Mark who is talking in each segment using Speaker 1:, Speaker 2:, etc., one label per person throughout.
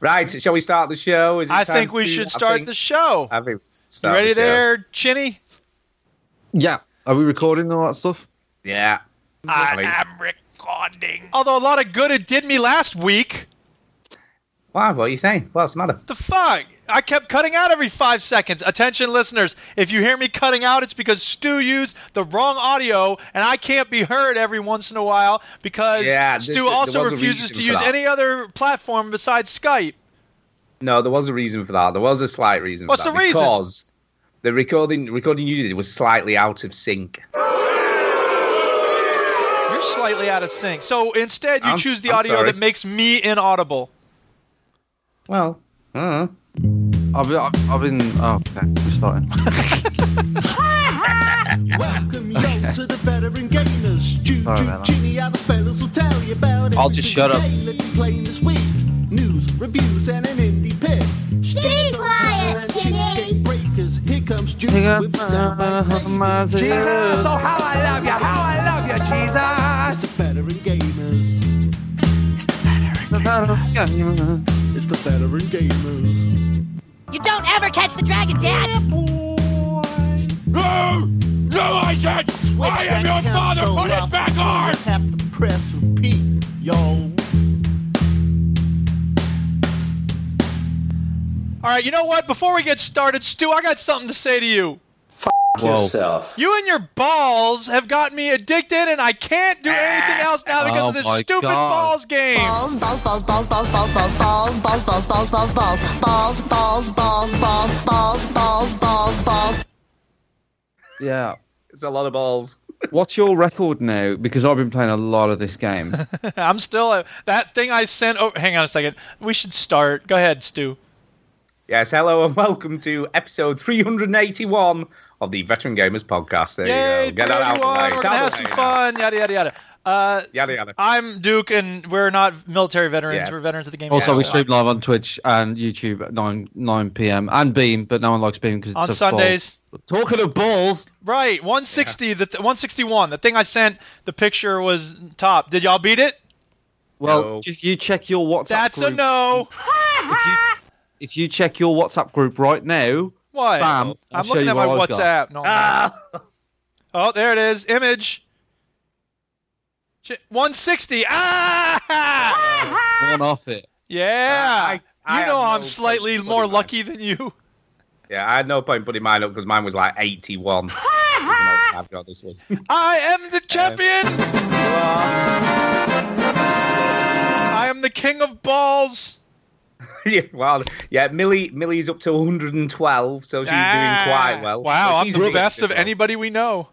Speaker 1: Right, shall we start the show? Is it
Speaker 2: I
Speaker 1: time
Speaker 2: think
Speaker 1: to
Speaker 2: we
Speaker 1: do-
Speaker 2: should
Speaker 1: I
Speaker 2: start
Speaker 1: think-
Speaker 2: the show.
Speaker 1: I think we should
Speaker 2: You
Speaker 1: start
Speaker 2: ready
Speaker 1: the show.
Speaker 2: there, Chinny?
Speaker 3: Yeah. Are we recording and all that stuff?
Speaker 1: Yeah. mean-
Speaker 2: am recording. Although a lot of good it did me last week.
Speaker 1: Why? What are you saying? What's the matter?
Speaker 2: The fuck? I kept cutting out every five seconds. Attention, listeners. If you hear me cutting out, it's because Stu used the wrong audio, and I can't be heard every once in a while because
Speaker 1: Yeah, this- there
Speaker 2: Stu also
Speaker 1: was a
Speaker 2: refuses
Speaker 1: reason
Speaker 2: to
Speaker 1: for
Speaker 2: use
Speaker 1: that.
Speaker 2: any other platform besides Skype.
Speaker 1: No, there was a reason for that. There was a slight reason.
Speaker 2: What's
Speaker 1: for that
Speaker 2: the reason?
Speaker 1: Because the recording recording you did was slightly out of sync.
Speaker 2: You're slightly out of sync. So instead, you
Speaker 1: I'm-
Speaker 2: choose the
Speaker 1: I'm
Speaker 2: audio
Speaker 1: sorry.
Speaker 2: that makes me inaudible.
Speaker 1: Well, uh-huh. I don't know.
Speaker 3: I've been, I've, I've been. Oh, okay. We're starting.
Speaker 4: Welcome, yo, to the veteran gamers. Juju,
Speaker 3: Sorry about that.
Speaker 4: Ginny, other fellas will tell you about
Speaker 3: I'll
Speaker 4: every
Speaker 3: just
Speaker 4: single
Speaker 3: shut up.
Speaker 4: game that you played this week. News, reviews, and an indie pick. Stay
Speaker 5: quiet, Ginny.
Speaker 4: Cheapskate breakers. Here comes
Speaker 3: Pick
Speaker 4: Juju
Speaker 3: up
Speaker 4: with the
Speaker 3: my-
Speaker 4: sound.
Speaker 3: my-
Speaker 6: Oh, how I love you, how I love you, Jesus.
Speaker 4: It's the veteran gamers. It's the veteran gamers.
Speaker 5: You don't ever catch the dragon, Dad!
Speaker 4: I am your father. Put it back on. Have to press repeat, yo.
Speaker 2: All right, you know what? Before we get started, Stu, I got something to say to you.
Speaker 7: yourself.
Speaker 2: You and your balls have got me addicted, and I can't do anything else now because
Speaker 3: Oh
Speaker 2: of this
Speaker 3: my
Speaker 2: stupid
Speaker 3: God.
Speaker 2: balls game.
Speaker 8: balls, balls, balls, balls, balls, balls, balls, balls, balls, balls, balls, balls, balls, balls, balls, balls, balls, balls, balls, balls, balls.
Speaker 3: Yeah.
Speaker 1: It's a lot of balls.
Speaker 3: What's your record now? Because I've been playing a lot of this game.
Speaker 2: I'm still uh, that thing I sent. Oh, hang on a second. We should start. Go ahead, Stu.
Speaker 1: Yes, hello and welcome to episode 381 of the Veteran Gamers Podcast. There
Speaker 2: Yay,
Speaker 1: you go. Get that out of the way.
Speaker 2: everyone. We're
Speaker 1: It's
Speaker 2: gonna
Speaker 1: out
Speaker 2: have
Speaker 1: of the
Speaker 2: some
Speaker 1: way now.
Speaker 2: fun. Yada yada yada. Uh,
Speaker 1: Yada yada.
Speaker 2: I'm Duke, and we're not military veterans.
Speaker 1: Yeah.
Speaker 2: We're veterans of the game.
Speaker 3: also,
Speaker 1: Yeah,
Speaker 3: we
Speaker 1: I
Speaker 3: stream live on Twitch and YouTube at 9 9 p.m. and Beam, but no one likes Beam because it's
Speaker 2: on
Speaker 3: a
Speaker 2: Sundays.
Speaker 3: Balls. Talking of balls,
Speaker 2: Right, 160. The th- 161. The thing I sent. The picture was top. Did y'all beat it?
Speaker 3: well,
Speaker 1: No.
Speaker 3: if you check your WhatsApp
Speaker 2: That's a
Speaker 3: group,
Speaker 2: no.
Speaker 3: If you, if you check your WhatsApp group right now,
Speaker 2: What?
Speaker 3: Bam. I'll
Speaker 2: I'm
Speaker 3: show
Speaker 2: looking
Speaker 3: you
Speaker 2: at my
Speaker 3: what I've
Speaker 2: WhatsApp.
Speaker 3: got.
Speaker 2: No, I'm not.
Speaker 1: Ah!
Speaker 2: Oh, there it is. Image. Ch- 160. Ah!
Speaker 3: one off it.
Speaker 2: Yeah.
Speaker 1: Uh, I- I
Speaker 2: you know
Speaker 1: have no
Speaker 2: I'm
Speaker 1: clue
Speaker 2: slightly
Speaker 1: what
Speaker 2: more
Speaker 1: it is.
Speaker 2: lucky than you.
Speaker 1: Yeah, I had no point putting mine up because mine was like 81. Because obviously I've got this one.
Speaker 2: I am the champion. I am the king of balls.
Speaker 1: yeah, well, yeah, Millie Millie's up to 112, so she's
Speaker 2: Ah.
Speaker 1: doing quite well. But
Speaker 2: Wow, I'm
Speaker 1: she's
Speaker 2: the
Speaker 1: big
Speaker 2: best
Speaker 1: as
Speaker 2: of
Speaker 1: well.
Speaker 2: anybody we know.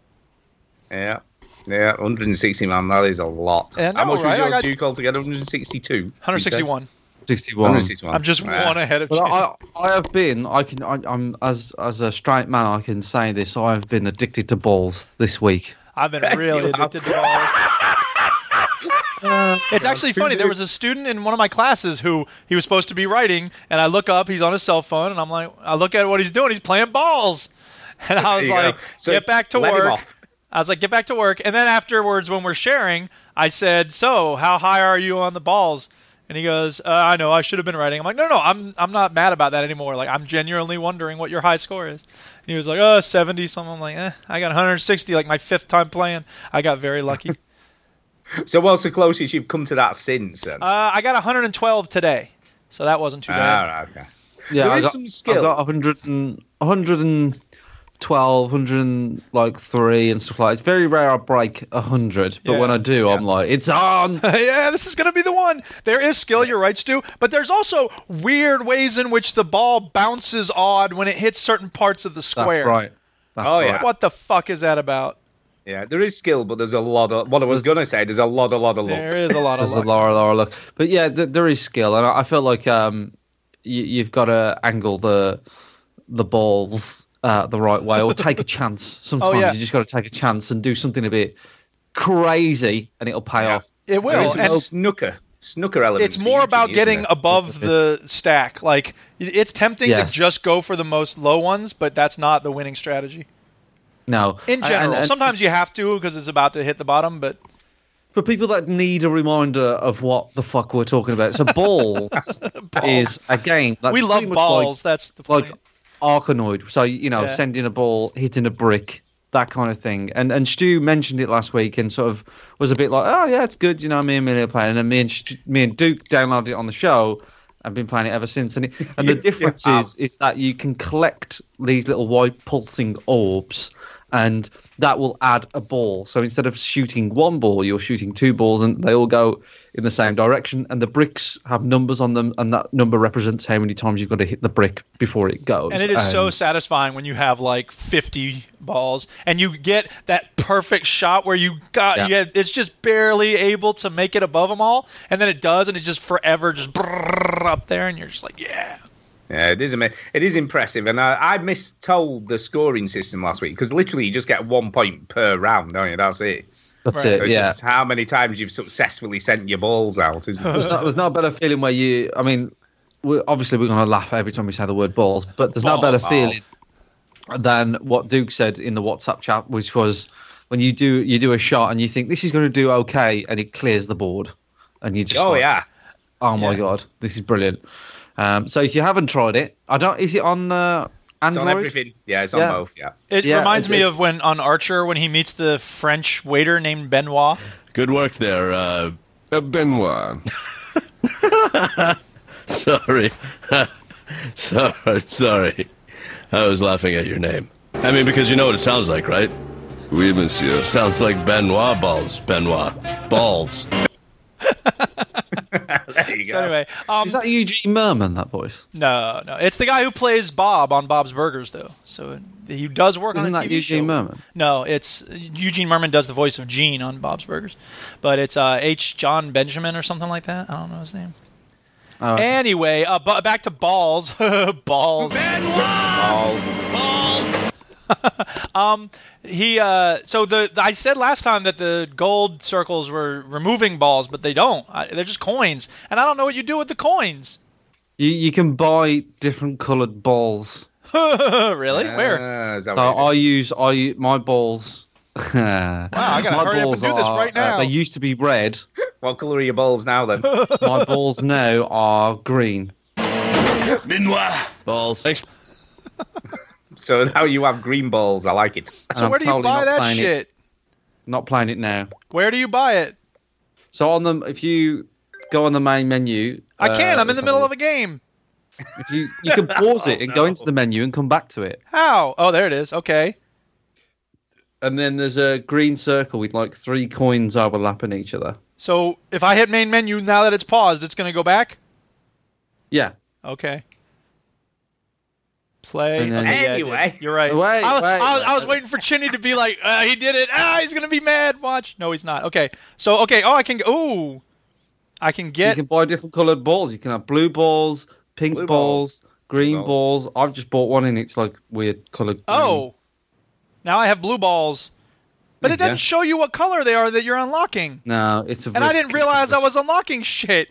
Speaker 1: Yeah. Yeah, 160 man, that is a lot.
Speaker 2: Yeah,
Speaker 1: How
Speaker 2: no,
Speaker 1: much
Speaker 2: right? I
Speaker 1: was yours
Speaker 2: got-
Speaker 1: you called together? 162.
Speaker 2: 161.
Speaker 3: 61.
Speaker 1: 161.
Speaker 2: I'm just
Speaker 1: Ah.
Speaker 2: one ahead of you.
Speaker 3: Well, I, I have been. I can. I, I'm as as a straight man. I can say this. I have been addicted to balls this week.
Speaker 2: I've been really
Speaker 1: you have.
Speaker 2: addicted to balls. It's actually funny. There was a student in one of my classes who he was supposed to be writing, and I look up, he's on his cell phone, and I'm like, I look at what he's doing. He's playing balls, and I
Speaker 1: There
Speaker 2: was
Speaker 1: you
Speaker 2: like,
Speaker 1: go. So
Speaker 2: get back to
Speaker 1: let him
Speaker 2: work.
Speaker 1: off.
Speaker 2: I was like, get back to work. And then afterwards, when we're sharing, I said, so how high are you on the balls? And he goes, uh, I know I should have been writing. I'm like, no, no, I'm I'm not mad about that anymore. Like I'm genuinely wondering what your high score is. And he was like, oh, 70 something. I'm like, eh, I got 160. Like my fifth time playing, I got very lucky.
Speaker 1: So what's the closest you've come to that since then?
Speaker 2: Uh, I got 112 today, so that wasn't too
Speaker 1: ah,
Speaker 2: bad.
Speaker 1: right, okay.
Speaker 3: Yeah,
Speaker 1: There
Speaker 3: I
Speaker 1: is
Speaker 3: got,
Speaker 1: some skill.
Speaker 3: I got 100 and 112, 100 and like three and stuff like. It's very rare I break 100, but
Speaker 2: Yeah.
Speaker 3: when I do, I'm like, it's on.
Speaker 2: yeah, this is gonna be the one. There is skill, you're right, Stu, but there's also weird ways in which the ball bounces odd when it hits certain parts of the
Speaker 3: That's
Speaker 2: square.
Speaker 3: right. That's
Speaker 1: Oh, yeah.
Speaker 3: right.
Speaker 2: What the fuck is that about?
Speaker 1: Yeah, there is skill, but there's a lot of. What I was going to say, there's a lot, a lot of luck.
Speaker 2: There is a lot of
Speaker 3: There's a
Speaker 2: luck.
Speaker 3: Laura Laura look, but yeah, th- there is skill, and I, I feel like um, you, you've got to angle the the balls uh, the right way, or take a chance. Sometimes
Speaker 2: Oh, yeah.
Speaker 3: you just got to take a chance and do something a bit crazy, and it'll pay
Speaker 1: Yeah.
Speaker 3: off.
Speaker 2: It
Speaker 1: There is
Speaker 2: will.
Speaker 1: some
Speaker 2: And
Speaker 1: snooker, snooker element.
Speaker 2: it's more about getting above the stack. Like y- it's tempting
Speaker 3: Yeah.
Speaker 2: to just go for the most low ones, but that's not the winning strategy
Speaker 3: No,
Speaker 2: in
Speaker 3: And-
Speaker 2: general.
Speaker 3: and-
Speaker 2: Sometimes you have to because it's about to hit the bottom, but
Speaker 3: for people that need a reminder of what the fuck we're talking about. So balls, is a game that's
Speaker 2: we love
Speaker 3: pretty much
Speaker 2: balls. That's the
Speaker 3: like,
Speaker 2: point.
Speaker 3: like Arkanoid. So you know,
Speaker 2: Yeah.
Speaker 3: sending a ball, hitting a brick, that kind of thing. And and Stu mentioned it last week and sort of was a bit like, oh yeah, it's good. You know, me and Millie are playing, and then me and Stu- me and Duke downloaded it on the show. I've been playing it ever since, and it, and the
Speaker 1: You
Speaker 3: difference
Speaker 1: have.
Speaker 3: is is that you can collect these little white pulsing orbs, and that will add a ball. So instead of shooting one ball, you're shooting two balls, and they all go in the same direction. And the bricks have numbers on them, and that number represents how many times you've got to hit the brick before it goes.
Speaker 2: And it is so
Speaker 3: And-
Speaker 2: satisfying when you have like 50 balls and you get that perfect shot where you got
Speaker 3: Yeah.
Speaker 2: you had, it's just barely able to make it above them all, and then it does, and it just forever just brrrr up there, and you're just like, yeah.
Speaker 1: Yeah, it is ama- it is impressive, and I, I mistold the scoring system last week because literally you just get one point per round, don't you? That's it.
Speaker 3: uh, That's
Speaker 2: Right.
Speaker 1: So
Speaker 3: it.
Speaker 1: it's
Speaker 3: Yeah.
Speaker 1: just how many times you've successfully sent your balls out, isn't it?
Speaker 3: there's, not, there's no better feeling where you. I mean, we're, obviously we're going to laugh every time we say the word balls, but there's no better
Speaker 1: Balls.
Speaker 3: feeling than what Duke said in the WhatsApp chat, which was when you do you do a shot and you think this is going to do okay, and it clears the board, and you just
Speaker 1: oh
Speaker 3: like,
Speaker 1: yeah,
Speaker 3: oh my
Speaker 2: Yeah.
Speaker 3: god, this is brilliant. Um, so if you haven't tried it, I don't. Is it on uh,
Speaker 1: it's
Speaker 3: Android?
Speaker 1: on everything. Yeah, it's on
Speaker 3: Yeah.
Speaker 1: both. Yeah.
Speaker 2: It
Speaker 3: Yeah,
Speaker 2: reminds
Speaker 3: it-
Speaker 2: me
Speaker 3: it-
Speaker 2: of when on Archer when he meets the French waiter named Benoit.
Speaker 9: Good work there, uh, uh, Benoit. sorry. sorry. I'm Sorry. I was laughing at your name. I mean, because you know what it sounds like, right? Oui, monsieur. Sounds like Benoit balls. Benoit. Balls.
Speaker 1: There you
Speaker 2: So
Speaker 1: go.
Speaker 2: anyway, um,
Speaker 3: Is that Eugene Merman that voice?
Speaker 2: no, no, it's the guy who plays Bob on Bob's Burgers though. So he does work on
Speaker 3: Isn't
Speaker 2: a
Speaker 3: that
Speaker 2: TV
Speaker 3: Eugene
Speaker 2: show.
Speaker 3: Merman?
Speaker 2: No, it's Eugene Merman does the voice of Gene on Bob's Burgers, but it's uh, H. John Benjamin or something like that. I don't know his name.
Speaker 3: Oh, okay.
Speaker 2: Anyway, uh, bu- back to balls, balls. um, he uh, so the I said last time that the gold circles were removing balls, but they don't. I, they're just coins, and I don't know what you do with the coins.
Speaker 3: you, you can buy different coloured balls.
Speaker 2: really? Where?
Speaker 1: Ah, is that
Speaker 2: Oh,
Speaker 3: So
Speaker 1: what
Speaker 3: I
Speaker 1: it
Speaker 3: use I u- my balls. wow, I
Speaker 2: gotta hurry up and do this right now.
Speaker 3: uh, they used to be red.
Speaker 1: is? What colour are your balls now then?
Speaker 3: My balls now are green.
Speaker 9: Benoit. Balls. Thanks.
Speaker 1: so now you have green balls. I like it.
Speaker 3: and
Speaker 2: So
Speaker 3: I'm
Speaker 2: where do you
Speaker 3: totally
Speaker 2: buy
Speaker 3: not
Speaker 2: that
Speaker 3: playing it-
Speaker 2: shit?
Speaker 3: not playing it now.
Speaker 2: Where do you buy it?
Speaker 3: So on them, if you go on the main menu,
Speaker 2: I
Speaker 3: Uh,
Speaker 2: can't. I'm in the middle of a Oh, game.
Speaker 3: If you you can pause it and go into the menu and come back to it,
Speaker 2: How? Oh, there it is. Okay.
Speaker 3: and then there's a green circle with like three coins overlapping each other.
Speaker 2: So if I hit main menu now that it's paused, it's going to go back.
Speaker 3: Yeah.
Speaker 2: Okay. Play.
Speaker 3: And then-
Speaker 2: Okay, yeah, it
Speaker 1: Anyway.
Speaker 2: did. you're right.
Speaker 3: Wait,
Speaker 2: I, was-
Speaker 3: wait.
Speaker 2: I was, I was waiting for Chinny to be like, uh, he did it. Ah, he's gonna be mad. Watch. No, he's not. Okay. So okay. Oh, I can. Ooh, I can
Speaker 3: you
Speaker 2: get.
Speaker 3: can buy different coloured balls. You can have blue balls, pink
Speaker 1: Blue
Speaker 3: balls,
Speaker 1: balls.
Speaker 3: green
Speaker 1: balls.
Speaker 3: balls. I've just bought one and it's like weird coloured.
Speaker 2: oh, now I have blue balls, but it
Speaker 3: Yeah.
Speaker 2: doesn't show you what color they are that you're unlocking.
Speaker 3: No, it's a.
Speaker 2: And I
Speaker 3: risk.
Speaker 2: didn't
Speaker 3: It's a
Speaker 2: realize I
Speaker 3: risk.
Speaker 2: was unlocking shit.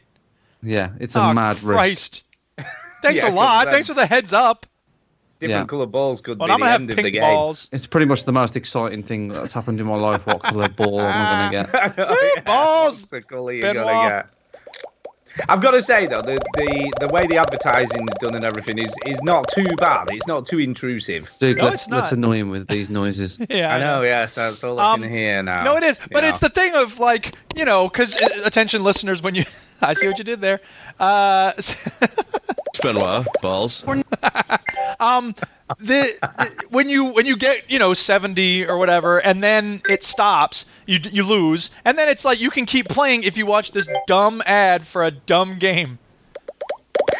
Speaker 3: Yeah, it's a
Speaker 2: oh,
Speaker 3: mad risk.
Speaker 2: Christ. Thanks
Speaker 1: Yeah,
Speaker 2: a lot.
Speaker 1: 'cause, um,
Speaker 2: Thanks for the heads up.
Speaker 1: Different
Speaker 3: Yeah.
Speaker 1: colour balls could
Speaker 2: Well,
Speaker 1: be
Speaker 2: I'm
Speaker 1: the
Speaker 2: gonna have
Speaker 1: end of the
Speaker 2: pink
Speaker 1: game.
Speaker 2: balls.
Speaker 3: It's pretty much the most exciting thing that's happened in my life. What colour ball am I gonna get?
Speaker 1: Oh, yeah,
Speaker 2: balls.
Speaker 1: what's the colour you're
Speaker 2: Benoit.
Speaker 1: gonna get? I've got to say though, the, the the way the advertising's done and everything is is not too bad. It's not too intrusive.
Speaker 3: Dude,
Speaker 2: No,
Speaker 3: let's,
Speaker 2: it's
Speaker 3: let's
Speaker 2: not.
Speaker 3: annoy him with these noises.
Speaker 2: Yeah.
Speaker 1: I know, yes, that's all I
Speaker 2: Um,
Speaker 1: can hear now.
Speaker 2: No, it is. But
Speaker 1: Yeah.
Speaker 2: it's the thing of like, you know, because attention listeners, when you, I see what you did there. Uh,
Speaker 9: Benoit. Balls.
Speaker 2: um, the, the- when you when you get you know seventy or whatever, and then it stops, you you lose, and then it's like you can keep playing if you watch this dumb ad for a dumb game.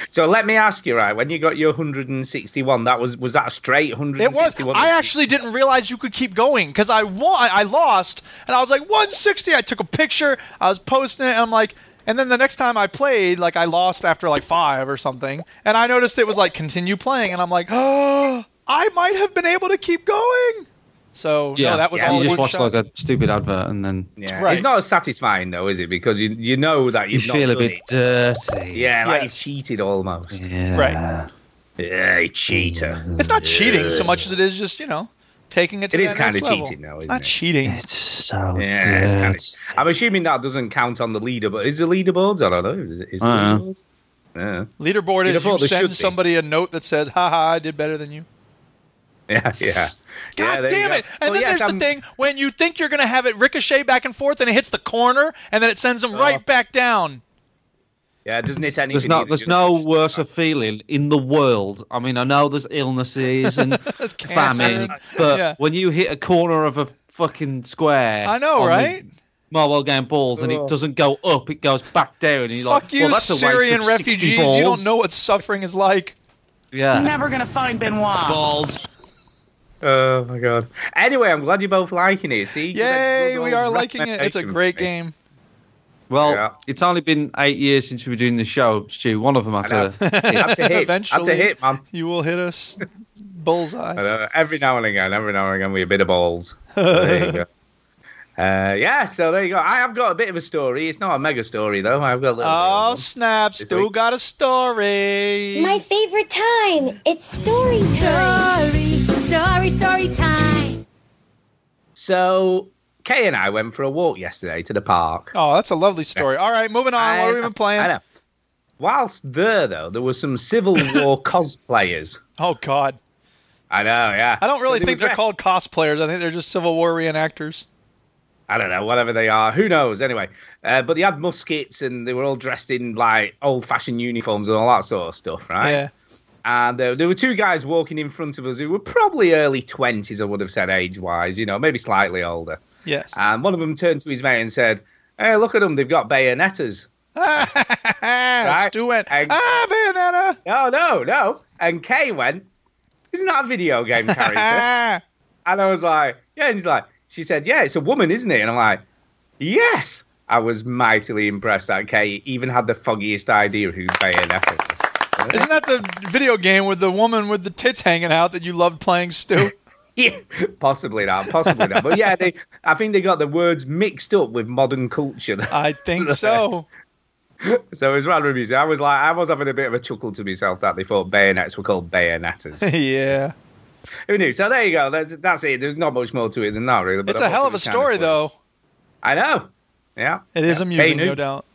Speaker 1: So let me ask you, right? When you got your 161, that was was that a straight
Speaker 2: It was.
Speaker 1: 161?
Speaker 2: I actually didn't realize you could keep going because I won. I lost, and I was like 160. I took a picture. I was posting it. And I'm like, and then the next time I played, like I lost after like five or something, and I noticed it was like continue playing, and I'm like, oh, I might have been able to keep going. So
Speaker 3: yeah,
Speaker 2: no, that was
Speaker 1: Yeah,
Speaker 2: all.
Speaker 3: You just
Speaker 2: one
Speaker 3: watch
Speaker 2: shot.
Speaker 3: like a stupid advert and then
Speaker 1: Yeah.
Speaker 2: Right.
Speaker 1: It's not as satisfying though, is it? Because you you know that
Speaker 3: you
Speaker 1: you've
Speaker 3: feel a
Speaker 1: not done
Speaker 3: bit dirty.
Speaker 1: It. Yeah, like
Speaker 2: Yes.
Speaker 1: you cheated almost.
Speaker 3: Yeah.
Speaker 2: Right.
Speaker 1: Yeah, you cheater.
Speaker 2: It's not cheating so much as it is just you know taking it to
Speaker 1: It
Speaker 2: that
Speaker 1: is kind
Speaker 2: next
Speaker 1: of
Speaker 2: level.
Speaker 1: cheating, though,
Speaker 2: It's
Speaker 1: isn't
Speaker 2: not
Speaker 1: it?
Speaker 2: cheating.
Speaker 3: It's so
Speaker 1: Yeah, it's
Speaker 3: good.
Speaker 1: kind of. I'm assuming that doesn't count on the leaderboard. Is the leaderboards? I don't know. Is, is the
Speaker 3: Uh-uh.
Speaker 1: leaderboards? Yeah.
Speaker 2: Leaderboard
Speaker 1: You'd
Speaker 2: is
Speaker 1: have
Speaker 2: you
Speaker 1: thought there should
Speaker 2: send
Speaker 1: be.
Speaker 2: somebody a note that says, "Ha ha, I did better than you."
Speaker 1: Yeah, yeah.
Speaker 2: God
Speaker 1: Yeah, there you
Speaker 2: damn
Speaker 1: go.
Speaker 2: it! And
Speaker 1: Well,
Speaker 2: then
Speaker 1: yes,
Speaker 2: there's
Speaker 1: I'm-
Speaker 2: the thing when you think you're gonna have it ricochet back and forth, and it hits the corner, and then it sends them
Speaker 1: Oh.
Speaker 2: right back down.
Speaker 1: Yeah, doesn't hit anything.
Speaker 3: There's no,
Speaker 1: either,
Speaker 3: there's
Speaker 1: just-
Speaker 3: no worse a feeling in the world. I mean, I know there's illnesses and
Speaker 2: There's cancer.
Speaker 3: famine, but
Speaker 2: Yeah.
Speaker 3: when you hit a corner of a fucking square,
Speaker 2: I know,
Speaker 3: on the
Speaker 2: right?
Speaker 3: Mobile game balls, and
Speaker 1: Ugh.
Speaker 3: it doesn't go up; it goes back down. And you're
Speaker 2: Fuck
Speaker 3: like,
Speaker 2: you,
Speaker 3: well, that's a waste of
Speaker 2: Syrian
Speaker 3: 60
Speaker 2: refugees!
Speaker 3: balls."
Speaker 2: You don't know what suffering is like.
Speaker 3: Yeah.
Speaker 8: Never gonna find Benoit.
Speaker 9: Balls.
Speaker 1: Oh my god. Anyway, I'm glad you're both liking it. See, Give it a
Speaker 2: Yay,
Speaker 1: good old
Speaker 2: we are liking it. It's a
Speaker 1: recommendation
Speaker 2: great
Speaker 1: for me.
Speaker 2: game.
Speaker 3: Well,
Speaker 1: Yeah.
Speaker 3: it's only been eight years since we were doing the show, Stu. One of them had
Speaker 1: I know.
Speaker 3: to.
Speaker 1: Have to hit.
Speaker 2: Eventually,
Speaker 1: Have to hit, man.
Speaker 2: you will hit us bullseye.
Speaker 1: I know. Every now and again, every now and again, we a bit of balls. So there you go. Uh, yeah, so there you go. I have got a bit of a story. It's not a mega story though. I've got a little. bit of
Speaker 2: Oh
Speaker 1: one.
Speaker 2: snap!
Speaker 1: This
Speaker 2: Stu
Speaker 1: week.
Speaker 2: got a story.
Speaker 10: My favorite time. It's story time.
Speaker 5: Story, story time.
Speaker 1: So Kay and I went for a walk yesterday to the park.
Speaker 2: Oh, that's a lovely story. All right, moving on.
Speaker 1: I
Speaker 2: what have we
Speaker 1: know,
Speaker 2: been playing?
Speaker 1: I know. Whilst there though, there were some Civil War cosplayers.
Speaker 2: Oh God,
Speaker 1: I know, yeah.
Speaker 2: I don't really
Speaker 1: They
Speaker 2: think
Speaker 1: were dressed-
Speaker 2: they're called cosplayers. I think they're just Civil War reenactors.
Speaker 1: I don't know, whatever they are. Who knows? Anyway, uh, but they had muskets and they were all dressed in like old-fashioned uniforms and all that sort of stuff, right?
Speaker 2: Yeah.
Speaker 1: And uh, there were two guys walking in front of us who were probably early 20s, I would have said, age wise, you know, maybe slightly older.
Speaker 2: Yes.
Speaker 1: And one of them turned to his mate and said, Hey, look at them, they've got bayonetters.
Speaker 2: Stu went.
Speaker 1: Egg-
Speaker 2: Ah,
Speaker 1: No, Oh, no, no. And Kay went, Isn't that a video game character?
Speaker 2: Bayonetta.
Speaker 1: and I was like, Yeah. And he's like, She said, Yeah, it's a woman, isn't it? And I'm like, Yes. I was mightily impressed that Kay even had the foggiest idea who Bayonetta was.
Speaker 2: Isn't that the video game with the woman with the tits hanging out that you loved playing, Stu?
Speaker 1: Yeah, possibly not, possibly not. But yeah, they, I think they got the words mixed up with modern culture.
Speaker 2: I think so.
Speaker 1: so it was rather amusing. I was like, I was having a bit of a chuckle to myself that they thought bayonets were called bayonetters.
Speaker 2: yeah.
Speaker 1: Who knew? So there you go. That's, that's it. There's not much more to it than that, really. but
Speaker 2: It's
Speaker 1: I
Speaker 2: a
Speaker 1: thought
Speaker 2: hell
Speaker 1: it
Speaker 2: of a
Speaker 1: was kinda
Speaker 2: story,
Speaker 1: funny.
Speaker 2: though.
Speaker 1: I know. Yeah,
Speaker 2: It is
Speaker 1: Yeah. They
Speaker 2: amusing,
Speaker 1: knew.
Speaker 2: no doubt.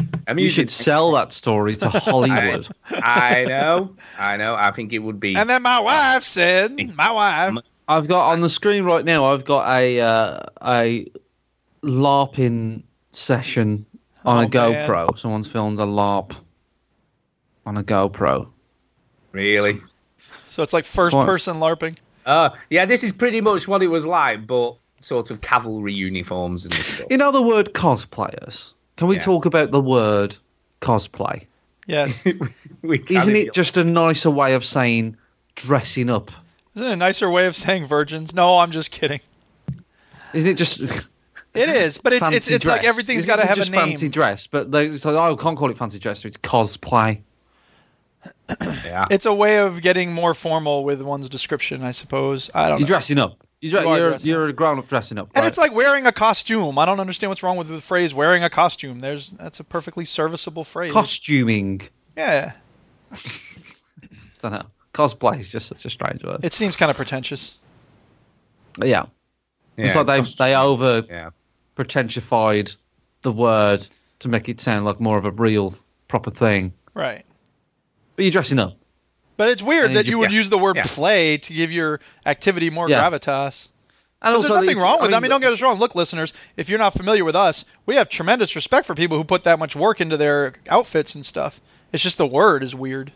Speaker 3: you
Speaker 1: amusing.
Speaker 3: should sell that story to Hollywood.
Speaker 1: I know. I know. I think it would be.
Speaker 2: And then my wife said, "My wife."
Speaker 3: I've got on the screen right now. I've got a uh, a LARPing session on a
Speaker 2: Oh, man.
Speaker 3: GoPro. Someone's filmed a LARP on a GoPro.
Speaker 1: really.
Speaker 2: So it's like first-person LARPing.
Speaker 1: Uh, yeah, this is pretty much what it was like, but sort of cavalry uniforms and stuff.
Speaker 3: In other word, cosplayers. Can we
Speaker 1: Yeah.
Speaker 3: talk about the word cosplay?
Speaker 2: Yes.
Speaker 1: We can't
Speaker 3: Isn't
Speaker 1: even-
Speaker 3: it just a nicer way of saying dressing up?
Speaker 2: Isn't it a nicer way of saying virgins? No, I'm just kidding.
Speaker 3: Isn't it just
Speaker 2: It is, but it's it's,
Speaker 3: fancy
Speaker 2: it's like
Speaker 3: dress.
Speaker 2: everything's
Speaker 3: Isn't
Speaker 2: got to
Speaker 3: it
Speaker 2: have
Speaker 3: just
Speaker 2: a name.
Speaker 3: Fancy dress, but they, it's like, oh, I can't call it fancy dress. So it's cosplay.
Speaker 1: Yeah.
Speaker 2: It's a way of getting more formal with one's description, I suppose. I don't
Speaker 3: You're
Speaker 2: know.
Speaker 3: dressing up. You're, dre-
Speaker 2: You are
Speaker 3: you're,
Speaker 2: dressing
Speaker 3: you're a grown up dressing up.
Speaker 2: and
Speaker 3: right?
Speaker 2: it's like wearing a costume. I don't understand what's wrong with the phrase "wearing a costume." There's that's a perfectly serviceable phrase.
Speaker 3: costuming.
Speaker 2: yeah,
Speaker 3: I don't know. Cosplay is just such a strange word.
Speaker 2: it seems kind of pretentious.
Speaker 3: yeah. It's like they they over
Speaker 1: Yeah.
Speaker 3: pretentified the word to make it sound like more of a real proper thing.
Speaker 2: Right.
Speaker 3: But you're dressing up.
Speaker 2: But it's weird
Speaker 3: And
Speaker 2: that
Speaker 3: you-
Speaker 2: you would
Speaker 1: yeah,
Speaker 2: use the word
Speaker 1: yeah.
Speaker 2: play to give your activity more
Speaker 3: Yeah.
Speaker 2: gravitas.
Speaker 3: And
Speaker 2: 'Cause there's
Speaker 3: also
Speaker 2: nothing
Speaker 3: it's-
Speaker 2: wrong with. I mean, don't get us wrong. Look, listeners, if you're not familiar with us, we have tremendous respect for people who put that much work into their outfits and stuff. It's just the word is weird.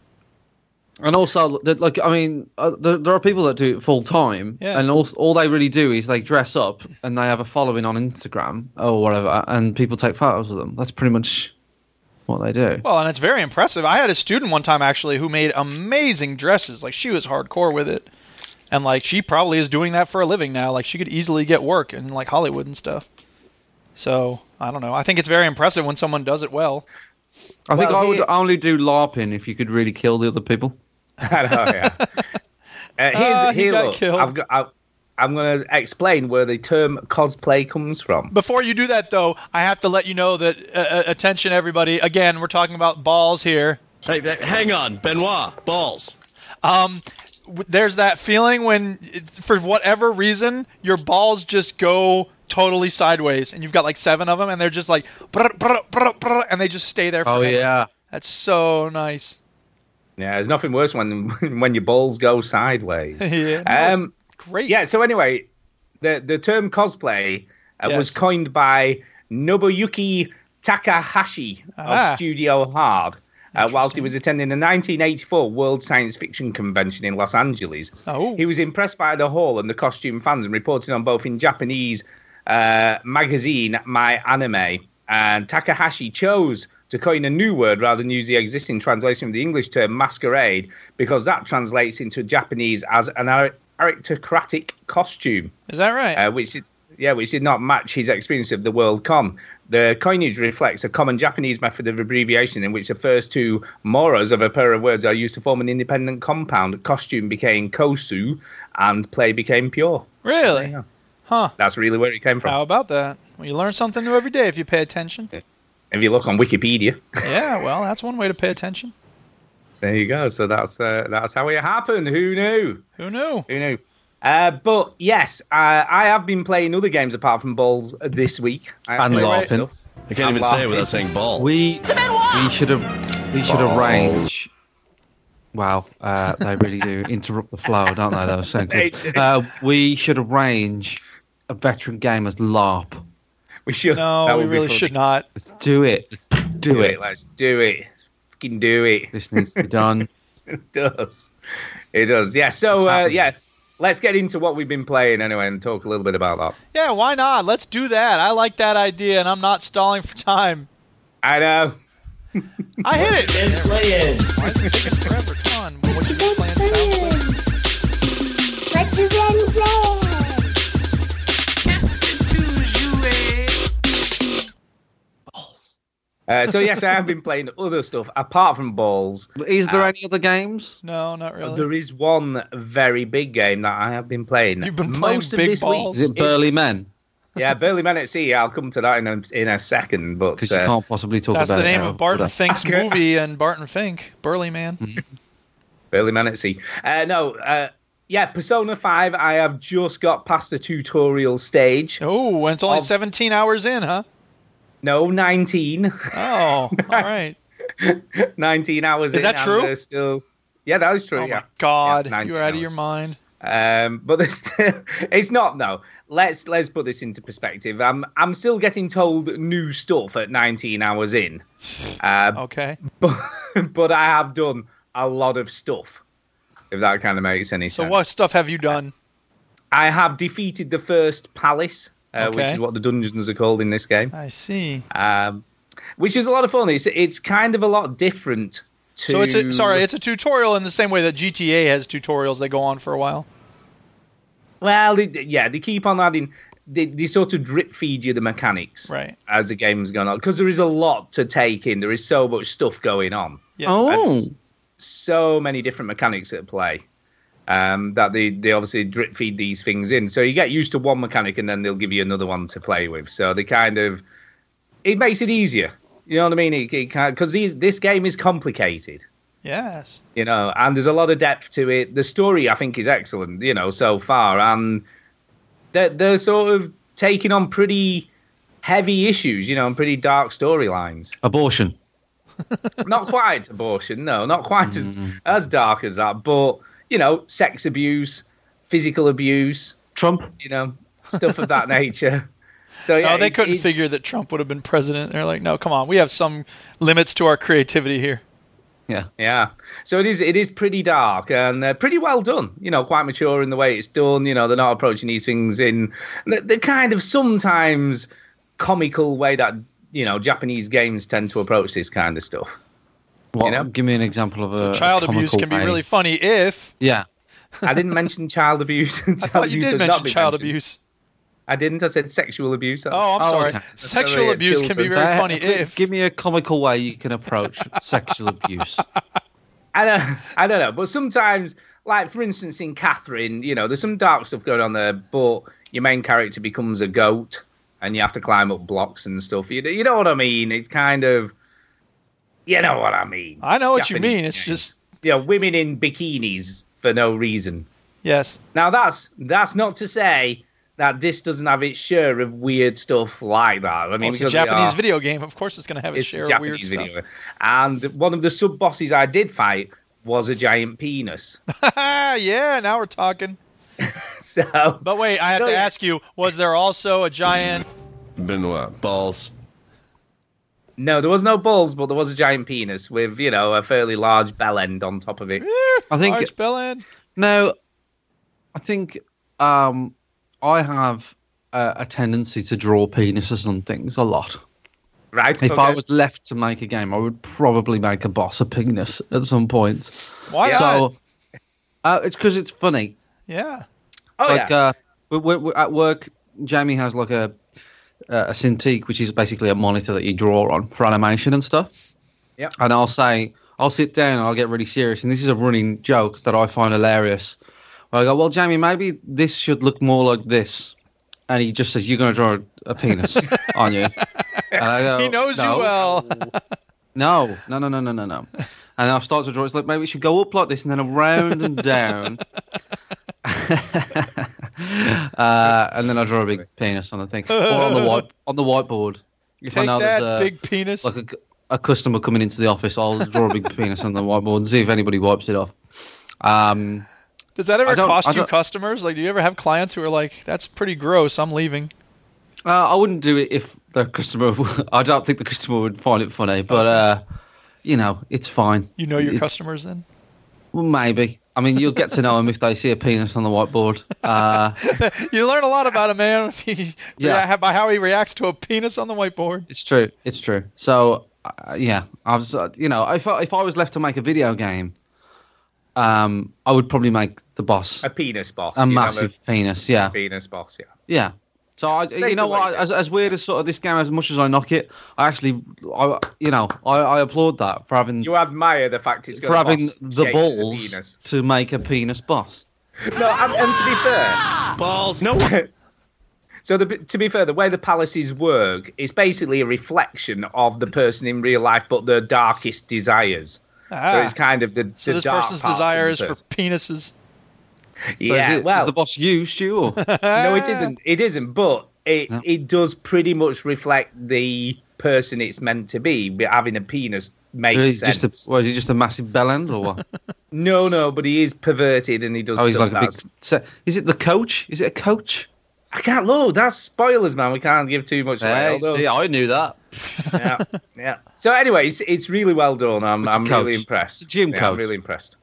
Speaker 3: And also, that, like, I mean, uh, there, there are people that do it full time,
Speaker 2: Yeah.
Speaker 3: and all, all they really do is they dress up and they have a following on Instagram or whatever, and people take photos of them. That's pretty much what they do.
Speaker 2: Well, and it's very impressive. I had a student one time actually who made amazing dresses. Like she was hardcore with it. And like she probably is doing that for a living now. Like she could easily get work in like Hollywood and stuff. So, I don't know. I think it's very impressive when someone does it well.
Speaker 3: I think
Speaker 1: well,
Speaker 3: I would
Speaker 1: here-
Speaker 3: only do LARPing if you could really kill the other people.
Speaker 1: I know, yeah. Uh, here's,
Speaker 2: Ah, he
Speaker 1: here,
Speaker 2: got
Speaker 1: look,
Speaker 2: killed.
Speaker 1: I've got, I, I'm going to explain where the term cosplay comes from.
Speaker 2: Before you do that though, I have to let you know that uh, uh, attention everybody. Again, we're talking about balls here.
Speaker 9: Hey, hey, hang on, Benoit. Balls.
Speaker 2: Um w- there's that feeling when, it's- for whatever reason, your balls just go totally sideways, and you've got like seven of them, and they're just like, brr, brr, brr, brr, and they just stay there.
Speaker 3: Oh
Speaker 2: forever.
Speaker 3: yeah.
Speaker 2: that's so nice.
Speaker 1: Yeah, there's nothing worse when when your balls go sideways.
Speaker 2: yeah, no,
Speaker 1: um,
Speaker 2: it's great.
Speaker 1: Yeah. So anyway, the the term cosplay uh, was
Speaker 2: Yes.
Speaker 1: coined by Nobuyuki Takahashi of
Speaker 2: Ah.
Speaker 1: Studio Hard. Uh, whilst he was attending the 1984 World Science Fiction Convention in Los Angeles,
Speaker 2: Oh.
Speaker 1: he was impressed by the hall and the costume fans and reported on both in Japanese uh, magazine My Anime. And Takahashi chose to coin a new word rather than use the existing translation of the English term masquerade because that translates into Japanese as an ar- aristocratic costume
Speaker 2: Is that right?
Speaker 1: uh, which is- yeah, which did not match his experience of the World Con. The coinage reflects a common Japanese method of abbreviation in which the first two moras of a pair of words are used to form an independent compound. Costume became kosu, and play became pure.
Speaker 2: really?
Speaker 1: yeah.
Speaker 2: Huh?
Speaker 1: That's really where it came from.
Speaker 2: How about that? Well, you learn something new every day if you pay attention.
Speaker 1: If you look on Wikipedia,
Speaker 2: yeah, well, that's one way to pay attention.
Speaker 1: there you go. So that's uh, that's how it happened. Who knew?
Speaker 2: Who knew?
Speaker 1: Who knew? Uh, but yes, uh, I have been playing other games apart from balls this week. I have
Speaker 3: And
Speaker 1: played
Speaker 3: laughing.
Speaker 1: myself.
Speaker 9: I can't
Speaker 1: I'm
Speaker 9: even say it
Speaker 1: laughing.
Speaker 9: without saying balls.
Speaker 3: We we should have we should arrange. Wow, uh, they really do interrupt the flow, don't they? Those
Speaker 1: They
Speaker 3: sentences.
Speaker 1: do.
Speaker 3: Uh, we should arrange a veteran gamers LARP.
Speaker 1: We should. that
Speaker 2: No, we
Speaker 1: would be
Speaker 2: really
Speaker 1: funny.
Speaker 2: should not.
Speaker 3: Let's do it. Let's do it.
Speaker 1: Let's do it. Let's fucking do it.
Speaker 3: This needs to be done.
Speaker 1: It does. It does. Yeah. So
Speaker 3: It's
Speaker 1: uh,
Speaker 3: happening.
Speaker 1: yeah, let's get into what we've been playing anyway and talk a little bit about that.
Speaker 2: Yeah, why not? Let's do that. I like that idea, and I'm not stalling for time.
Speaker 1: I know.
Speaker 2: I hit it.
Speaker 7: Been playing.
Speaker 2: Why is it taking forever? Come on. What you been playing sounds like-
Speaker 10: What you been playing?
Speaker 1: Uh, so yes, I have been playing other stuff apart from balls.
Speaker 3: Is there
Speaker 1: Uh,
Speaker 3: any other games?
Speaker 2: No, not really.
Speaker 1: There is one very big game that I have been playing.
Speaker 2: You've been playing
Speaker 1: most
Speaker 2: big
Speaker 1: of this
Speaker 2: balls?
Speaker 3: Is
Speaker 1: week.
Speaker 3: it Burly Men?
Speaker 1: yeah, Burly Man at Sea. I'll come to that in a, in a second. But
Speaker 3: Because you
Speaker 1: uh,
Speaker 3: can't possibly talk
Speaker 2: That's
Speaker 3: about
Speaker 2: the
Speaker 3: it
Speaker 2: name
Speaker 3: now,
Speaker 2: of Barton
Speaker 3: would I?
Speaker 2: Fink's
Speaker 1: Okay.
Speaker 2: movie and Barton Fink, Burly Man.
Speaker 1: Burly Man at Sea. Uh, no. Uh, yeah, Persona 5, I have just got past the tutorial stage.
Speaker 2: Oh, and it's only
Speaker 1: I'll-
Speaker 2: 17 hours in, huh?
Speaker 1: No, 19.
Speaker 2: Oh, all right.
Speaker 1: 19 hours
Speaker 2: Is
Speaker 1: in,
Speaker 2: that
Speaker 1: and
Speaker 2: true?
Speaker 1: they're still yeah that is true
Speaker 2: Oh
Speaker 1: yeah
Speaker 2: my God,
Speaker 1: Yeah, 19
Speaker 2: you're out of your
Speaker 1: hours.
Speaker 2: mind.
Speaker 1: um but there's still, it's not though let's let's put this into perspective i'm i'm still getting told new stuff at 19 hours in uh
Speaker 2: Okay.
Speaker 1: but, but i have done a lot of stuff if that kind of makes any
Speaker 2: So
Speaker 1: sense
Speaker 2: what stuff have you done?
Speaker 1: i have defeated the first palace uh, which
Speaker 2: Okay.
Speaker 1: is what the dungeons are called in this game
Speaker 2: I see.
Speaker 1: um which is a lot of fun it's it's kind of a lot different to
Speaker 2: So it's a, sorry, it's a tutorial in the same way that GTA has tutorials that go on for a while.
Speaker 1: Well, they, they- yeah, they keep on adding. They, they sort of drip feed you the mechanics
Speaker 2: Right.
Speaker 1: as the game's going on because there is a lot to take in. There is so much stuff going on,
Speaker 2: Yes.
Speaker 3: Oh,
Speaker 1: so many different mechanics at play um, that they, they obviously drip feed these things in. So you get used to one mechanic and then they'll give you another one to play with. So they kind of it makes it easier. You know what I mean? It, it because this game is complicated
Speaker 2: Yes.
Speaker 1: you know, and there's a lot of depth to it. The story, I think, is excellent, you know, so far, and they're, they're sort of taking on pretty heavy issues, you know, and pretty dark storylines.
Speaker 3: abortion.
Speaker 1: not quite abortion, no, not quite as as dark as that, but you know, sex abuse, physical abuse,
Speaker 3: Trump.
Speaker 1: you know, stuff of that nature. So yeah,
Speaker 2: no, they
Speaker 1: it-
Speaker 2: couldn't
Speaker 1: it's-
Speaker 2: figure that Trump would have been president. They're like, no, come on, we have some limits to our creativity here.
Speaker 3: Yeah.
Speaker 1: Yeah. So it is it is pretty dark and uh, pretty well done. You know, quite mature in the way it's done. You know, they're not approaching these things in the, the kind of sometimes comical way that you know Japanese games tend to approach this kind of stuff.
Speaker 3: What,
Speaker 1: know?
Speaker 3: Give me an example of
Speaker 1: Uh,
Speaker 3: a
Speaker 2: Child
Speaker 3: comical
Speaker 2: abuse can be
Speaker 3: way.
Speaker 2: really funny if
Speaker 3: Yeah.
Speaker 1: I didn't mention child abuse. child
Speaker 2: I thought you
Speaker 1: abuse
Speaker 2: did
Speaker 1: has not
Speaker 2: mention
Speaker 1: been
Speaker 2: child
Speaker 1: mentioned.
Speaker 2: abuse.
Speaker 1: I didn't. I said sexual abuse.
Speaker 2: Oh, I'm
Speaker 3: Oh,
Speaker 2: sorry.
Speaker 3: okay.
Speaker 2: Sexual
Speaker 1: Sorry,
Speaker 2: abuse can be
Speaker 1: children.
Speaker 2: very
Speaker 3: Uh,
Speaker 2: funny
Speaker 3: g-
Speaker 2: if.
Speaker 3: Give me a comical way you can approach sexual abuse.
Speaker 1: I don't, I don't know, but sometimes, like for instance, in Catherine, you know, there's some dark stuff going on there, but your main character becomes a goat, and you have to climb up blocks and stuff. You know, you know what I mean? It's kind of, you know what I mean.
Speaker 2: I know what you
Speaker 1: Japanese
Speaker 2: mean. It's
Speaker 1: games.
Speaker 2: just
Speaker 1: yeah, women in bikinis for no reason.
Speaker 2: Yes.
Speaker 1: Now that's that's not to say that this doesn't have its share of weird stuff like that. I mean,
Speaker 2: well, it's a
Speaker 1: because we
Speaker 2: Japanese
Speaker 3: uh,
Speaker 1: are-
Speaker 2: video game. Of course, it's going to have its, share of weird
Speaker 1: Japanese
Speaker 2: stuff.
Speaker 1: And one of the sub bosses I did fight was a giant penis.
Speaker 2: Ah, yeah. Now we're talking.
Speaker 1: so
Speaker 2: But wait, I have
Speaker 1: No,
Speaker 2: to
Speaker 1: yeah.
Speaker 2: ask you: Was there also a giant?
Speaker 9: Benoit balls.
Speaker 1: no, there was no balls, but there was a giant penis with you know a fairly large bell end on top of it.
Speaker 3: I think
Speaker 2: Large bell end.
Speaker 3: No, I think um, I have a, a tendency to draw penises and things a lot.
Speaker 1: Right.
Speaker 3: If I
Speaker 1: okay.
Speaker 3: was left to make a game, I would probably make a boss a penis at some point.
Speaker 2: Why
Speaker 1: Yeah.
Speaker 2: not?
Speaker 3: So uh, it's because it's funny.
Speaker 2: Yeah.
Speaker 1: oh
Speaker 3: like
Speaker 1: yeah,
Speaker 3: uh, we, we, we- at work, Jamie has like a uh, a Cintiq, which is basically a monitor that you draw on for animation and stuff.
Speaker 1: Yep.
Speaker 3: And I'll say, I'll sit down and I'll get really serious, and this is a running joke that I find hilarious. Where I go, well, Jamie, maybe this should look more like this, and he just says, "You're going to draw a penis, aren't you?" And I go,
Speaker 2: He knows
Speaker 3: "No."
Speaker 2: you well.
Speaker 3: No, no, no, no, no, no, no. And I'll start to draw. It's like maybe it should go up like this and then around and down. uh, and then I draw a big penis on the thing or on the white on the whiteboard. If I uh,
Speaker 2: Take
Speaker 3: know
Speaker 2: that,
Speaker 3: there's a,
Speaker 2: big penis.
Speaker 3: like a, cu- a customer coming into the office, I'll draw a big penis on the whiteboard and see if anybody wipes it off. Um,
Speaker 2: Does that
Speaker 3: I
Speaker 2: ever
Speaker 3: don't- I
Speaker 2: cost you
Speaker 3: don't-
Speaker 2: customers? Like, do you ever have clients who are like, "That's pretty gross. I'm leaving."
Speaker 3: Uh, I wouldn't do it if the customer. I don't think the customer would find it funny, but uh, you know, it's fine.
Speaker 2: You know your
Speaker 3: It's-
Speaker 2: customers then.
Speaker 3: well, Maybe. I mean, you'll get to know them if they see a penis on the whiteboard. Uh,
Speaker 2: you learn a lot about a man
Speaker 3: Yeah.
Speaker 2: yeah. by how he reacts to a penis on the whiteboard.
Speaker 3: it's true. It's true. So, uh, yeah, I was. Uh, you know, if I, if I was left to make a video game, um, I would probably make the boss
Speaker 1: a penis boss.
Speaker 3: a
Speaker 1: you'd have
Speaker 3: massive penis. Yeah,
Speaker 1: penis boss. Yeah.
Speaker 3: yeah. So I,
Speaker 1: basically
Speaker 3: you know
Speaker 1: what
Speaker 3: what?
Speaker 1: it
Speaker 3: As, as weird as sort of this game, as much as I knock it, I actually, I you know, I, I applaud that for having
Speaker 1: You admire the fact it's got
Speaker 3: for
Speaker 1: a
Speaker 3: having
Speaker 1: boss
Speaker 3: the
Speaker 1: shaped as a
Speaker 3: balls
Speaker 1: penis.
Speaker 3: to make a penis boss.
Speaker 1: No, and, and to be fair,
Speaker 9: Balls. No one.
Speaker 1: So the, to be fair, the way the palaces work is basically a reflection of the person in real life, but their darkest desires. So
Speaker 2: Ah.
Speaker 1: it's kind of the,
Speaker 2: So
Speaker 1: the
Speaker 2: this
Speaker 1: dark
Speaker 2: person's
Speaker 1: parts of the
Speaker 2: desire is for
Speaker 1: person.
Speaker 2: penises.
Speaker 3: So
Speaker 1: yeah.
Speaker 3: is, it,
Speaker 1: well,
Speaker 3: is the boss you, Stu? or-
Speaker 1: no, it isn't. It isn't, but it
Speaker 3: No.
Speaker 1: it does pretty much reflect the person it's meant to be. But having a penis
Speaker 3: Or
Speaker 1: makes
Speaker 3: is he
Speaker 1: sense.
Speaker 3: just a, well, is he just a massive bell end or what?
Speaker 1: No, no, but he is perverted and he does.
Speaker 3: Oh, he's
Speaker 1: stuff
Speaker 3: like a big.
Speaker 1: that's-
Speaker 3: So, is it the coach? Is it a coach?
Speaker 1: I can't look. That's spoilers, man. We can't give too much away.
Speaker 3: Hey,
Speaker 1: although-
Speaker 3: see, I knew that.
Speaker 1: yeah, yeah. So, anyway, it's, it's really well done. I'm,
Speaker 3: It's a
Speaker 1: I'm really
Speaker 3: coach.
Speaker 1: impressed.
Speaker 3: It's a gym
Speaker 1: yeah, I'm
Speaker 3: coach.
Speaker 1: really impressed.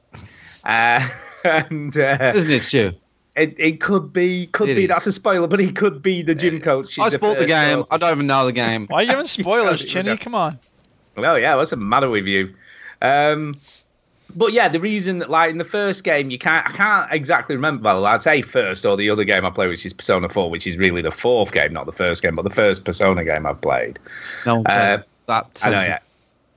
Speaker 1: Uh, and uh,
Speaker 3: Isn't it, Stu?
Speaker 1: it, it could be, could
Speaker 3: It
Speaker 1: be.
Speaker 3: is.
Speaker 1: That's a spoiler, but he could be the gym coach. She's
Speaker 3: I bought the
Speaker 1: first
Speaker 3: game.
Speaker 1: daughter.
Speaker 3: I don't even know the game.
Speaker 2: Why are you giving spoilers,
Speaker 1: Yeah, there we
Speaker 2: Chinny?
Speaker 1: go.
Speaker 2: Come on.
Speaker 1: Well, yeah, what's the matter with you? Um, but yeah, the reason, like in the first game, you can't, I can't exactly remember. Well, I'd say first or the other game I play, which is Persona 4, which is really the fourth game, not the first game, but the first Persona game I've played.
Speaker 3: No one
Speaker 1: Uh,
Speaker 3: cares. that
Speaker 1: I know, yeah.
Speaker 3: sentence.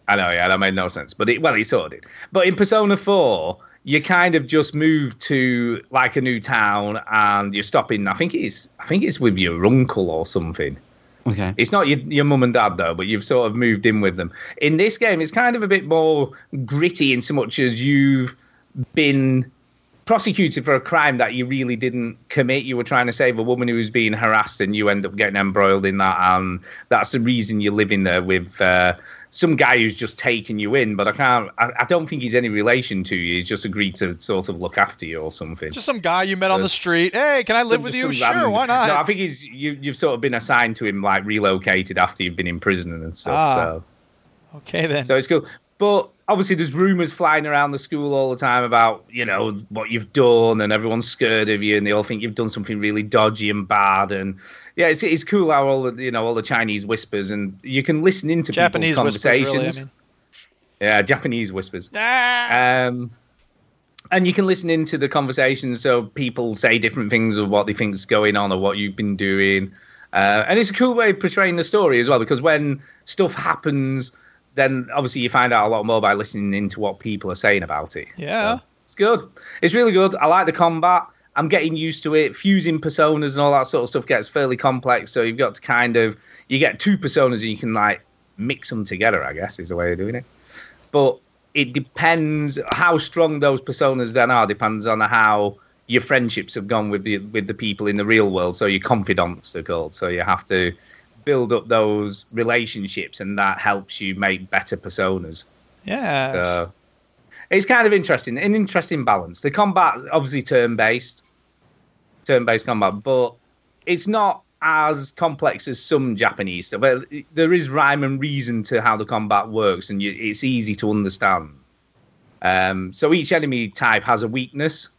Speaker 1: I know, yeah. That made no sense, but it well, it sort of did. But in Persona Four, you kind of just move to like a new town, and you're stopping. I think it's, I think it's with your uncle or something.
Speaker 3: Okay.
Speaker 1: It's not your, your mum and dad though, but you've sort of moved in with them. In this game, it's kind of a bit more gritty in so much as you've been prosecuted for a crime that you really didn't commit. You were trying to save a woman who was being harassed, and you end up getting embroiled in that. And that's the reason you're living there with uh, some guy who's just taken you in. But I can't. I, I don't think he's any relation to you. He's just agreed to sort of look after you or something.
Speaker 2: Just some guy you met on the street. Hey, can I live
Speaker 1: Some-
Speaker 2: with
Speaker 1: just
Speaker 2: you?
Speaker 1: some random-
Speaker 2: Sure, why not?
Speaker 1: No, I think he's you. You've sort of been assigned to him, like relocated after you've been in prison and stuff.
Speaker 2: Ah.
Speaker 1: So,
Speaker 2: okay then.
Speaker 1: so it's cool. But obviously, there's rumors flying around the school all the time about you know what you've done, and everyone's scared of you, and they all think you've done something really dodgy and bad. And yeah, it's it's cool how all the you know all the Chinese whispers, and you can listen into
Speaker 2: Japanese
Speaker 1: people's
Speaker 2: whispers, really, I
Speaker 1: conversations.
Speaker 2: mean.
Speaker 1: Yeah, Japanese whispers.
Speaker 2: Ah!
Speaker 1: Um, and you can listen into the conversation, so people say different things of what they think's going on or what you've been doing. Uh, and it's a cool way of portraying the story as well, because when stuff happens, then obviously you find out a lot more by listening into what people are saying about it.
Speaker 2: Yeah.
Speaker 1: So it's good. It's really good. I like the combat. I'm getting used to it. Fusing personas and all that sort of stuff gets fairly complex, so you've got to kind of you get two personas and you can like mix them together. I guess is the way of doing it. But it depends how strong those personas then are depends on how your friendships have gone with the with the people in the real world so your confidants are called so you have to build up those relationships and that helps you make better personas
Speaker 2: yeah
Speaker 1: so, uh, it's kind of interesting an interesting balance the combat obviously turn based turn based combat but it's not as complex as some Japanese stuff. Well, there is rhyme and reason to how the combat works, and you, it's easy to understand. Um, so each enemy type has a weakness.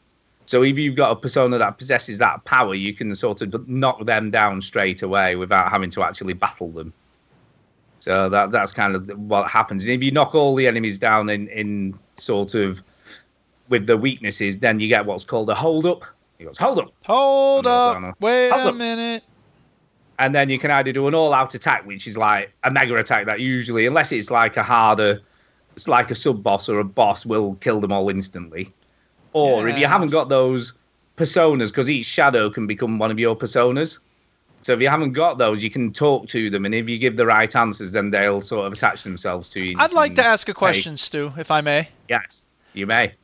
Speaker 1: So if you've got a persona that possesses that power, you can sort of knock them down straight away without having to actually battle them. So that that's kind of what happens. And if you knock all the enemies down in, in sort of with the weaknesses, then you get what's called a hold up. He goes, hold up,
Speaker 2: hold up, wait
Speaker 1: Hold
Speaker 2: a
Speaker 1: up.
Speaker 2: minute.
Speaker 1: and then you can either do an all-out attack, which is like a mega attack that usually, unless it's like a harder, it's like a sub boss or a boss, will kill them all instantly. Or if you
Speaker 2: Yes.
Speaker 1: haven't got those personas, because each shadow can become one of your personas. So if you haven't got those, you can talk to them, and if you give the right answers, then they'll sort of attach themselves to you.
Speaker 2: I'd like
Speaker 1: And-
Speaker 2: to ask a question, Stu, if I may.
Speaker 1: Yes, you may.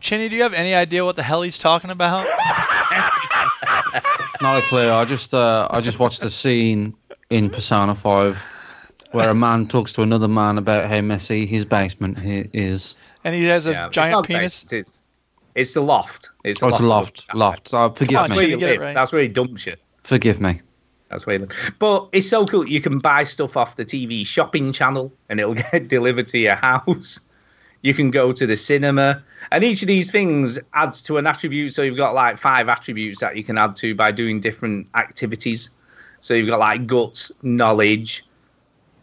Speaker 2: Chinny, do you have any idea what the hell he's talking about?
Speaker 3: Not a clue. I just uh, I just watched the scene in Persona 5 where a man talks to another man about how messy his basement he- is.
Speaker 2: And he has a
Speaker 1: Yeah, it's
Speaker 2: giant
Speaker 1: not
Speaker 2: penis.
Speaker 1: basement, It's, it's the loft. It's the
Speaker 3: Oh, it's a
Speaker 1: loft.
Speaker 3: loft. Loft. Oh, forgive
Speaker 2: on,
Speaker 1: That's where you
Speaker 2: Jimmy.
Speaker 3: me.
Speaker 2: You get it
Speaker 1: live.
Speaker 2: right.
Speaker 1: That's where he dumps you.
Speaker 3: Forgive me.
Speaker 1: That's where. you live. But it's so cool. You can buy stuff off the TV shopping channel, and it'll get delivered to your house. You can go to the cinema, and each of these things adds to an attribute. So you've got like five attributes that you can add to by doing different activities. So you've got like guts, knowledge,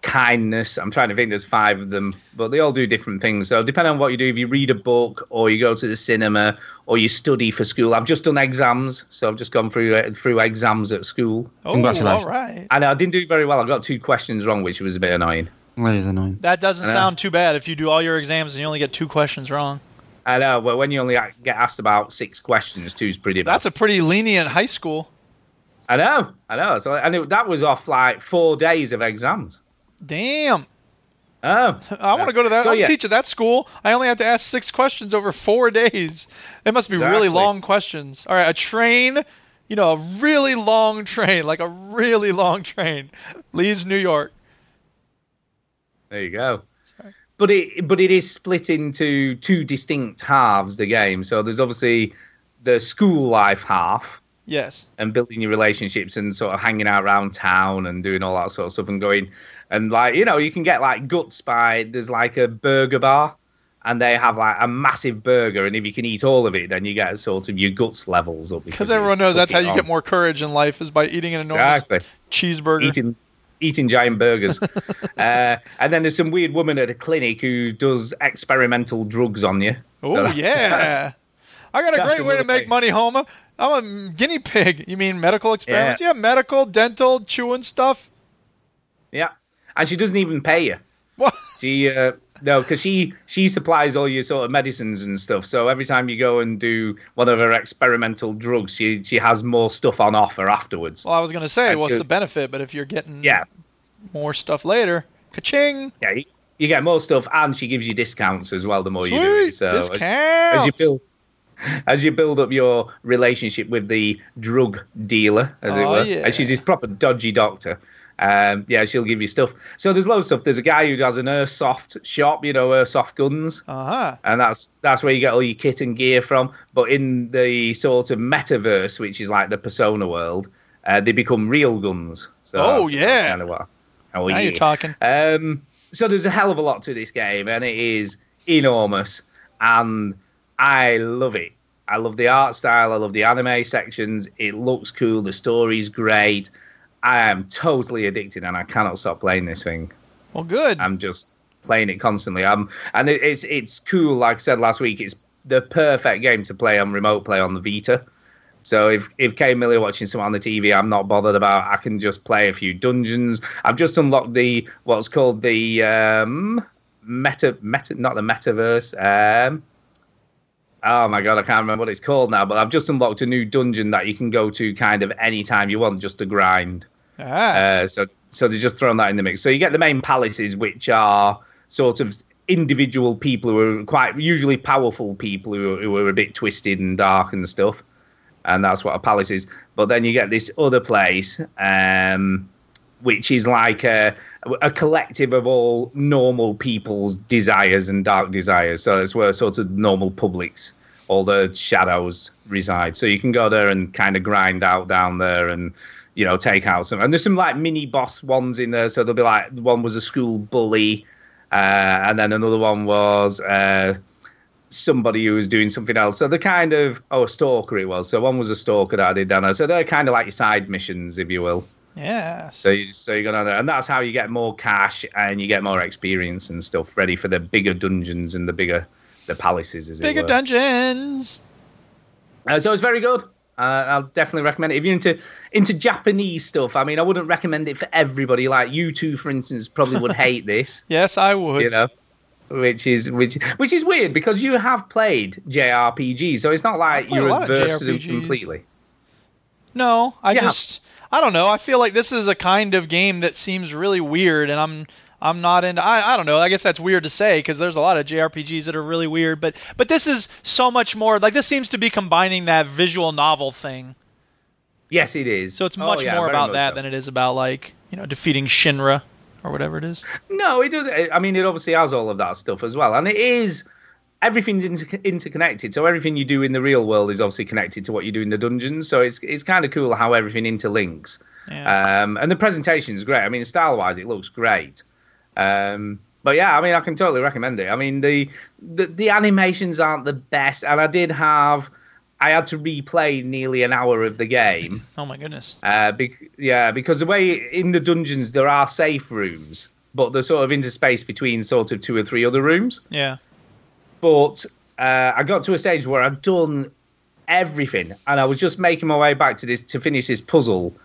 Speaker 1: kindness. I'm trying to think. There's five of them, but they all do different things. So depending on what you do, if you read a book or you go to the cinema or you study for school. I've just done exams, so I've just gone through uh, through exams at school.
Speaker 2: Oh,
Speaker 3: Congratulations.
Speaker 2: all right.
Speaker 1: And I didn't do very well. I got two questions wrong, which was a bit annoying.
Speaker 3: That is annoying.
Speaker 2: That doesn't
Speaker 1: I know.
Speaker 2: sound too bad if you do all your exams and you only get two questions wrong.
Speaker 1: I know, but when you only a- get asked about six questions, two's pretty bad.
Speaker 2: That's a pretty lenient high school.
Speaker 1: I know, I know. So, and it, that was off like four days of exams.
Speaker 2: Damn.
Speaker 1: Oh,
Speaker 2: I want to go to that.
Speaker 1: So,
Speaker 2: I'm
Speaker 1: yeah.
Speaker 2: a teacher at that school. I only have to ask six questions over four days. They must be really
Speaker 1: Exactly.
Speaker 2: long questions. All right, a train, you know, a really long train, like a really long train, leaves New York.
Speaker 1: There you go. But it but it is split into two distinct halves the game. So there's obviously the school life half
Speaker 2: Yes.
Speaker 1: and building your relationships and sort of hanging out around town and doing all that sort of stuff and going and like you know you can get like guts by there's like a burger bar and they have like a massive burger and if you can eat all of it then you get sort of your guts levels up
Speaker 2: Because
Speaker 1: you
Speaker 2: everyone knows
Speaker 1: took
Speaker 2: that's
Speaker 1: it
Speaker 2: how you
Speaker 1: on.
Speaker 2: get more courage in life is by eating an enormous
Speaker 1: exactly
Speaker 2: cheeseburger.
Speaker 1: eating eating giant burgers. uh, and then there's some weird woman at a clinic who does experimental drugs on you. So
Speaker 2: Oh
Speaker 1: that's- that's-
Speaker 2: yeah. I got a
Speaker 1: that's
Speaker 2: great way to
Speaker 1: another
Speaker 2: make
Speaker 1: thing.
Speaker 2: money, Homa. I'm a guinea pig. You mean medical experiments? Yeah, medical, dental, chewing stuff.
Speaker 1: yeah. And she doesn't even pay you.
Speaker 2: What?
Speaker 1: She uh, no, because she she supplies all your sort of medicines and stuff. So every time you go and do one of her experimental drugs, she she has more stuff on offer afterwards.
Speaker 2: Well, I was gonna say,
Speaker 1: And
Speaker 2: what's
Speaker 1: so-
Speaker 2: the benefit? But if you're getting
Speaker 1: Yeah,
Speaker 2: more stuff later, ka-ching,
Speaker 1: yeah. You, you get more stuff, and she gives you discounts as well. The more you do,
Speaker 2: sweet,
Speaker 1: it. so as-
Speaker 2: discount.
Speaker 1: as you build as you build up your relationship with the drug dealer, as it
Speaker 2: Oh,
Speaker 1: were,
Speaker 2: yeah.
Speaker 1: and she's this proper dodgy doctor. Um, yeah, she'll give you stuff. So there's loads of stuff. There's a guy who has an airsoft shop, you know, airsoft guns,
Speaker 2: Uh-huh.
Speaker 1: and that's that's where you get all your kit and gear from. But in the sort of metaverse, which is like the Persona world, uh, they become real guns. So
Speaker 2: Oh,
Speaker 1: that's- that's
Speaker 2: yeah.
Speaker 1: kind of what- oh
Speaker 2: Now
Speaker 1: yeah.
Speaker 2: you're talking.
Speaker 1: Um, so there's a hell of a lot to this game, and it is enormous, and I love it. I love the art style. I love the anime sections. It looks cool. The story's great. I am totally addicted, and I cannot stop playing this thing.
Speaker 2: Well, good.
Speaker 1: I'm just playing it constantly. I'm, and it, it's it's cool. Like I said last week, it's the perfect game to play on remote play on the Vita. So if if Kay Miller watching something on the TV, I'm not bothered about. I can just play a few dungeons. I've just unlocked the what's called the um, meta meta not the metaverse. Um, oh my god, I can't remember what it's called now. But I've just unlocked a new dungeon that you can go to kind of any time you want, just to grind.
Speaker 2: ah,
Speaker 1: Uh, so so they're just throwing that in the mix. So you get the main palaces, which are sort of individual people who are quite usually powerful people who, who are a bit twisted and dark and stuff. And that's what a palace is. But then you get this other place, um, which is like a, a collective of all normal people's desires and dark desires. So that's where sort of normal publics, all the shadows reside. So you can go there and kind of grind out down there and you know take out some. And there's some like mini boss ones in there. So there'll be like one was a school bully, uh, and then another one was. Uh, somebody who was doing something else. So they're kind of oh a stalker it was. So one was a stalker that I did down there. So they're kind of like your side missions, if you will.
Speaker 2: Yeah.
Speaker 1: So you so you go down there, and that's how you get more cash and you get more experience and stuff. Ready for the bigger dungeons and the bigger the palaces, is it?
Speaker 2: Bigger
Speaker 1: were.
Speaker 2: dungeons.
Speaker 1: Uh, so it's very good. Uh, I'll definitely recommend it. If you're into into Japanese stuff, I mean, I wouldn't recommend it for everybody. Like you two, for instance, probably would hate this.
Speaker 2: yes, I would.
Speaker 1: You know which is which which is weird because you have played JRPG, so it's not like
Speaker 2: played a
Speaker 1: you're
Speaker 2: lot of
Speaker 1: adverse to them
Speaker 2: JRPGs.
Speaker 1: completely.
Speaker 2: No, I
Speaker 1: Yeah.
Speaker 2: just I don't know. I feel like this is a kind of game that seems really weird, and I'm I'm not into. I, I don't know. I guess that's weird to say because there's a lot of JRPGs that are really weird, but but this is so much more. Like this seems to be combining that visual novel thing.
Speaker 1: Yes, it is.
Speaker 2: So it's
Speaker 1: Oh,
Speaker 2: much
Speaker 1: yeah,
Speaker 2: more
Speaker 1: very
Speaker 2: about
Speaker 1: much
Speaker 2: that
Speaker 1: so.
Speaker 2: than it is about like you know defeating Shinra or whatever it is.
Speaker 1: No, it does. eh, I mean, it obviously has all of that stuff as well, and it is everything's inter- interconnected. So everything you do in the real world is obviously connected to what you do in the dungeons. So it's it's kind of cool how everything interlinks.
Speaker 2: Yeah.
Speaker 1: Um, and the presentation is great. I mean, style wise, it looks great. Um, but yeah, I mean, I can totally recommend it. I mean, the, the the animations aren't the best, and I did have I had to replay nearly an hour of the game.
Speaker 2: oh my goodness.
Speaker 1: Uh, bec yeah, because the way in the dungeons there are safe rooms, but they're sort of interspaced between sort of two or three other rooms.
Speaker 2: Yeah.
Speaker 1: But uh, I got to a stage where I'd done everything, and I was just making my way back to this to finish this puzzle,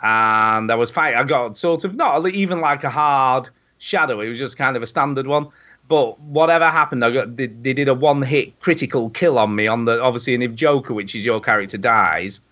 Speaker 1: and I was fighting. I got sort of not even like a hard shadow; it was just kind of a standard one. But whatever happened, I got they, they did a one-hit critical kill on me on the obviously, and if Joker, which is your character, dies,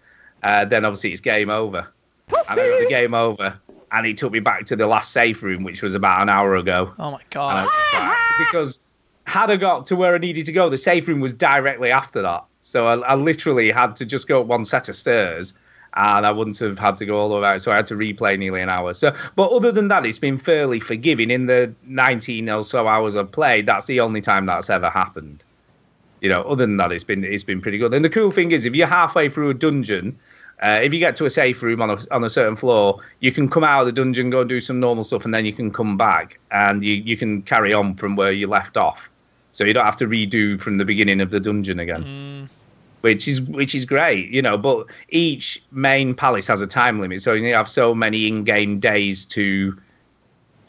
Speaker 1: uh, then obviously it's game over. And I got the game over, and it took me back to the last safe room, which was about an hour ago.
Speaker 2: Oh my
Speaker 1: And I
Speaker 2: god.
Speaker 1: was just like, because had I got to where I needed to go, the safe room was directly after that. So I, I literally had to just go up one set of stairs and I wouldn't have had to go all the way out. So I had to replay nearly an hour. So, but other than that, it's been fairly forgiving. In the 19 or so hours I've played, that's the only time that's ever happened. You know, other than that, it's been it's been pretty good. And the cool thing is, if you're halfway through a dungeon, uh, if you get to a safe room on a, on a certain floor, you can come out of the dungeon, go and do some normal stuff, and then you can come back and you, you can carry on from where you left off. So you don't have to redo from the beginning of the dungeon again, which is which is great, you know. But each main palace has a time limit, so you have so many in-game days to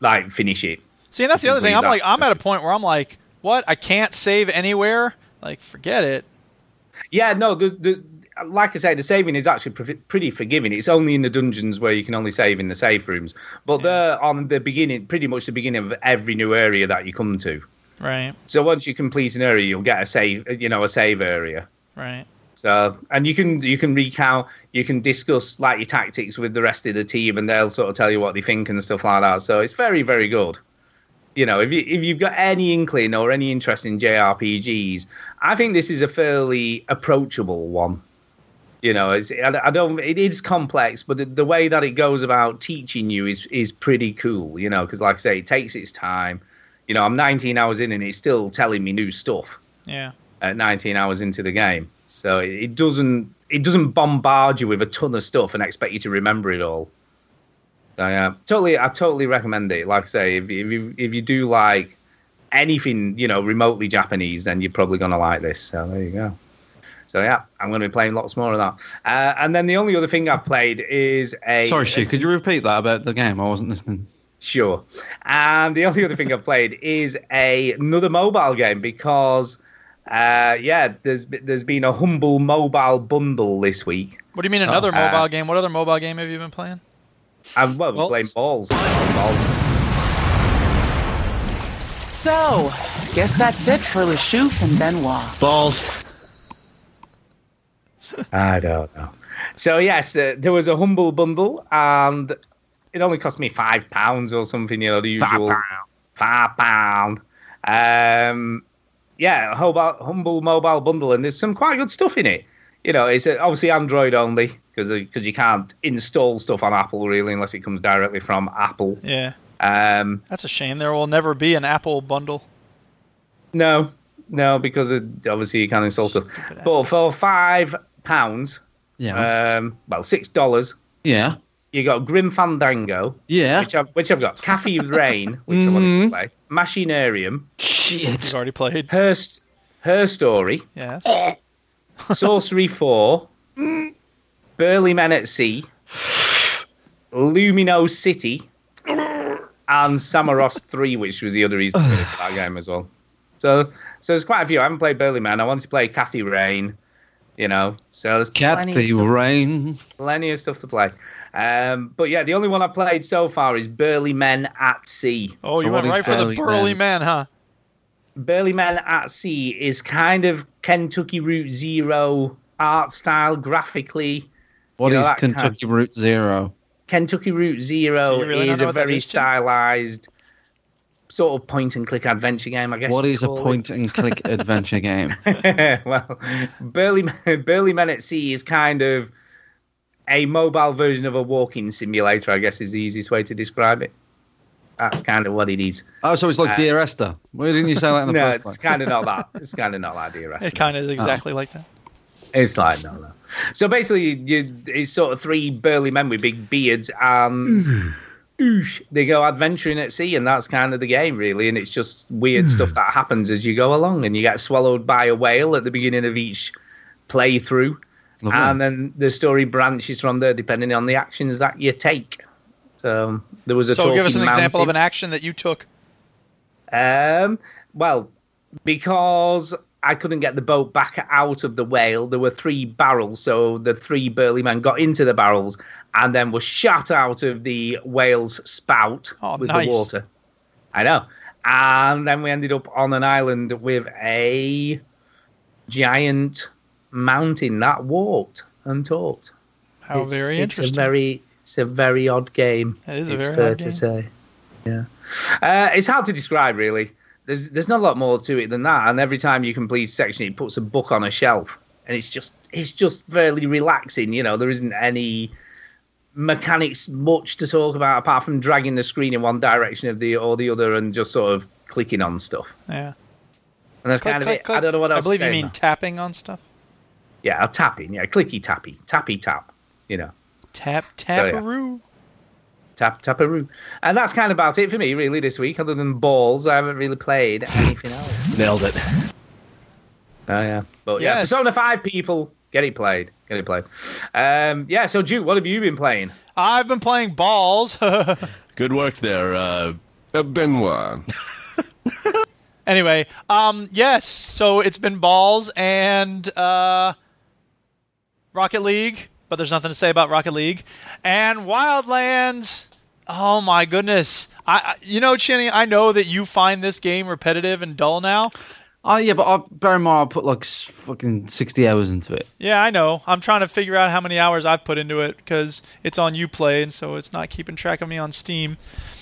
Speaker 1: like finish it.
Speaker 2: See, and that's the other thing.
Speaker 1: Believe
Speaker 2: I'm
Speaker 1: that.
Speaker 2: like I'm at a point where I'm like, what? I can't save anywhere. Like forget it.
Speaker 1: Yeah, no, the, the like I say, the saving is actually pre- pretty forgiving. It's only in the dungeons where you can only save in the safe rooms, but they're on the beginning, pretty much the beginning of every new area that you come to.
Speaker 2: Right.
Speaker 1: So once you complete an area, you'll get a save, you know, a save area.
Speaker 2: Right.
Speaker 1: So and you can you can recount, you can discuss like your tactics with the rest of the team, and they'll sort of tell you what they think and stuff like that. So it's very very good. You know, if you if you've got any inkling or any interest in JRPGs, I think this is a fairly approachable one. You know, it's, I, I don't. It is complex, but the, the way that it goes about teaching you is is pretty cool. You know, because like I say, it takes its time. You know, I'm 19 hours in and it's still telling me new stuff
Speaker 2: Yeah.
Speaker 1: at 19 hours into the game. So it- it doesn't it doesn't bombard you with a ton of stuff and expect you to remember it all. So yeah, totally, I totally recommend it. Like I say, if, you- if you if you do like anything, you know, remotely Japanese, then you're probably gonna like this. So there you go. So yeah, I'm gonna be playing lots more of that. Uh, and then the only other thing I've played is a
Speaker 3: Sorry, Stu, could you repeat that about the game? I wasn't listening.
Speaker 1: Sure. And the only other thing I've played is a, another mobile game because, uh, yeah, there's there's been a humble mobile bundle this week.
Speaker 2: What do you mean another
Speaker 1: uh,
Speaker 2: mobile game? What other mobile game have you been playing?
Speaker 1: And well,
Speaker 2: Well-
Speaker 1: we're playing balls. Balls.
Speaker 8: So, guess that's it for Le Chouf and Benoit.
Speaker 9: Balls.
Speaker 1: I don't know. So yes, uh, there was a humble bundle, and it only cost me five pounds or something. You know the usual five pound. Um, yeah, Hobart, humble mobile bundle, and there's some quite good stuff in it. You know, it's uh, obviously Android only because you can't install stuff on Apple really unless it comes directly from Apple.
Speaker 2: Yeah.
Speaker 1: Um,
Speaker 2: That's a shame. There will never be an Apple bundle.
Speaker 1: no, no, because it, obviously you can't install stuff. But for five pounds,
Speaker 3: Yeah.
Speaker 1: um, well, six dollars,
Speaker 3: Uh, Yeah.
Speaker 1: you got Grim Fandango,
Speaker 3: Yeah. Mm-hmm.
Speaker 1: which I've, which I've got, Cafe Rain, which I wanted to play, Machinarium,
Speaker 3: Shit.
Speaker 2: You've already played.
Speaker 1: Her, S- Her Story,
Speaker 2: Yes.
Speaker 1: Sorcery 4, Burly Men at Sea, Lumino City, and Samaros 3, which was the other reason to finish that game as well. So, so there's quite a few. I haven't played Burly Man. I wanted to play Kathy Rain, you know. So there's plenty of
Speaker 3: Kathy
Speaker 1: stuff
Speaker 3: Rain.
Speaker 1: plenty of stuff to play. Um, but yeah, the only one I've played so far is Burly Men at Sea.
Speaker 2: Oh, you went
Speaker 3: what is
Speaker 2: right for the
Speaker 3: Burly
Speaker 2: burly man,
Speaker 3: Man?
Speaker 2: huh?
Speaker 1: Burly Men at Sea is kind of Kentucky Route Zero art style graphically.
Speaker 3: What
Speaker 1: You know
Speaker 3: is
Speaker 1: that kind-
Speaker 3: Kentucky Route Zero?
Speaker 1: Kentucky Route Zero
Speaker 2: Do you really not
Speaker 1: is
Speaker 2: know
Speaker 1: a
Speaker 2: what that
Speaker 1: very
Speaker 2: is, Tim?
Speaker 1: stylized sort of point and click adventure game, I guess.
Speaker 3: What
Speaker 1: you'd
Speaker 3: is a
Speaker 1: call it.
Speaker 3: point and click adventure game?
Speaker 1: well, Burly, Burly Men at Sea is kind of a mobile version of a walking simulator, I guess is the easiest way to describe it. That's kind of what it is.
Speaker 3: Oh, so it's like
Speaker 1: Uh,
Speaker 3: Dear Esther. Why didn't you say that in the
Speaker 1: no,
Speaker 3: first
Speaker 1: it's
Speaker 3: place?
Speaker 1: kind of not that. It's kind of not that, dear.
Speaker 2: It kind of is exactly like that.
Speaker 1: It's like no, no. So basically, you, it's sort of three burly men with big beards,
Speaker 3: Mm-hmm.
Speaker 1: and oosh, they go adventuring at sea, and that's kind of the game, really. And it's just weird stuff
Speaker 3: Mm.
Speaker 1: that happens as you go along, and you get swallowed by a whale at the beginning of each playthrough,
Speaker 3: Lovely.
Speaker 1: and then the story branches from there depending on the actions that you take. So there was a
Speaker 2: So give us an
Speaker 1: talking
Speaker 2: example of
Speaker 1: mountain.
Speaker 2: an action that you took.
Speaker 1: Um, well, because I couldn't get the boat back out of the whale, there were three barrels, so the three burly men got into the barrels and then were shot out of the whale's spout
Speaker 2: Oh,
Speaker 1: with
Speaker 2: nice.
Speaker 1: the water. I know. And then we ended up on an island with a giant mountain that walked and talked.
Speaker 2: How
Speaker 1: it's,
Speaker 2: very
Speaker 1: it's
Speaker 2: interesting.
Speaker 1: A very, it's a very odd game.
Speaker 2: It is a
Speaker 1: it's
Speaker 2: very
Speaker 1: fair
Speaker 2: odd
Speaker 1: to
Speaker 2: game.
Speaker 1: say. Yeah, uh, it's hard to describe really. There's there's not a lot more to it than that. And every time you complete a section, it puts a book on a shelf, and it's just it's just fairly relaxing. You know, there isn't any mechanics much to talk about apart from dragging the screen in one direction of the or the other and just sort of clicking on stuff.
Speaker 2: yeah.
Speaker 1: And that's kind of it. I don't know what else.
Speaker 2: I believe
Speaker 1: to
Speaker 2: you
Speaker 1: say
Speaker 2: mean
Speaker 1: now.
Speaker 2: tapping on stuff.
Speaker 1: yeah, tapping. Yeah, clicky tappy, tappy tap. You know.
Speaker 2: Tap
Speaker 1: yeah.
Speaker 2: taparoo.
Speaker 1: tap taparoo. And that's kind of about it for me really this week. Other than balls, I haven't really played anything else.
Speaker 9: Nailed it.
Speaker 1: Oh yeah, but yeah,
Speaker 2: Yes.
Speaker 1: Persona Five people get it played, get it played. Um, yeah, so Duke, what have you been playing?
Speaker 2: I've been playing balls.
Speaker 9: Good work there. Uh,
Speaker 11: Uh, Benoit.
Speaker 2: anyway, um, yes. So it's been balls and uh, Rocket League, but there's nothing to say about Rocket League and Wildlands. Oh my goodness! I, I you know, Chinny, I know that you find this game repetitive and dull now.
Speaker 3: Oh, yeah, but I, bear in mind I put like s- fucking 60 hours into it.
Speaker 2: Yeah, I know. I'm trying to figure out how many hours I've put into it because it's on UPlay, and so it's not keeping track of me on Steam.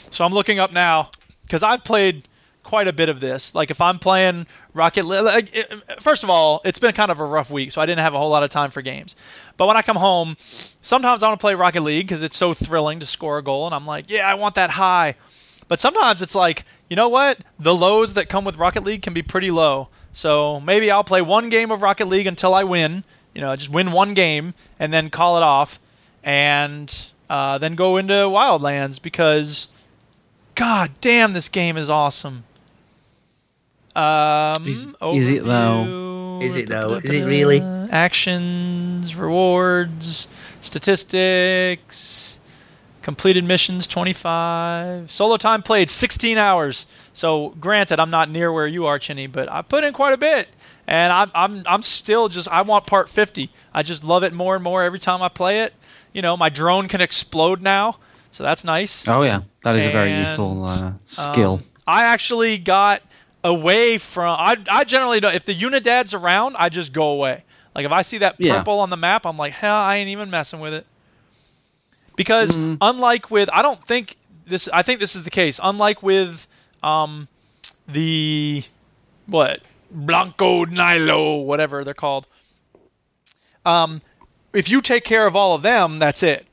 Speaker 2: So I'm looking up now because I've played quite a bit of this. Like if I'm playing Rocket League, like, it- first of all, it's been kind of a rough week, so I didn't have a whole lot of time for games. But when I come home, sometimes I want to play Rocket League because it's so thrilling to score a goal, and I'm like, yeah, I want that high. But sometimes it's like, you know what? The lows that come with Rocket League can be pretty low. So maybe I'll play one game of Rocket League until I win. You know, just win one game and then call it off, and uh, then go into Wildlands because, god damn, this game is awesome. Um,
Speaker 3: Is- is it though?
Speaker 2: overview,
Speaker 1: Is it though? Is it really?
Speaker 2: Actions, rewards, statistics. Completed missions 25. Solo time played 16 hours. So granted, I'm not near where you are, Chinny, but I put in quite a bit, and I'm I'm I'm still just I want part 50. I just love it more and more every time I play it. You know, my drone can explode now, so that's nice.
Speaker 3: Oh, yeah. That is a very
Speaker 2: And,
Speaker 3: useful uh, skill.
Speaker 2: Um, I actually got away from. I, I generally don't. If the Unidad's around, I just go away. Like if I see that
Speaker 3: Yeah.
Speaker 2: purple on the map, I'm like, hell, I ain't even messing with it. Because
Speaker 3: Mm.
Speaker 2: unlike with, I don't think this. I think this is the case. Unlike with, um, the what Blanco Nilo, whatever they're called. Um, if you take care of all of them, that's it.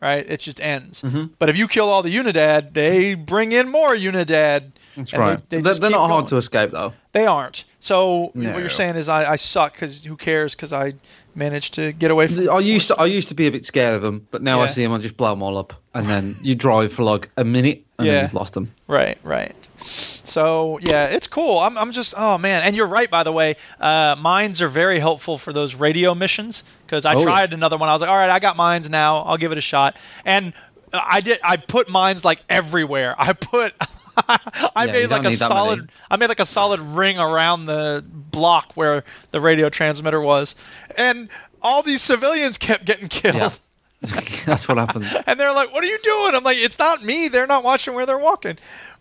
Speaker 2: Right? It just ends.
Speaker 3: Mhm.
Speaker 2: But if you kill all the Unidad, they bring in more Unidad. and
Speaker 3: That's
Speaker 2: they-
Speaker 3: right.
Speaker 2: They,
Speaker 3: They, are
Speaker 2: just
Speaker 3: they're
Speaker 2: keep
Speaker 3: not hard
Speaker 2: going.
Speaker 3: to escape though.
Speaker 2: They aren't. So what
Speaker 3: No.
Speaker 2: you're saying is I, I suck because who cares? Because I managed to get away from.
Speaker 3: I used to I used to be a bit scared of them, but now I
Speaker 2: Yeah.
Speaker 3: see them, I just blow them all up, and then you drive for like a minute, and
Speaker 2: Yeah.
Speaker 3: then you've lost them.
Speaker 2: Right, right. So yeah, it's cool. I'm, I'm just oh man, and you're right by the way. Uh, mines are very helpful for those radio missions because I
Speaker 3: Oh, yeah.
Speaker 2: tried another one. I was like, all right, I got mines now. I'll give it a shot. And I did. I put mines like everywhere. I put. I
Speaker 3: Yeah, you
Speaker 2: made
Speaker 3: don't
Speaker 2: like a
Speaker 3: need that
Speaker 2: solid.
Speaker 3: many.
Speaker 2: I made like a solid ring around the block where the radio transmitter was, and all these civilians kept getting killed.
Speaker 3: Yeah. That's what happens.
Speaker 2: And they're like, "What are you doing?" I'm like, "It's not me. They're not watching where they're walking."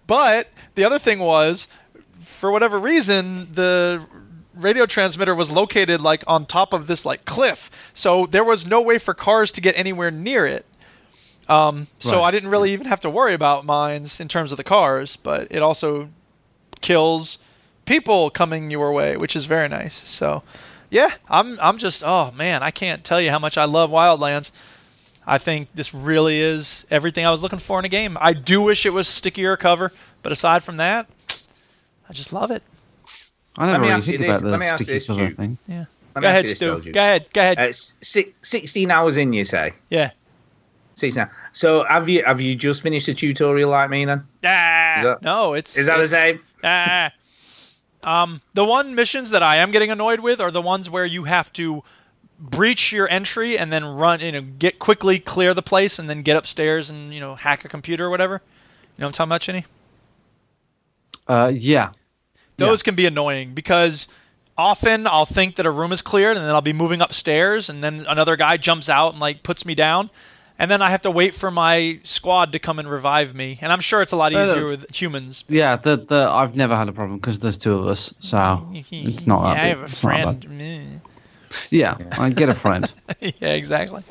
Speaker 2: But the other thing was, for whatever reason, the radio transmitter was located like on top of this like cliff, so there was no way for cars to get anywhere near it. Um, so
Speaker 3: Right.
Speaker 2: I didn't really even have to worry about mines in terms of the cars, but it also kills people coming your way, which is very nice. So, yeah, I'm I'm just oh man, I can't tell you how much I love Wildlands. I think this really is everything I was looking for in a game. I do wish it was stickier cover, but aside from that, I just love it.
Speaker 3: I
Speaker 1: me
Speaker 3: never really
Speaker 1: ask you
Speaker 3: think
Speaker 1: this,
Speaker 3: about the
Speaker 1: let me ask you
Speaker 3: sticky
Speaker 1: this,
Speaker 3: cover
Speaker 1: Duke.
Speaker 3: thing.
Speaker 2: Yeah.
Speaker 1: Let me
Speaker 2: Go
Speaker 1: ask
Speaker 2: ahead,
Speaker 1: you this,
Speaker 2: Stu.
Speaker 1: Doju.
Speaker 2: Go ahead. Go ahead.
Speaker 1: Uh, si- 16 hours in, you say?
Speaker 2: yeah.
Speaker 1: 16 hours. So have you have you just finished the tutorial like me then?
Speaker 2: Ah,
Speaker 1: Is that-
Speaker 2: no, it's
Speaker 1: Is that the
Speaker 2: it's-
Speaker 1: same?
Speaker 2: Ah. um, the one missions that I am getting annoyed with are the ones where you have to breach your entry and then run, you know, get quickly clear the place and then get upstairs and you know hack a computer or whatever. You know what I'm talking about, Chinny?
Speaker 3: Uh, yeah.
Speaker 2: Those can be annoying because often I'll think that a room is cleared and then I'll be moving upstairs and then another guy jumps out and like puts me down. And then I have to wait for my squad to come and revive me. And I'm sure it's a lot
Speaker 3: No, no.
Speaker 2: easier with humans.
Speaker 3: Yeah, the the I've never had a problem because there's two of us, so it's not that.
Speaker 2: I
Speaker 3: big-
Speaker 2: have a
Speaker 3: it's not that bad.
Speaker 2: friend. Mm.
Speaker 3: Yeah, I get a friend.
Speaker 2: yeah, exactly.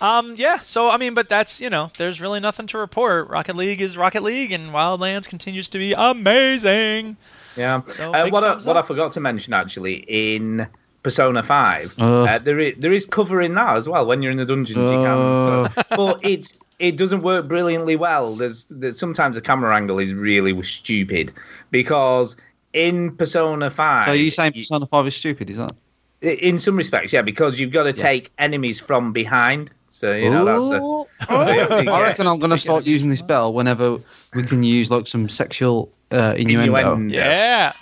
Speaker 2: Um, yeah, so I mean, but that's you know, there's really nothing to report. Rocket League is Rocket League, and Wildlands continues to be amazing.
Speaker 1: Yeah.
Speaker 2: So,
Speaker 1: uh,
Speaker 2: big
Speaker 1: what I,
Speaker 2: thumbs
Speaker 1: what I
Speaker 2: up.
Speaker 1: forgot to mention actually in Persona Five,
Speaker 3: Ugh.
Speaker 1: uh, there is there is cover in that as well. When you're in the dungeons, you can. So. but it's it doesn't work brilliantly well. There's, there's sometimes the camera angle is really stupid because in Persona Five,
Speaker 3: So are you saying
Speaker 1: you-
Speaker 3: Persona Five is stupid? Is that?
Speaker 1: in some respects, yeah, because you've got to take enemies from behind. So you know that's a,
Speaker 2: Oh.
Speaker 3: Ooh.
Speaker 1: I
Speaker 3: I reckon I'm gonna start using this bell whenever we can use like some sexual uh, innuendo.
Speaker 1: Innuendo.
Speaker 2: Yeah,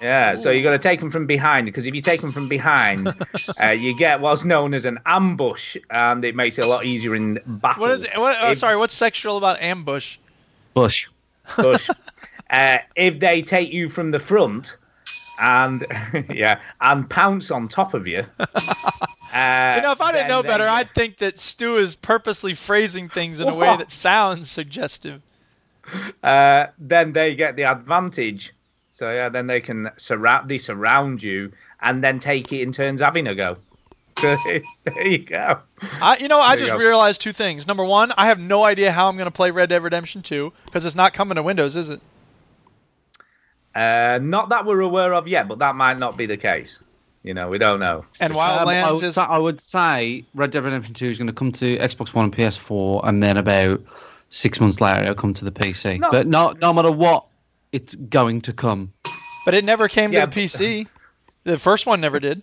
Speaker 1: Yeah, so you got to take them from behind because if you take them from behind, uh, you get what's known as an ambush, and it makes it a lot easier in battle.
Speaker 2: what is? What, oh,
Speaker 1: If-
Speaker 2: sorry, what's sexual about ambush?
Speaker 3: Bush.
Speaker 1: Bush. uh, if they take you from the front, and yeah, and pounce on top of you. Uh,
Speaker 2: You know, if I didn't
Speaker 1: then
Speaker 2: know
Speaker 1: they
Speaker 2: better,
Speaker 1: get-
Speaker 2: I'd think that Stu is purposely phrasing things in a way that sounds suggestive.
Speaker 1: uh, then they get the advantage. So yeah, then they can surround they surround you and then take it in turns having a go. So there you go.
Speaker 2: I, you know, I
Speaker 1: There you
Speaker 2: just
Speaker 1: go.
Speaker 2: realized two things. Number one, I have no idea how I'm going to play Red Dead Redemption 2 because it's not coming to Windows, is it?
Speaker 1: Uh, not that we're aware of yet, but that might not be the case. You know, we don't know.
Speaker 2: And
Speaker 3: Um, I,
Speaker 2: Wildlands
Speaker 3: would
Speaker 2: is
Speaker 3: say, I would say Red Dead Redemption 2 is going to come to Xbox One and PS4, and then about six months later, it'll come to the PC.
Speaker 1: No.
Speaker 3: But no, no matter what, it's going to come.
Speaker 2: But it never came
Speaker 1: Yeah,
Speaker 2: to
Speaker 1: but-
Speaker 2: the PC. The first one never did.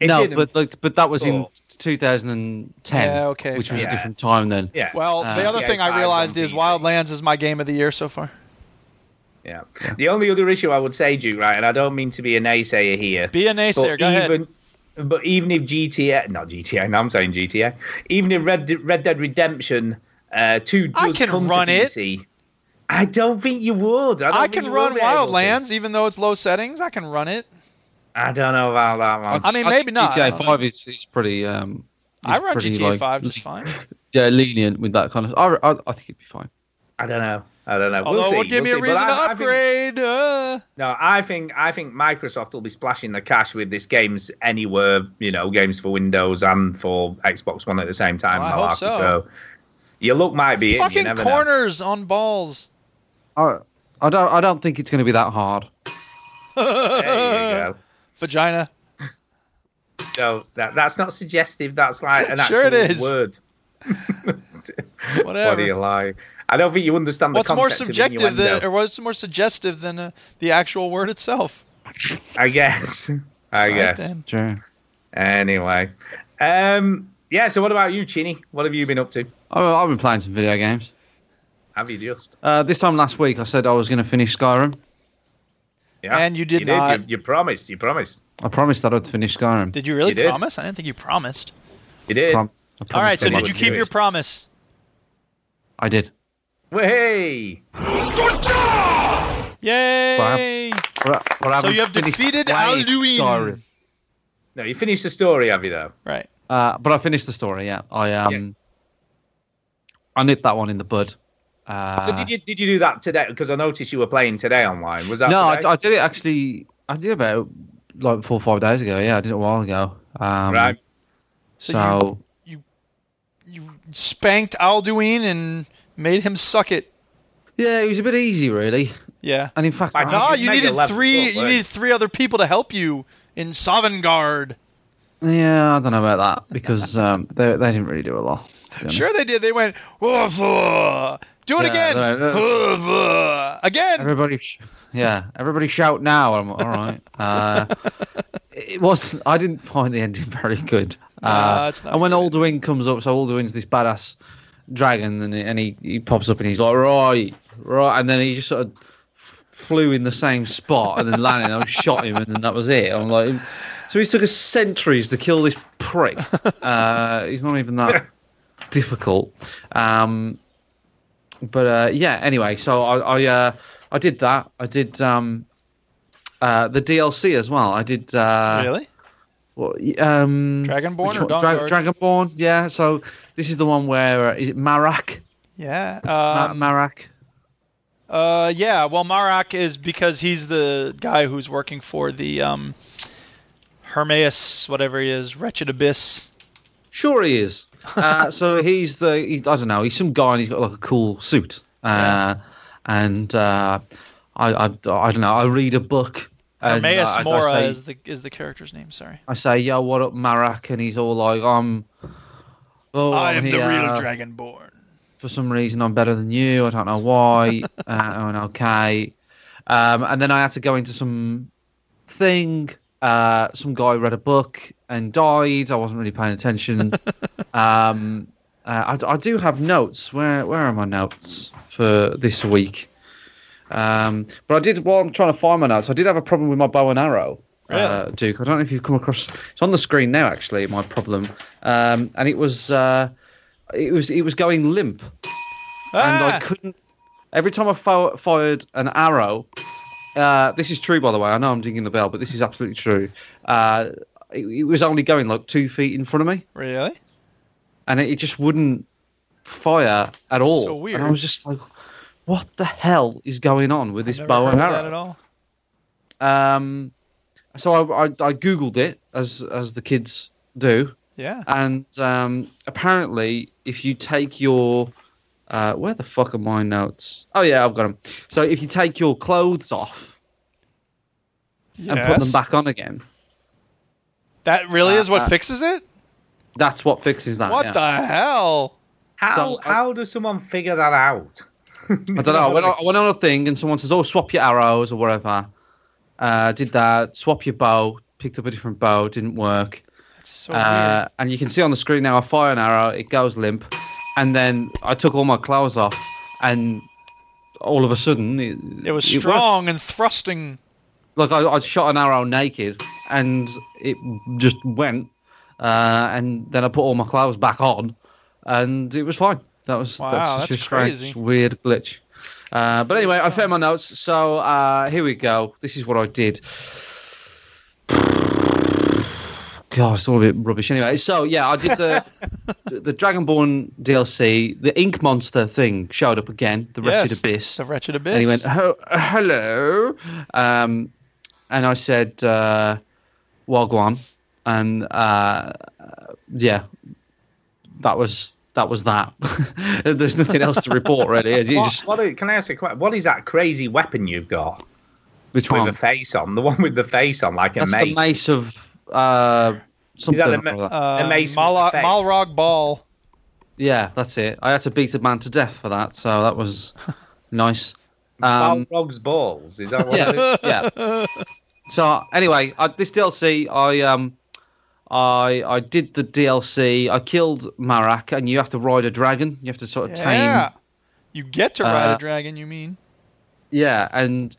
Speaker 1: It
Speaker 3: no,
Speaker 1: didn't-
Speaker 3: but like, but that was in
Speaker 1: Oh.
Speaker 3: 2010,
Speaker 2: Yeah, okay,
Speaker 3: which was
Speaker 1: fair.
Speaker 3: a different time then.
Speaker 1: yeah,
Speaker 2: Well,
Speaker 3: Uh,
Speaker 2: the other
Speaker 1: GTA
Speaker 2: thing
Speaker 1: five's
Speaker 2: I
Speaker 1: on
Speaker 2: realized is
Speaker 1: PC.
Speaker 2: Wildlands is my game of the year so far.
Speaker 1: yeah. The only other issue I would say, Duke, right, and I don't mean to be a naysayer here,
Speaker 2: Be a naysayer. Go ahead.
Speaker 1: But even if GTA, not GTA, no, I'm saying GTA. Even if Red, De- Red Dead Redemption uh, 2 does
Speaker 2: I can
Speaker 1: come
Speaker 2: run
Speaker 1: to
Speaker 2: it.
Speaker 1: PC, I don't think you would. I, don't
Speaker 2: I
Speaker 1: think
Speaker 2: can
Speaker 1: you
Speaker 2: run
Speaker 1: would be able to.
Speaker 2: Wildlands, even though it's low settings. I can run it.
Speaker 1: I don't know about that one.
Speaker 2: I mean,
Speaker 3: I
Speaker 2: maybe
Speaker 3: think
Speaker 2: not. I don't
Speaker 3: GTA
Speaker 2: know.
Speaker 3: 5 is, is pretty. Um,
Speaker 2: I
Speaker 3: is
Speaker 2: run
Speaker 3: pretty,
Speaker 2: GTA
Speaker 3: like,
Speaker 2: 5 just fine.
Speaker 3: Yeah, lenient with that kind of. I, I, I think it'd be fine.
Speaker 1: I don't know. I don't know.
Speaker 2: Although
Speaker 1: we'll
Speaker 2: it
Speaker 1: see.
Speaker 2: would give
Speaker 1: we'll
Speaker 2: me
Speaker 1: see.
Speaker 2: a
Speaker 1: But
Speaker 2: reason to
Speaker 1: I- I think-
Speaker 2: upgrade. uh.
Speaker 1: No, I think I think Microsoft will be splashing the cash with this games anywhere, you know, games for Windows and for Xbox One at the same time.
Speaker 2: Well, I hope
Speaker 1: malarkey.
Speaker 2: so.
Speaker 1: Your luck might be in. You
Speaker 2: Fucking
Speaker 1: never know.
Speaker 2: corners on balls.
Speaker 3: I, I don't. I don't think it's going to be that hard.
Speaker 1: there you go.
Speaker 2: Vagina.
Speaker 1: No, that, that's not suggestive. That's like an
Speaker 2: Sure
Speaker 1: actual
Speaker 2: it is.
Speaker 1: word.
Speaker 2: Whatever.
Speaker 1: What do you lie? I don't think you understand the
Speaker 2: What's more
Speaker 1: concept of
Speaker 2: subjective
Speaker 1: innuendo.
Speaker 2: than, or what's more suggestive than uh, the actual word itself?
Speaker 1: I guess. I
Speaker 2: Right
Speaker 1: guess.
Speaker 2: then.
Speaker 3: Sure.
Speaker 1: Anyway, um, yeah. So what about you, Chinny? What have you been up to?
Speaker 3: I, I've been playing some video games.
Speaker 1: Have you just?
Speaker 3: Uh, this time last week, I said I was going to finish Skyrim.
Speaker 1: Yeah.
Speaker 2: And you did
Speaker 1: you
Speaker 2: not.
Speaker 1: You, you promised. You promised.
Speaker 3: I promised that I'd finish Skyrim.
Speaker 2: Did you really
Speaker 1: You did.
Speaker 2: promise? I didn't think you promised.
Speaker 1: You did.
Speaker 3: Prom- I
Speaker 2: All right,
Speaker 3: promised
Speaker 2: so
Speaker 3: I
Speaker 1: they
Speaker 2: did
Speaker 3: would.
Speaker 2: you
Speaker 1: wouldn't
Speaker 2: keep
Speaker 1: do
Speaker 2: your
Speaker 1: it.
Speaker 2: promise?
Speaker 3: I did.
Speaker 1: Way.
Speaker 2: Yay!
Speaker 3: But I- but I
Speaker 2: So you
Speaker 3: haven't
Speaker 2: have
Speaker 3: finished
Speaker 2: defeated
Speaker 3: playing
Speaker 2: Alduin.
Speaker 3: Skyrim.
Speaker 1: No, you finished the story, have you though?
Speaker 2: Right.
Speaker 3: Uh, but I finished the story. Yeah, I um, I nipped that one in the bud. Uh,
Speaker 1: so did you did you do that today? Because I noticed you were playing today online. Was that?
Speaker 3: No, I,
Speaker 1: today?
Speaker 3: I did it actually. I did it about like four or five days ago. Yeah, I did it a while ago. Um,
Speaker 1: right.
Speaker 3: So,
Speaker 2: So You spanked Alduin and made him suck it.
Speaker 3: yeah, it was a bit easy really.
Speaker 2: Yeah.
Speaker 3: And in fact,
Speaker 1: By
Speaker 3: I-
Speaker 2: No,
Speaker 1: God, you
Speaker 2: you
Speaker 1: made
Speaker 2: needed
Speaker 1: your left
Speaker 2: three.
Speaker 1: foot,
Speaker 2: You
Speaker 1: right?
Speaker 2: needed three other people to help you in Sovngarde.
Speaker 3: yeah, I don't know about that because um, they they didn't really do a lot. to be honest.
Speaker 2: Sure, they did. They went, "Woof, uh, do it
Speaker 3: Yeah,
Speaker 2: again,
Speaker 3: no, no.
Speaker 2: Woof, uh, again.
Speaker 3: Everybody, sh- yeah, everybody shout now. I'm all right. Uh, it was. I didn't find the ending very good. Uh,
Speaker 2: Nah, it's not
Speaker 3: and when Alduin comes up, so Alduin's this badass dragon, and, he- and he, he pops up and he's like, right, right, and then he just sort of f- flew in the same spot and then landed and I shot him and then that was it. I'm like, so he's took us centuries to kill this prick. Uh, he's not even that difficult. Um, but uh, yeah, anyway, so I I, uh, I did that. I did um, uh, the DLC as well. I did uh,
Speaker 2: really?
Speaker 3: what, um,
Speaker 2: Dragonborn
Speaker 3: which
Speaker 2: or
Speaker 3: one? Dra-
Speaker 2: Dawnguard?
Speaker 3: Dragonborn? Yeah. So this is the one where uh, is it Marak?
Speaker 2: Yeah.
Speaker 3: Ma-
Speaker 2: Um,
Speaker 3: Marak.
Speaker 2: uh, yeah. Well, Marak is because he's the guy who's working for the um, Hermaeus, whatever he is, wretched abyss.
Speaker 3: Sure, he is. Uh, so he's the he, I don't know. He's some guy and he's got like a cool suit. Uh, And uh, I, I I don't know. I read a book. and,
Speaker 2: Hermaeus
Speaker 3: uh, I- I
Speaker 2: Mora
Speaker 3: say-
Speaker 2: is the is the character's name. Sorry.
Speaker 3: I say, yo, what up, Marak? And he's all like, I'm. Oh,
Speaker 2: I
Speaker 3: I'm
Speaker 2: am the
Speaker 3: here.
Speaker 2: real Dragonborn.
Speaker 3: For some reason, I'm better than you. I don't know why. uh, and okay. Um, and then I had to go into some thing. Uh, some guy read a book and died. I wasn't really paying attention. um, uh, I, I do have notes. Where where are my notes for this week? Um, but I did while I'm trying to find my notes. I did have a problem with my bow and arrow, uh, Duke. I don't know if you've come across. It's on the screen now, actually. My problem, um, and it was uh, it was it was going limp, and
Speaker 2: Ah!
Speaker 3: I couldn't. Every time I fi- fired an arrow, uh, this is true by the way. I know I'm dinging the bell, but this is absolutely true. Uh, it, it was only going like two feet in front of me
Speaker 2: really?
Speaker 3: and it, it just wouldn't fire at all.
Speaker 2: So weird.
Speaker 3: And I was just like, what the hell is going on with this
Speaker 2: Never
Speaker 3: bow
Speaker 2: heard
Speaker 3: and
Speaker 2: of that at
Speaker 3: arrow?
Speaker 2: all.
Speaker 3: Um, so I, I, I googled it as as the kids do,
Speaker 2: Yeah.
Speaker 3: and um, apparently if you take your uh, where the fuck are my notes? Oh yeah, I've got them. So if you take your clothes off and put them
Speaker 2: Yes.
Speaker 3: back on again,
Speaker 2: That really
Speaker 3: Uh,
Speaker 2: is what
Speaker 3: uh,
Speaker 2: fixes it.
Speaker 3: that's what fixes that.
Speaker 2: What
Speaker 3: Uh, yeah.
Speaker 2: the hell?
Speaker 1: How
Speaker 3: Some-
Speaker 1: how does someone figure that out?
Speaker 3: I don't know. I went, on, I went on a thing and someone says, "Oh, swap your arrows or whatever." Uh, did that? Swap your bow. Picked up a different bow. Didn't work.
Speaker 2: That's so
Speaker 3: uh, and you can see on the screen now. I fire an arrow. It goes limp. And then I took all my clothes off, and all of a sudden it,
Speaker 2: weird. It was
Speaker 3: worked.
Speaker 2: strong and thrusting.
Speaker 3: like I, I shot an arrow naked, and it just went. Uh, and then I put all my clothes back on, and it was fine. That was
Speaker 2: Wow,
Speaker 3: that's,
Speaker 2: that's
Speaker 3: just a strange,
Speaker 2: crazy.
Speaker 3: weird glitch. Uh, but anyway, I found my notes. So uh, here we go. This is what I did. God, it's all a bit rubbish. Anyway, so yeah, I did the the Dragonborn DLC. The Ink Monster thing showed up again. The Wretched
Speaker 2: yes,
Speaker 3: Abyss.
Speaker 2: The wretched abyss.
Speaker 3: And he went, "Ho- uh, hello. Um, and I said, uh, Wagwan. And uh, yeah, that was that was that. There's nothing else to report really. It's
Speaker 1: What,
Speaker 3: just-
Speaker 1: what are- can I ask a question? What is that crazy weapon you've got
Speaker 3: which
Speaker 1: with
Speaker 3: one?
Speaker 1: a face on? The one with the face on, like a
Speaker 3: That's
Speaker 1: mace.
Speaker 3: the mace of uh,
Speaker 1: Is
Speaker 3: something.
Speaker 1: that the,
Speaker 3: or
Speaker 1: ma- uh,
Speaker 3: other.
Speaker 1: the mace? with
Speaker 2: Malrog,
Speaker 1: the face?
Speaker 2: Uh, Malrog Ball.
Speaker 3: yeah, that's it. I had to beat a man to death for that, so that was nice. Um,
Speaker 1: Balrog's balls. Is that what? it is?
Speaker 3: yeah, yeah. So anyway, I, this DLC, I um, I I did the DLC. I killed Marak, and you have to ride a dragon. You have to sort of
Speaker 2: Yeah.
Speaker 3: tame.
Speaker 2: You get to ride
Speaker 3: Uh,
Speaker 2: a dragon, you mean?
Speaker 3: Yeah, and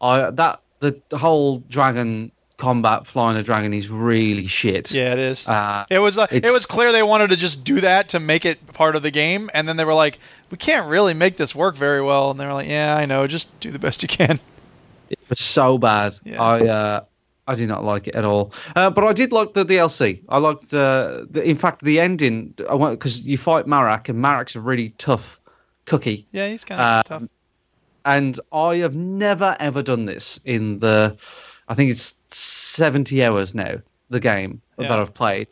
Speaker 3: I that the, the whole dragon combat flying a dragon is really shit.
Speaker 2: Yeah, it is.
Speaker 3: Uh,
Speaker 2: It was like it
Speaker 3: It's-
Speaker 2: was clear they wanted to just do that to make it part of the game, and then they were like, "We can't really make this work very well," and they were like, "Yeah, I know, just do the best you can."
Speaker 3: It was so bad.
Speaker 2: Yeah.
Speaker 3: I uh, I did not like it at all. Uh, but I did like the DLC. I liked, uh, the, in fact, the ending. I want because you fight Marak, and Marak's a really tough cookie.
Speaker 2: Yeah, he's kind of
Speaker 3: Um,
Speaker 2: tough.
Speaker 3: And I have never ever done this in the, I think it's 70 hours now the game that
Speaker 2: Yeah.
Speaker 3: I've played.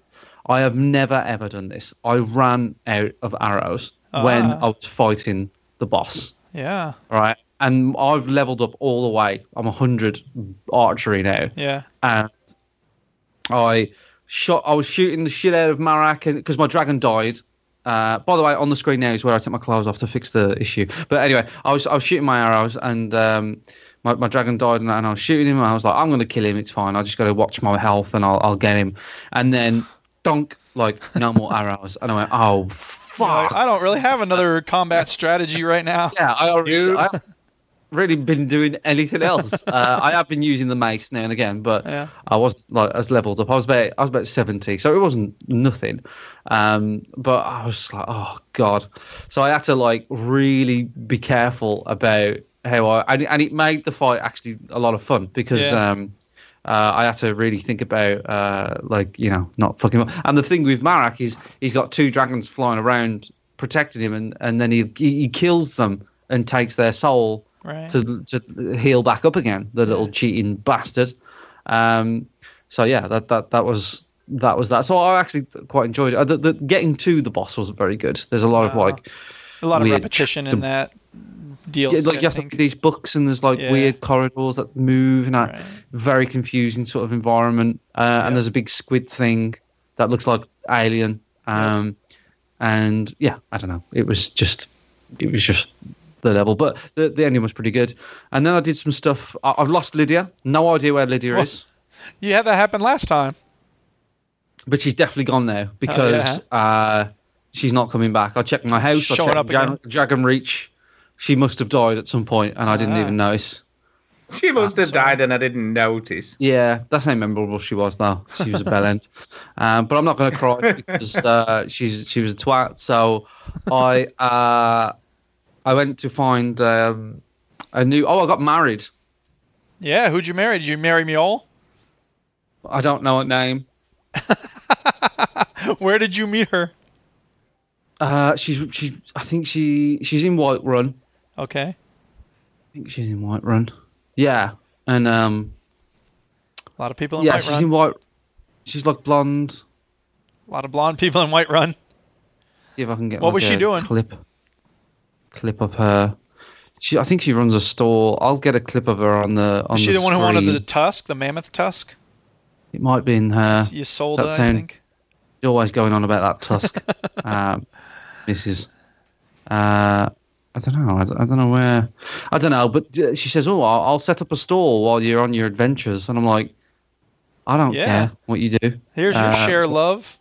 Speaker 3: I have never ever done this. I ran out of arrows when
Speaker 2: Ah.
Speaker 3: I was fighting the boss
Speaker 2: Yeah,
Speaker 3: right? And I've leveled up all the way. I'm 100 archery now.
Speaker 2: yeah,
Speaker 3: And I shot. I was shooting the shit out of Marak because my dragon died. Uh, by the way, on the screen now is where I took my clothes off to fix the issue. But anyway, I was I was shooting my arrows and um, my, my dragon died and, and I was shooting him and I was like, I'm gonna kill him. It's fine. I just gotta watch my health and I'll I'll get him. And then donk, like no more arrows. And I went, oh
Speaker 2: You're like,
Speaker 3: fuck.
Speaker 2: I don't really have another combat strategy right now.
Speaker 3: uh, Yeah, I already.
Speaker 1: You-
Speaker 3: I haven't really been doing anything else. uh, I have been using the mace now and again, but
Speaker 2: Yeah.
Speaker 3: I was like as leveled up. I was about I was about seventy, so it wasn't nothing. Um, but I was like, oh god. So I had to like really be careful about how I and, and it made the fight actually a lot of fun because.
Speaker 2: Yeah.
Speaker 3: Um, uh, I had to really think about, uh, like, you know, not fucking up. And the thing with Marak is he's got two dragons flying around protecting him, and, and then he, he he kills them and takes their soul
Speaker 2: Right.
Speaker 3: to to heal back up again. The little cheating bastard. Um, so yeah, that that that was that was that. So I actually quite enjoyed it. Uh, The, the, getting to the boss wasn't very good. There's a lot of
Speaker 2: Wow.
Speaker 3: like
Speaker 2: A lot of
Speaker 3: weird.
Speaker 2: repetition in that deal.
Speaker 3: yeah, like you have to read these books and there's like
Speaker 2: Yeah.
Speaker 3: weird corridors that move and that
Speaker 2: Right.
Speaker 3: very confusing sort of environment. Uh,
Speaker 2: Yeah.
Speaker 3: And there's a big squid thing that looks like alien. Um, And yeah, I don't know. It was just, it was just the level, but the the ending was pretty good. And then I did some stuff. I, I've lost Lydia. No idea where Lydia
Speaker 2: What?
Speaker 3: is,
Speaker 2: You had that happen last time.
Speaker 3: but she's definitely gone
Speaker 2: Oh,
Speaker 3: now because uh, she's not coming back. I checked my house.
Speaker 2: Showing
Speaker 3: I checked
Speaker 2: up
Speaker 3: Dragon,
Speaker 2: again.
Speaker 3: Dragon Reach. She must have died at some point, and I didn't
Speaker 2: Ah.
Speaker 3: even notice.
Speaker 1: She must have died and I didn't notice.
Speaker 3: Yeah, that's how memorable she was, though. She was a bell end. Um, but I'm not going to cry because uh, she's she was a twat. So I uh, I went to find um, a new. Oh, I got married.
Speaker 2: Yeah, who'd you marry? Did you marry Mule?
Speaker 3: I don't know her name.
Speaker 2: Where did you meet her?
Speaker 3: Uh, she's she. I think she she's in Whiterun.
Speaker 2: Okay.
Speaker 3: I think she's in Whiterun. Yeah, and um,
Speaker 2: A lot of people in
Speaker 3: yeah,
Speaker 2: White
Speaker 3: she's
Speaker 2: Run.
Speaker 3: in White. She's like blonde.
Speaker 2: A lot of blonde people in White Run.
Speaker 3: See if I can get.
Speaker 2: What
Speaker 3: like,
Speaker 2: was she
Speaker 3: a
Speaker 2: doing?
Speaker 3: Clip, clip of her. She, I think she runs a store. I'll get a clip of her on the on
Speaker 2: Is she
Speaker 3: the,
Speaker 2: the one who wanted the
Speaker 3: screen.
Speaker 2: tusk, the mammoth tusk?
Speaker 3: It might be in her.
Speaker 2: you sold
Speaker 3: that
Speaker 2: I
Speaker 3: sound-
Speaker 2: think.
Speaker 3: She's always going on about that tusk, um, Mrs. Uh, I don't know. I, don't- I don't know where. I don't know. But uh, she says, "Oh, I'll, I'll set up a store while you're on your adventures," and I'm like, "I don't
Speaker 2: Yeah.
Speaker 3: care what you do."
Speaker 2: Here's your
Speaker 3: Uh,
Speaker 2: share love.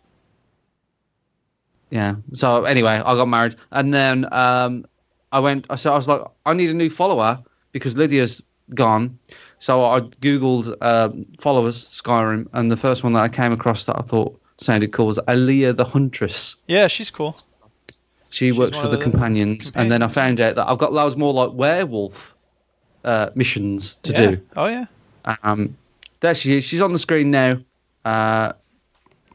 Speaker 3: yeah. So anyway, I got married, and then um, I went. So I was like, I need a new follower because Lydia's gone. So I googled um, followers Skyrim, and the first one that I came across that I thought sounded cool was Aaliyah the Huntress.
Speaker 2: Yeah, she's cool.
Speaker 3: She works
Speaker 2: one
Speaker 3: for
Speaker 2: of
Speaker 3: the,
Speaker 2: the
Speaker 3: companions, and then I
Speaker 2: companions.
Speaker 3: found out that I've got loads more like werewolf uh, missions to
Speaker 2: yeah.
Speaker 3: do.
Speaker 2: Oh yeah.
Speaker 3: Um, there she is. She's on the screen now. Uh,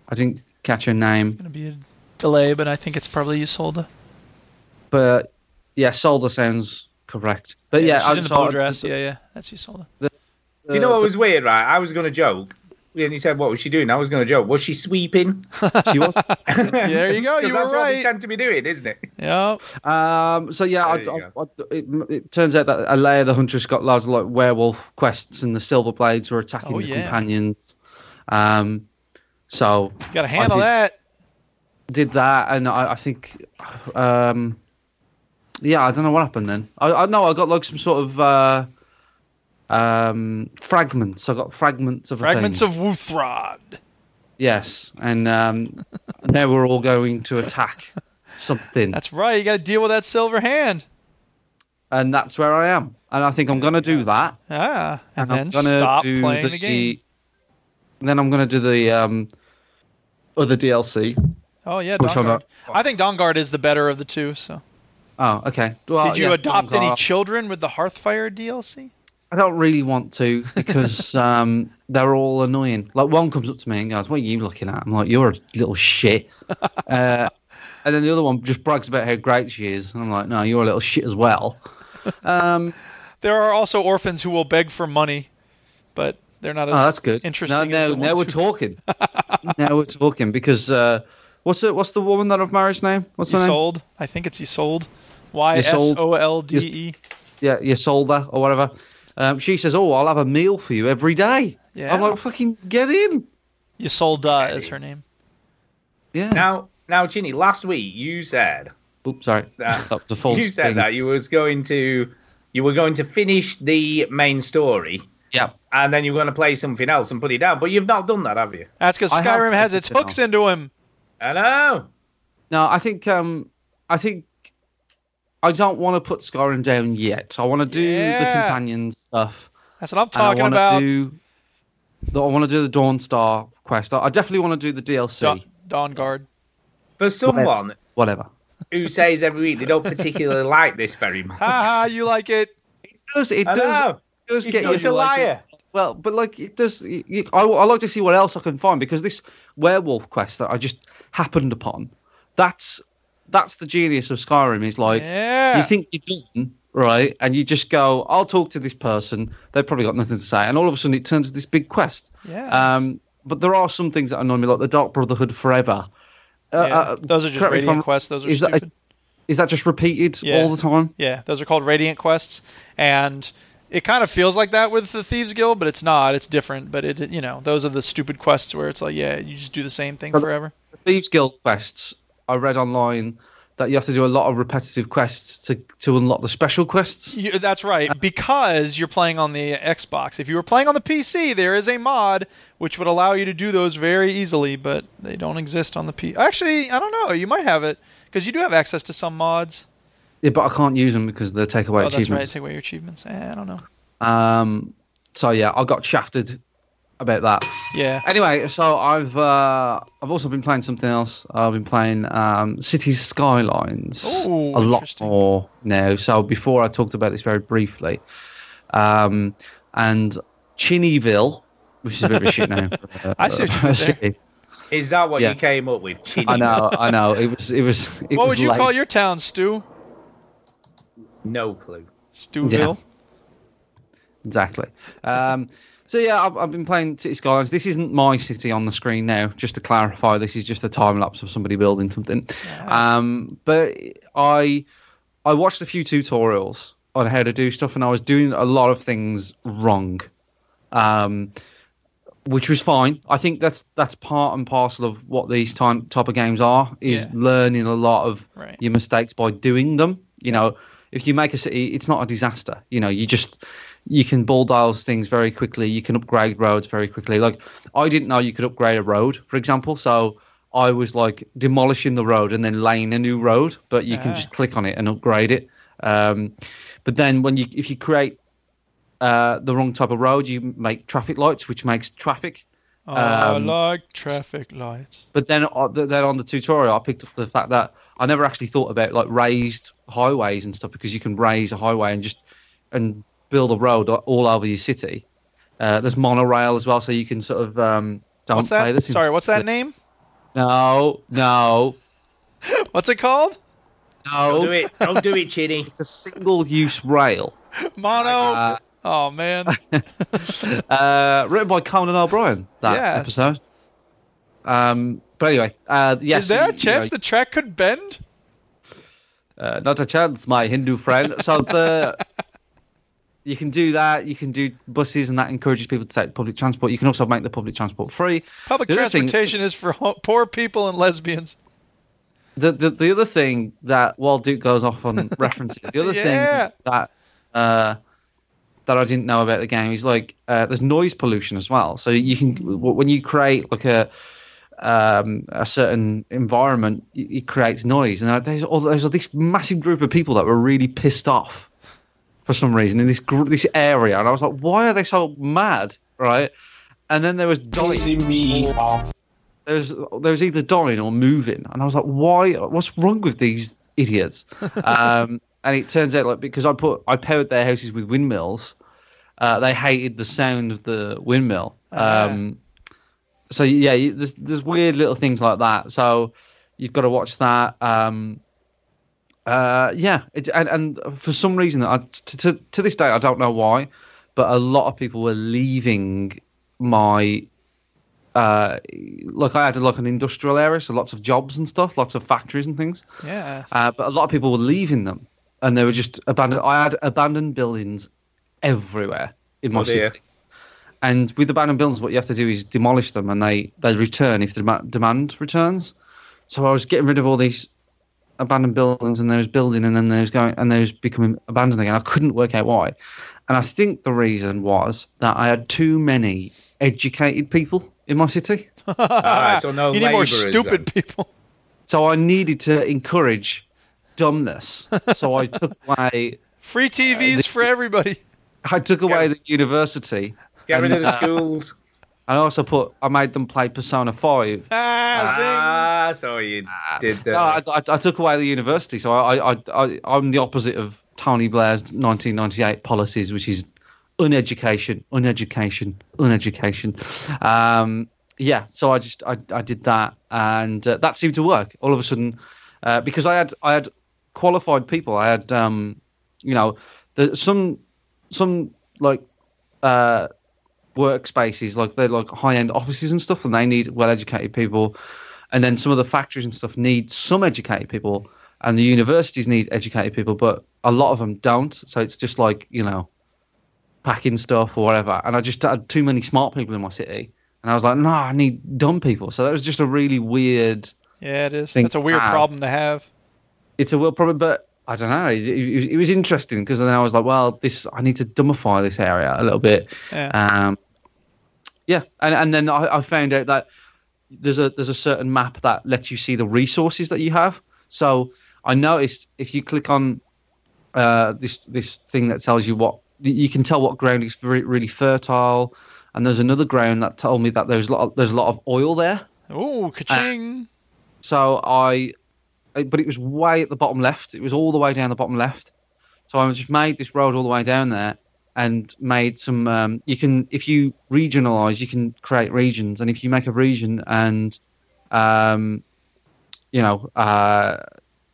Speaker 3: I didn't catch her name.
Speaker 2: Gonna be a delay, but I think it's probably Isolde.
Speaker 3: but yeah, Solder sounds correct. But yeah,
Speaker 2: she's
Speaker 3: I'm
Speaker 2: in the
Speaker 3: sorry,
Speaker 2: blue dress. yeah, yeah, that's Isolde.
Speaker 1: Do you know what was weird, right? I was going to joke and he said, "What was she doing?" I was going to joke, "Was she sweeping?"
Speaker 3: She was.
Speaker 2: there you go.
Speaker 1: 'Cause
Speaker 2: Oh,
Speaker 1: that's
Speaker 2: You were
Speaker 1: what we
Speaker 2: right.
Speaker 1: tend to be doing, isn't it?
Speaker 2: Yeah.
Speaker 3: Um, so yeah, I,
Speaker 1: There you
Speaker 3: I- I- it, it turns out that Alea the Huntress got loads of like werewolf quests, and the Silverblades were attacking
Speaker 2: Oh,
Speaker 3: the
Speaker 2: yeah.
Speaker 3: companions. Um, so
Speaker 2: Got to handle
Speaker 3: did-
Speaker 2: that.
Speaker 3: did that, and I, I think, um, yeah, I don't know what happened then. I, I know I got like some sort of uh, um, fragments. I got fragments of a
Speaker 2: Fragments
Speaker 3: thing.
Speaker 2: of Wuthrod.
Speaker 3: yes, and um, now we're all going to attack something.
Speaker 2: That's right. You got to deal with that silver hand.
Speaker 3: and that's where I am. And I think I'm gonna do that.
Speaker 2: Ah, and,
Speaker 3: I'm
Speaker 2: then stop
Speaker 3: do
Speaker 2: playing the, game.
Speaker 3: and then I'm gonna do the um, other DLC.
Speaker 2: Oh yeah,
Speaker 3: Which one
Speaker 2: Dawnguard. I think Dawnguard is the better of the two. So,
Speaker 3: Oh, okay. Well,
Speaker 2: did you
Speaker 3: yeah,
Speaker 2: adopt any
Speaker 3: Dawnguard.
Speaker 2: children with the Hearthfire DLC?
Speaker 3: I don't really want to because um, they're all annoying. Like one comes up to me and goes, "What are you looking at?" I'm like, "You're a little shit." uh, and then the other one just brags about how great she is, and I'm like, "No, you're a little shit as well." Um,
Speaker 2: There are also orphans who will beg for money, but they're not as
Speaker 3: Oh, that's good.
Speaker 2: interesting.
Speaker 3: Now,
Speaker 2: as
Speaker 3: now,
Speaker 2: the
Speaker 3: now
Speaker 2: ones
Speaker 3: we're
Speaker 2: who-
Speaker 3: talking. now we're talking because uh, what's the what's the woman that I've married's name? What's her name?
Speaker 2: Isolde. I think it's Isolde. Y S O L D E.
Speaker 3: Yeah, Isolda or whatever. Um, she says, "Oh, I'll have a meal for you every day."
Speaker 2: Yeah.
Speaker 3: I'm like, "Fucking get in."
Speaker 2: Isolda is her name.
Speaker 3: Yeah.
Speaker 1: Now, now, Ginny, last week you said
Speaker 3: Oops, sorry.
Speaker 1: that
Speaker 3: That was a false
Speaker 1: you said
Speaker 3: thing.
Speaker 1: that you was going to you were going to finish the main story
Speaker 3: Yeah.
Speaker 1: and then you were going to play something else and put it down. But you've not done that, have you?
Speaker 2: That's because
Speaker 3: I have
Speaker 2: Skyrim has
Speaker 3: played
Speaker 2: its
Speaker 3: it now.
Speaker 2: hooks into him.
Speaker 1: I know.
Speaker 3: No, I think um, I think I don't want to put Skyrim down yet. I want to do the
Speaker 2: Yeah.
Speaker 3: companion stuff.
Speaker 2: That's what I'm
Speaker 3: and I
Speaker 2: talking
Speaker 3: wanna
Speaker 2: about.
Speaker 3: Do the, I want to do the Dawnstar quest. I, I definitely want to do the DLC.
Speaker 2: Da- Dawnguard.
Speaker 1: For someone
Speaker 3: Whatever.
Speaker 1: who says every week they don't particularly like this very much.
Speaker 2: Haha, you like it?
Speaker 3: does it
Speaker 1: I
Speaker 3: does,
Speaker 1: know.
Speaker 3: it does
Speaker 1: He's
Speaker 3: get you
Speaker 1: such a
Speaker 3: to like
Speaker 1: liar.
Speaker 3: it. well but like it does you, you- I, I like to see what else i can find because this werewolf quest that i just happened upon that's that's the genius of skyrim is like
Speaker 2: Yeah.
Speaker 3: you think you're done right and you just go i'll talk to this person they've probably got nothing to say and all of a sudden it turns into this big quest
Speaker 2: Yes.
Speaker 3: um but there are some things that annoy me like the dark brotherhood forever uh,
Speaker 2: Yeah, those are just
Speaker 3: correct me if
Speaker 2: radiant
Speaker 3: I'm-
Speaker 2: quests. Those are
Speaker 3: is that,
Speaker 2: stupid.
Speaker 3: is that just repeated
Speaker 2: Yeah.
Speaker 3: all the time
Speaker 2: Yeah, those are called Radiant quests, and it kind of feels like that with the Thieves Guild, but it's not. It's different. But it, you know, those are the stupid quests where it's like, yeah, you just do the same thing
Speaker 3: But-
Speaker 2: forever.
Speaker 3: Thieves Guild quests, I read online that you have to do a lot of repetitive quests to, to unlock the special quests.
Speaker 2: You, that's right, because you're playing on the Xbox. If you were playing on the PC, there is a mod which would allow you to do those very easily, but they don't exist on the P. Actually, I don't know. You might have it because you do have access to some mods.
Speaker 3: Yeah, but I can't use them because they take away
Speaker 2: oh, that's right.
Speaker 3: achievements.
Speaker 2: Take away your achievements. Eh, I don't know.
Speaker 3: Um, so yeah, I got shafted about that.
Speaker 2: Yeah.
Speaker 3: Anyway, so I've uh, I've also been playing something else. I've been playing um, Cities Skylines
Speaker 2: Ooh,
Speaker 3: a lot
Speaker 2: interesting.
Speaker 3: more now. So before I talked about this very briefly, um, and Chinnyville, which is a bit of a shit name. for, uh,
Speaker 2: I see what you did there.
Speaker 3: city.
Speaker 1: Is that what
Speaker 3: Yeah.
Speaker 1: you came up with? Chinny?
Speaker 3: I know, I know. It was, it was. It
Speaker 2: what
Speaker 3: was
Speaker 2: would you
Speaker 3: late.
Speaker 2: call your town, Stu?
Speaker 1: No clue.
Speaker 2: Stewville.
Speaker 3: Exactly. Um, so yeah, I've, I've been playing City Skylines. This isn't my city on the screen now. Just to clarify, this is just a time lapse of somebody building something. Um, but I, I watched a few tutorials on how to do stuff, and I was doing a lot of things wrong. Um, which was fine. I think that's that's part and parcel of what these time, type of games are is
Speaker 2: Yeah.
Speaker 3: learning a lot of
Speaker 2: Right.
Speaker 3: your mistakes by doing them. You know, if you make a city, it's not a disaster. You know, you just you can bulldoze things very quickly. You can upgrade roads very quickly. Like I didn't know you could upgrade a road, for example. So I was like demolishing the road and then laying a new road, but you
Speaker 2: Ah.
Speaker 3: can just click on it and upgrade it. Um, but then when you if you create uh, the wrong type of road, you make traffic lights, which makes traffic.
Speaker 2: I
Speaker 3: Um,
Speaker 2: like traffic lights.
Speaker 3: But then, uh, th- then on the tutorial, I picked up the fact that I never actually thought about like raised highways and stuff because you can raise a highway and just and build a road a- all over your city. Uh, there's monorail as well, so you can sort of um, don't
Speaker 2: What's
Speaker 3: play
Speaker 2: that?
Speaker 3: this. in-
Speaker 2: Sorry, what's that name?
Speaker 3: No, no,
Speaker 2: What's it called?
Speaker 1: Don't do
Speaker 3: no.
Speaker 1: it. Don't do it, Chinny.
Speaker 3: It's a single-use rail.
Speaker 2: Mono.
Speaker 3: Uh,
Speaker 2: Oh man.
Speaker 3: uh, written by Conan O'Brien. That
Speaker 2: Yes.
Speaker 3: episode. Um, but anyway, uh, yes.
Speaker 2: Is there a
Speaker 3: you-
Speaker 2: chance
Speaker 3: you
Speaker 2: the track could bend?
Speaker 3: know, uh, not a chance, my Hindu friend. So the you can do that. You can do buses, and that encourages people to take public transport. You can also make the public transport free.
Speaker 2: Public
Speaker 3: The other thing-
Speaker 2: transportation is for ho- poor people and lesbians.
Speaker 3: the, the the other thing that while Duke goes off on references, the other
Speaker 2: Yeah.
Speaker 3: thing that uh, that I didn't know about the game is like uh, there's noise pollution as well. So you can w- when you create like a um, a certain environment, it it creates noise, and there's all there's this massive group of people that were really pissed off for some reason in this gr- this area, and I was like, why are they so mad, right? And then there was dying. There was there was either dying or moving, and I was like, why? What's wrong with these idiots? um, and it turns out like because I put I powered their houses with windmills, uh, they hated the sound of the windmill. Um, so yeah, you- there's there's weird little things like that. So you've got to watch that. Um, uh, yeah, it, and, and for some reason, I, to, to to this day, I don't know why, but a lot of people were leaving my. Uh, like I had like an industrial area, so lots of jobs and stuff, lots of factories and things.
Speaker 2: Yes.
Speaker 3: Uh, but a lot of people were leaving them, and they were just abandoned. I had abandoned buildings everywhere in my
Speaker 1: Oh, dear.
Speaker 3: city. And with abandoned buildings, what you have to do is demolish them, and they they return if the dema- demand returns. So I was getting rid of all these abandoned buildings, and they was building, and then they was going, and they was becoming abandoned again. I couldn't work out why, and I think the reason was that I had too many educated people in my city.
Speaker 1: right, so no uh,
Speaker 2: you need more
Speaker 1: labourers
Speaker 2: stupid people.
Speaker 3: So I needed to encourage dumbness. So I took away
Speaker 2: Free TVs
Speaker 3: Uh,
Speaker 2: for everybody.
Speaker 3: I took away the university.
Speaker 1: Get rid of the
Speaker 3: And, uh,
Speaker 1: schools.
Speaker 3: I also put I made them play Persona Five. Uh,
Speaker 2: Ah,
Speaker 1: Ah, so you did
Speaker 3: No,
Speaker 1: that.
Speaker 3: I, I, I took away the university, so I, I, I, I'm the opposite of Tony Blair's 1998 policies, which is uneducation, uneducation, uneducation. Um, yeah, so I just I, I did that, and uh, that seemed to work. All of a sudden, uh, because I had I had qualified people, I had um, you know, the, some some like uh, workspaces, like they're like high end offices and stuff, and they need well educated people. And then some of the factories and stuff need some educated people, and the universities need educated people, but a lot of them don't. So it's just like you know, packing stuff or whatever. And I just had too many smart people in my city, and I was like, no, I need dumb people. So that was just a really weird.
Speaker 2: yeah, it is.
Speaker 3: Think uh,
Speaker 2: That's a weird
Speaker 3: now.
Speaker 2: problem to have.
Speaker 3: It's a real problem, but I don't know. It, it, it was interesting because then I was like, well, this I need to dumbify this area a little bit.
Speaker 2: Yeah.
Speaker 3: Um, yeah, and and then I, I found out that there's a there's a certain map that lets you see the resources that you have. So I noticed if you click on uh, this this thing that tells you what you- you can tell what ground is re- really fertile, and there's another ground that told me that there's a lot of, there's a lot of oil there.
Speaker 2: Ooh,
Speaker 3: Uh,
Speaker 2: ka-ching.
Speaker 3: So I, I- but it was way at the bottom left. It was all the way down the bottom left. So I just made this road all the way down there and made some. Um, you can, if you regionalize, you can create regions. And if you make a region and, um, you know, uh,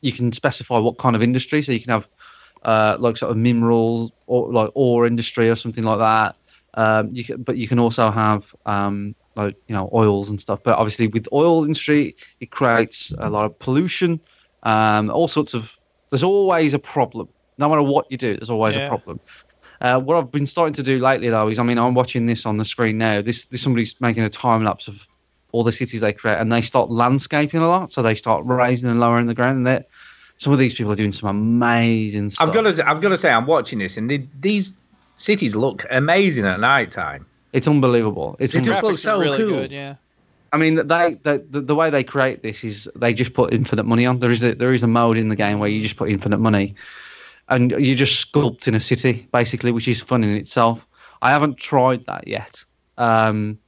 Speaker 3: you can specify what kind of industry. So you can have uh, like sort of minerals or like ore industry or something like that. Um, you can, but you can also have um, like you know oils and stuff. But obviously with oil industry, it creates a lot of pollution, um, all sorts of. There's always a problem, no matter what you do. There's always
Speaker 2: Yeah.
Speaker 3: a problem. Uh, what I've been starting to do lately though is, I mean, I'm watching this on the screen now. This, this somebody's making a time lapse of all the cities they create, and they start landscaping a lot. So they start raising and lowering the ground. And they're- some of these people are doing some amazing stuff.
Speaker 1: I've got to. I've got to say, I'm watching this, and the, these cities look amazing at night time.
Speaker 3: It's unbelievable. It's
Speaker 1: It
Speaker 3: unbelievable.
Speaker 1: just looks
Speaker 2: Graphics
Speaker 1: so
Speaker 2: are really
Speaker 1: cool.
Speaker 2: good, yeah.
Speaker 3: I mean, they, they the, the way they create this is they just put infinite money on. There is a there is a mode in the game where you just put infinite money, and you're just sculpting a city basically, which is fun in itself. I haven't tried that yet, um,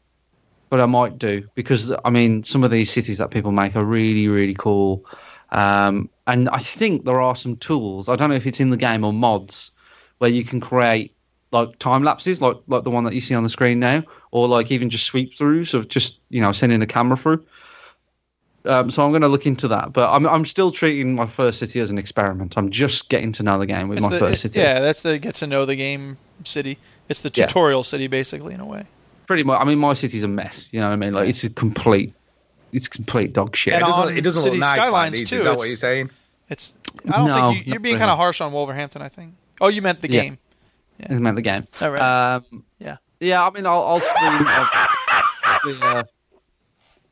Speaker 3: but I might do because I mean, some of these cities that people make are really really cool, um, and I think there are some tools. I don't know if it's in the game or mods where you can create like time lapses, like like the one that you see on the screen now, or like even just sweep throughs of just you know sending a camera through. Um, so I'm going to look into that, but I'm I'm still treating my first city as an experiment. I'm just getting to know the game with
Speaker 2: It's
Speaker 3: my
Speaker 2: the-
Speaker 3: first
Speaker 2: it-
Speaker 3: city.
Speaker 2: Yeah, that's the get to know the game city. It's the
Speaker 3: Yeah.
Speaker 2: tutorial city, basically, in a way.
Speaker 3: pretty much. I mean, my city's a mess. You know what I mean? Like it's a complete, it's complete dog shit.
Speaker 2: And
Speaker 1: It
Speaker 2: on
Speaker 1: doesn't, it doesn't
Speaker 2: City
Speaker 1: look nice.
Speaker 2: Skylines,
Speaker 1: Skylines too.
Speaker 2: too,
Speaker 1: Is that what
Speaker 2: it's-
Speaker 1: you're saying?
Speaker 2: It's I don't
Speaker 3: No,
Speaker 2: think you, you're
Speaker 3: not
Speaker 2: being
Speaker 3: really.
Speaker 2: kind of harsh on Wolverhampton. I think. Oh, you meant the
Speaker 3: Yeah.
Speaker 2: game.
Speaker 3: It's meant the game.
Speaker 2: All right.
Speaker 3: Um,
Speaker 2: Yeah.
Speaker 3: yeah. I mean, I'll, I'll stream. uh, the, uh,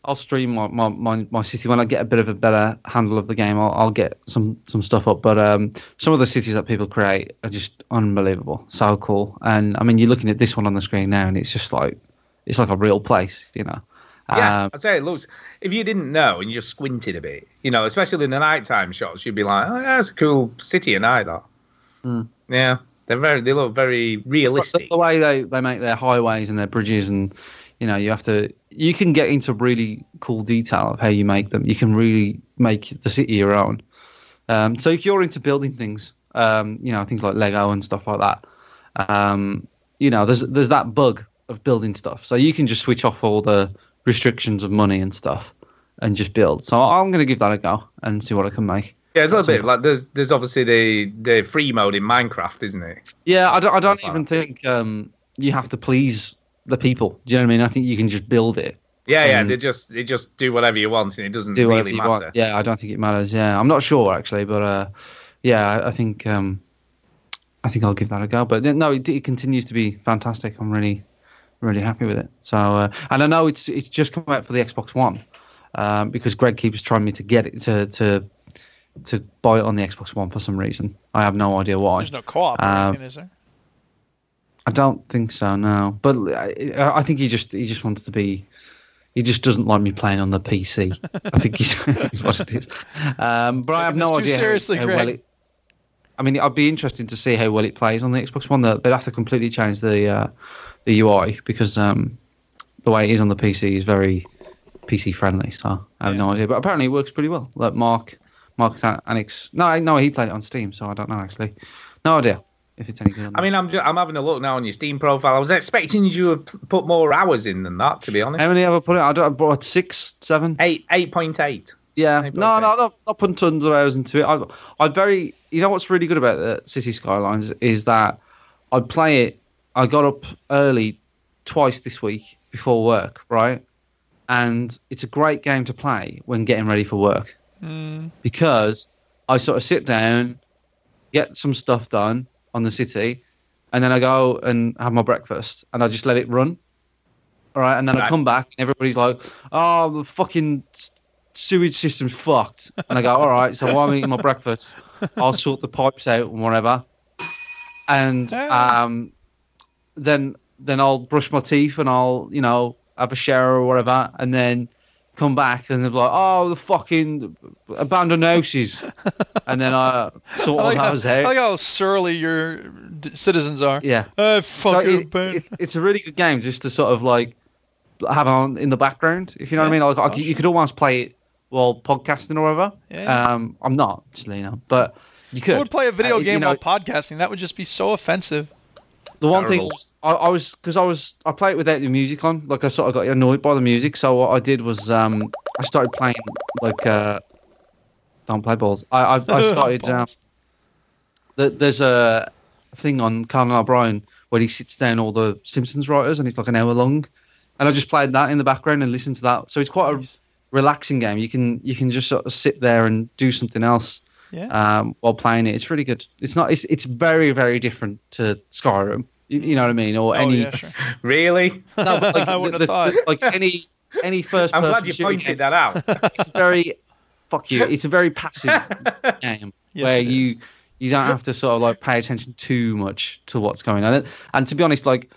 Speaker 3: I'll stream my, my, my, my city when I get a bit of a better handle of the game. I'll, I'll get some, some stuff up, but um, some of the cities that people create are just unbelievable, so cool. And I mean, you're looking at this one on the screen now, and it's just like it's like a real place, you know.
Speaker 1: Yeah,
Speaker 3: Um,
Speaker 1: I'd say it looks. If you didn't know and you just squinted a bit, you know, especially in the nighttime shots, you'd be like, "Oh, yeah, it's a cool city at night, though." Yeah, they're very. They look very
Speaker 3: the,
Speaker 1: realistic.
Speaker 3: the way they, they make their highways and their bridges and you know you have to you can get into really cool detail of how you make them you can really make the city your own um, so if you're into building things um, you know things like lego and stuff like that um, you know there's there's that bug of building stuff so you can just switch off all the restrictions of money and stuff and just build so i'm going to give that a go and see what i can make
Speaker 1: Yeah, it's a little bit like there's there's obviously the the free mode in Minecraft, isn't it?
Speaker 3: Yeah, I don't, I don't
Speaker 1: That's
Speaker 3: even think um, you have to please the people. Do you know what I mean? I think you can just build it.
Speaker 1: Yeah, yeah.
Speaker 3: And-
Speaker 1: They just they just do whatever you want, and it doesn't
Speaker 3: Hmm. Do whatever
Speaker 1: really
Speaker 3: you
Speaker 1: matter.
Speaker 3: want. Yeah, I don't think it matters. Yeah, I'm not sure actually, but uh, yeah, I, I think um, I think I'll give that a go. But then- no, it, it continues to be fantastic. I'm really really happy with it. So uh, and I know it's it's just come out for the Xbox One um, because Greg keeps trying me to get it to to to buy it on the Xbox One for some reason. I have no idea why.
Speaker 2: There's no co-op or
Speaker 3: Um,
Speaker 2: anything, is there?
Speaker 3: I don't think so. No, but I, I think he just he just wants to be. He just doesn't like me playing on the PC. I think he's is what it is. Um, but I have
Speaker 2: Taking this
Speaker 3: no
Speaker 2: too
Speaker 3: idea how-
Speaker 2: seriously,
Speaker 3: how,
Speaker 2: Greg.
Speaker 3: well it. I mean, I'd be interested to see how well it plays on the Xbox One. They'd they'd have to completely change the uh, the UI because um, the way it is on the PC is very PC friendly. So I have no idea, but apparently it works pretty well. Like Mark, Mark Anix. No, no, he played it on Steam, so I don't know actually. No idea if it's any good. On
Speaker 1: I mean, I'm ju- I'm having a look now on your Steam profile. I was expecting you to have p- put more hours in than that, to be honest.
Speaker 3: How many have I put in? I don't. I bought six, seven.
Speaker 1: Eight eight point eight.
Speaker 3: Yeah.
Speaker 1: Eight
Speaker 3: No,
Speaker 1: point
Speaker 3: no,
Speaker 1: eight.
Speaker 3: I'm not, not putting tons of hours into it. I, I very. You know what's really good about the City Skylines is that I play it. I got up early twice this week before work, right? And it's a great game to play when getting ready for work
Speaker 2: Hmm.
Speaker 3: because I sort of sit down, get some stuff done on the city, and then I go and have my breakfast and I just let it run. All right, and then I
Speaker 1: Right.
Speaker 3: come back and everybody's like, "Oh, the fucking sewage system's fucked," and I go, "All right, so while I'm eating my breakfast, I'll sort the pipes out and whatever." And
Speaker 2: Ah.
Speaker 3: um, then then I'll brush my teeth and I'll you know have a shower or whatever, and then come back and they're like, "Oh, the fucking abandoned houses," and then I sort
Speaker 2: I like,
Speaker 3: all
Speaker 2: how,
Speaker 3: those
Speaker 2: I
Speaker 3: out.
Speaker 2: like how surly your d- citizens are.
Speaker 3: yeah.
Speaker 2: Uh,
Speaker 3: So
Speaker 2: fuck
Speaker 3: it- it- it's a really good game just to sort of like have on in the background, if you know what I
Speaker 2: Yeah.
Speaker 3: mean. Like,
Speaker 2: Oh,
Speaker 3: like you
Speaker 2: sure.
Speaker 3: could almost play it while podcasting or whatever.
Speaker 2: Yeah, yeah.
Speaker 3: Um, I'm not actually, you know, but you could.
Speaker 2: I would play a video
Speaker 3: Uh, you
Speaker 2: game
Speaker 3: know,
Speaker 2: while podcasting. That would just be so offensive.
Speaker 3: the one thing
Speaker 1: Terrible.
Speaker 3: was, I, I was because I was I played it without the music on. Like I sort of got annoyed by the music, so what I did was um I started playing like uh don't play balls. I I, I started um,
Speaker 2: Balls.
Speaker 3: th- there's a thing on Conan O'Brien where he sits down all the Simpsons writers and it's like an hour long, and I just played that in the background and listened to that. So it's quite
Speaker 2: Nice.
Speaker 3: a relaxing game. You can you can just sort of sit there and do something else
Speaker 2: Yeah.
Speaker 3: um, while playing it. It's really good. It's not. It's it's very very different to Skyrim. You, you know what I mean? Or
Speaker 2: oh
Speaker 3: any
Speaker 2: yeah, sure.
Speaker 1: Really?
Speaker 3: no, but like,
Speaker 2: I
Speaker 3: the-
Speaker 2: wouldn't have
Speaker 3: the-
Speaker 2: thought.
Speaker 3: like any any first.
Speaker 1: I'm glad
Speaker 3: person
Speaker 1: you
Speaker 3: shooting
Speaker 1: pointed
Speaker 3: game
Speaker 1: that out.
Speaker 3: it's a very fuck you. It's a very passive game
Speaker 2: Yes,
Speaker 3: where
Speaker 2: it
Speaker 3: you
Speaker 2: is.
Speaker 3: you don't have to sort of like pay attention too much to what's going on. And, and to be honest, like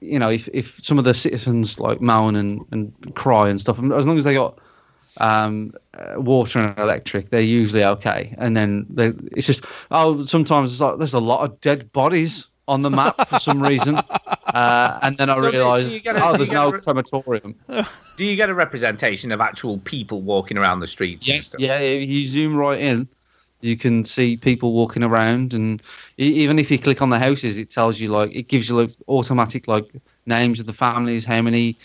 Speaker 3: you know, if if some of the citizens like moan and and cry and stuff, as long as they got um uh, water and electric they're usually okay and then they it's just oh sometimes it's like there's a lot of dead bodies on the map for some reason uh and then i
Speaker 1: So
Speaker 3: realize
Speaker 1: you gotta-
Speaker 3: oh
Speaker 1: you
Speaker 3: there's
Speaker 1: gotta
Speaker 3: no
Speaker 1: re-
Speaker 3: crematorium
Speaker 1: Do you get a representation of actual people walking around the streets and stuff?
Speaker 3: Yeah, if you zoom right in, you can see people walking around, and e- even if you click on the houses, it tells you like it gives you like automatic like names of the families, how many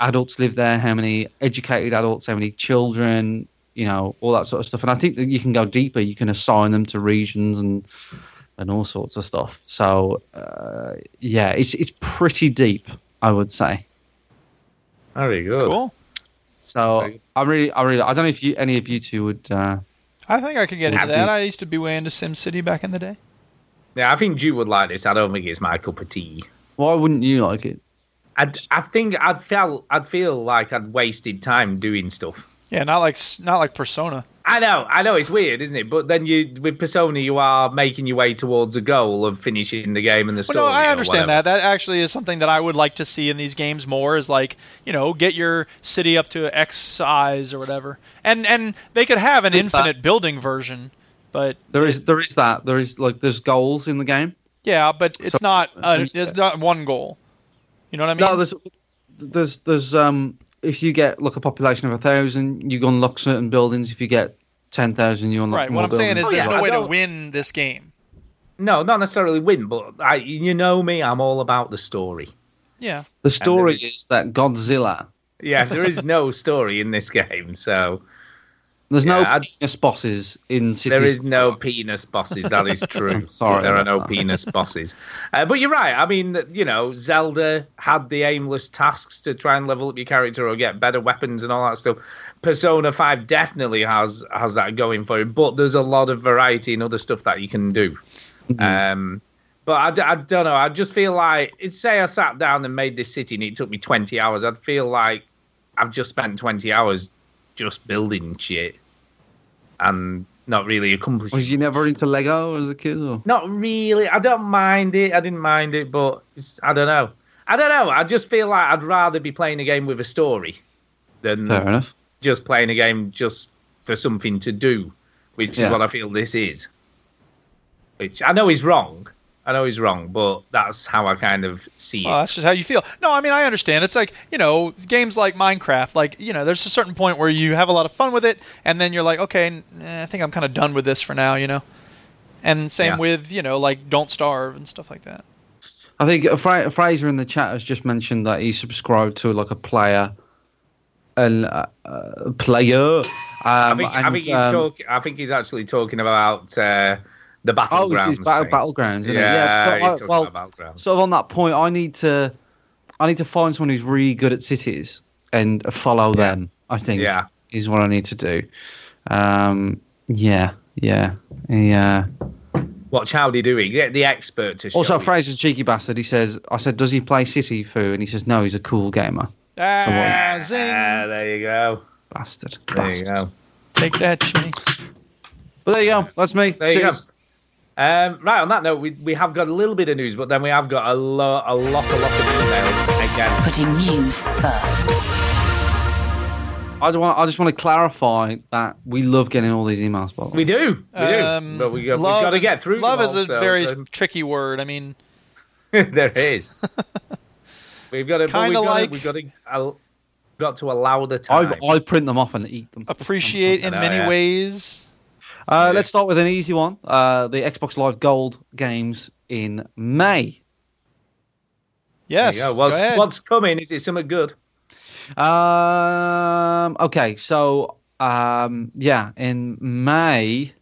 Speaker 3: adults live there, how many educated adults, how many children, you know, all that sort of stuff. And I think that you can go deeper. You can assign them to regions and and all sorts of stuff. So uh, yeah, it's it's pretty deep, I would say.
Speaker 1: Very good.
Speaker 2: Cool.
Speaker 3: So I'm really, I really, I don't know if you, any of you two would. Uh,
Speaker 2: I think I could get into
Speaker 3: Happy.
Speaker 2: that. I used to be way into SimCity back in the day.
Speaker 1: Yeah, I think you would like this. I don't think it's my cup of tea.
Speaker 3: why wouldn't you like it?
Speaker 1: I'd, I think I'd felt I'd feel like I'd wasted time doing stuff.
Speaker 2: Yeah, not like s- not like Persona.
Speaker 1: I know, I know, it's weird, isn't it? But then you, with Persona, you are making your way towards a goal of finishing the game and the story.
Speaker 2: Well, no,
Speaker 1: or
Speaker 2: I understand
Speaker 1: whatever.
Speaker 2: that. That actually is something that I would like to see in these games more. Is like you know, get your city up to X size or whatever, and and they could have an
Speaker 3: Who's that?
Speaker 2: infinite building version, but
Speaker 3: There is, there is that. There is like, there's goals in the game.
Speaker 2: yeah, but it's
Speaker 3: So-
Speaker 2: not uh, it's not one goal. You know what I mean?
Speaker 3: No, there's, there's, there's um, if you get like a population of a thousand, you unlock certain buildings. If you get ten thousand, you unlock
Speaker 2: right.
Speaker 3: More
Speaker 2: What I'm saying is,
Speaker 3: buildings.
Speaker 1: Oh, yeah,
Speaker 2: there's no
Speaker 1: I
Speaker 2: way to
Speaker 1: don't-
Speaker 2: win this game.
Speaker 1: No, not necessarily win, but I, you know me, I'm all about the story.
Speaker 2: Yeah.
Speaker 3: the story
Speaker 1: and there
Speaker 3: is that Godzilla.
Speaker 1: Yeah, there is no story in this game, so
Speaker 3: There's no
Speaker 1: Yeah, I'd-
Speaker 3: penis bosses in cities.
Speaker 1: there is no penis bosses. That is true.
Speaker 3: I'm sorry
Speaker 1: there are
Speaker 3: about
Speaker 1: no
Speaker 3: that.
Speaker 1: penis bosses. Uh, but you're right. I mean, you know, Zelda had the aimless tasks to try and level up your character or get better weapons and all that stuff. Persona 5 definitely has has that going for it, but there's a lot of variety and other stuff that you can do.
Speaker 3: Mm-hmm.
Speaker 1: Um, but I d- I, don't know. I just feel like, it's- say I sat down and made this city and it took me 20 hours, I'd feel like I've just spent 20 hours just building shit and not really accomplishing.
Speaker 3: Was you never into Lego as a kid? Or?
Speaker 1: Not really. I don't mind it. I didn't mind it, but it's, I don't know. I don't know. I just feel like I'd rather be playing a game with a story than
Speaker 3: Fair enough.
Speaker 1: just playing a game just for something to do, which
Speaker 3: Yeah.
Speaker 1: is what I feel this is. Which I know is wrong. I know he's wrong, but that's how I kind of see
Speaker 2: Well,
Speaker 1: it.
Speaker 2: Oh, that's just how you feel. No, I mean I understand. It's like you know games like Minecraft. Like you know, there's a certain point where you have a lot of fun with it, and then you're like, okay, n- eh, I think I'm kind of done with this for now. You know, and same
Speaker 1: Yeah.
Speaker 2: with you know like Don't Starve and stuff like that.
Speaker 3: I think Fra- Fraser in the chat has just mentioned that he subscribed to like a player, and uh, uh, player. Um,
Speaker 1: I think, I
Speaker 3: and,
Speaker 1: think he's
Speaker 3: um,
Speaker 1: talking. I think he's actually talking about uh, the
Speaker 3: Oh,
Speaker 1: battlegrounds.
Speaker 3: it's his battle,
Speaker 1: thing.
Speaker 3: battlegrounds. Isn't it?
Speaker 1: Yeah,
Speaker 3: yeah. but I-
Speaker 1: he's talking
Speaker 3: well,
Speaker 1: about battlegrounds.
Speaker 3: sort of on that point, I need to, I need to find someone who's really good at cities and follow them. I think.
Speaker 1: Yeah.
Speaker 3: Is what I need to do. Um. Yeah. Yeah. Yeah.
Speaker 1: Watch how they do it. Get the expert to show.
Speaker 3: Also,
Speaker 1: you.
Speaker 3: Fraser's a cheeky bastard. He says, "I said, does he play City Foo?" And he says, "No, he's a cool gamer."
Speaker 2: Ah, zing!
Speaker 1: Ah, there you go.
Speaker 3: Bastard.
Speaker 1: There you
Speaker 3: bastard.
Speaker 1: go.
Speaker 2: Take that, Jimmy.
Speaker 3: But there you go. That's me.
Speaker 1: There you go.
Speaker 3: Cheers.
Speaker 1: Um, right, on that note, we, we have got a little bit of news, but then we have got a, lo- a lot, a lot of emails again.
Speaker 8: Putting news first.
Speaker 3: I just want. I just want to clarify that we love getting all these emails. By the way.
Speaker 1: We do, we do,
Speaker 2: Um,
Speaker 1: but we, got- we've
Speaker 2: love
Speaker 1: got to
Speaker 2: is-
Speaker 1: get through.
Speaker 2: Love
Speaker 1: them
Speaker 2: is
Speaker 1: all,
Speaker 2: a
Speaker 1: so
Speaker 2: very
Speaker 1: then-
Speaker 2: tricky word. I mean,
Speaker 1: there it is. We've got to, but
Speaker 2: Kinda
Speaker 1: we've
Speaker 2: like- Oh,
Speaker 1: got to, we've got to, al- got to allow the time.
Speaker 3: I, I print them off and eat them.
Speaker 2: appreciate in
Speaker 1: I know,
Speaker 2: many
Speaker 1: yeah.
Speaker 2: ways.
Speaker 3: Uh, let's start with an easy one. Uh, the Xbox Live Gold games in May.
Speaker 1: There
Speaker 2: Yes.
Speaker 1: you go.
Speaker 2: go
Speaker 1: What's,
Speaker 2: ahead.
Speaker 1: what's coming? Is it something good?
Speaker 3: Um, okay, so um, yeah, in May.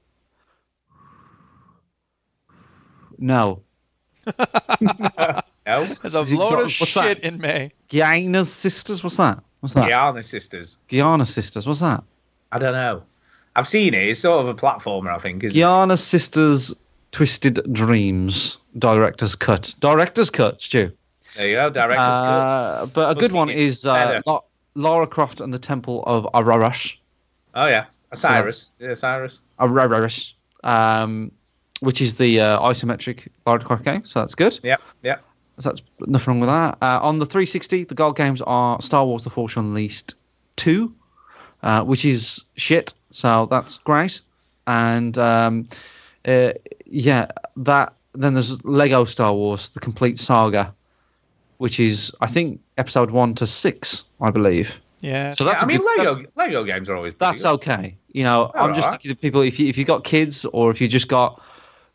Speaker 3: No,
Speaker 1: No.
Speaker 2: There's a
Speaker 3: Is it
Speaker 2: load
Speaker 3: got-
Speaker 2: of
Speaker 3: what's that?
Speaker 2: shit in May.
Speaker 3: Guyana Sisters. What's that? What's that?
Speaker 1: Gianna sisters.
Speaker 3: Guyana Sisters. What's that?
Speaker 1: I don't know. I've seen it. It's sort of a platformer, I think. Isn't it?
Speaker 3: Guyana Sisters Twisted Dreams Director's Cut. Director's Cut, Stu.
Speaker 1: There you go. Director's cut.
Speaker 3: Uh, but a
Speaker 1: Must
Speaker 3: good
Speaker 1: be
Speaker 3: one
Speaker 1: it's
Speaker 3: is uh,
Speaker 1: better.
Speaker 3: La- Lara Croft and the Temple of Ararush.
Speaker 1: Oh yeah, Osiris. Yeah, Osiris.
Speaker 3: Ararush. Um, which is the uh, isometric Lara Croft game, so that's good.
Speaker 1: Yep, yep.
Speaker 3: So that's nothing wrong with that. Uh, on the 360, the gold games are Star Wars: The Force Unleashed 2, uh, which is shit. So that's great. And um, uh, yeah, that then there's Lego Star Wars: The Complete Saga, which is I think episode one to six, I believe.
Speaker 2: Yeah.
Speaker 3: So that's
Speaker 1: I
Speaker 3: a
Speaker 1: mean,
Speaker 3: good-
Speaker 1: Lego Lego games are always pretty
Speaker 3: that's
Speaker 1: good.
Speaker 3: okay. You know, I'm just
Speaker 1: alright.
Speaker 3: thinking of people. If you if you got kids or if you just got,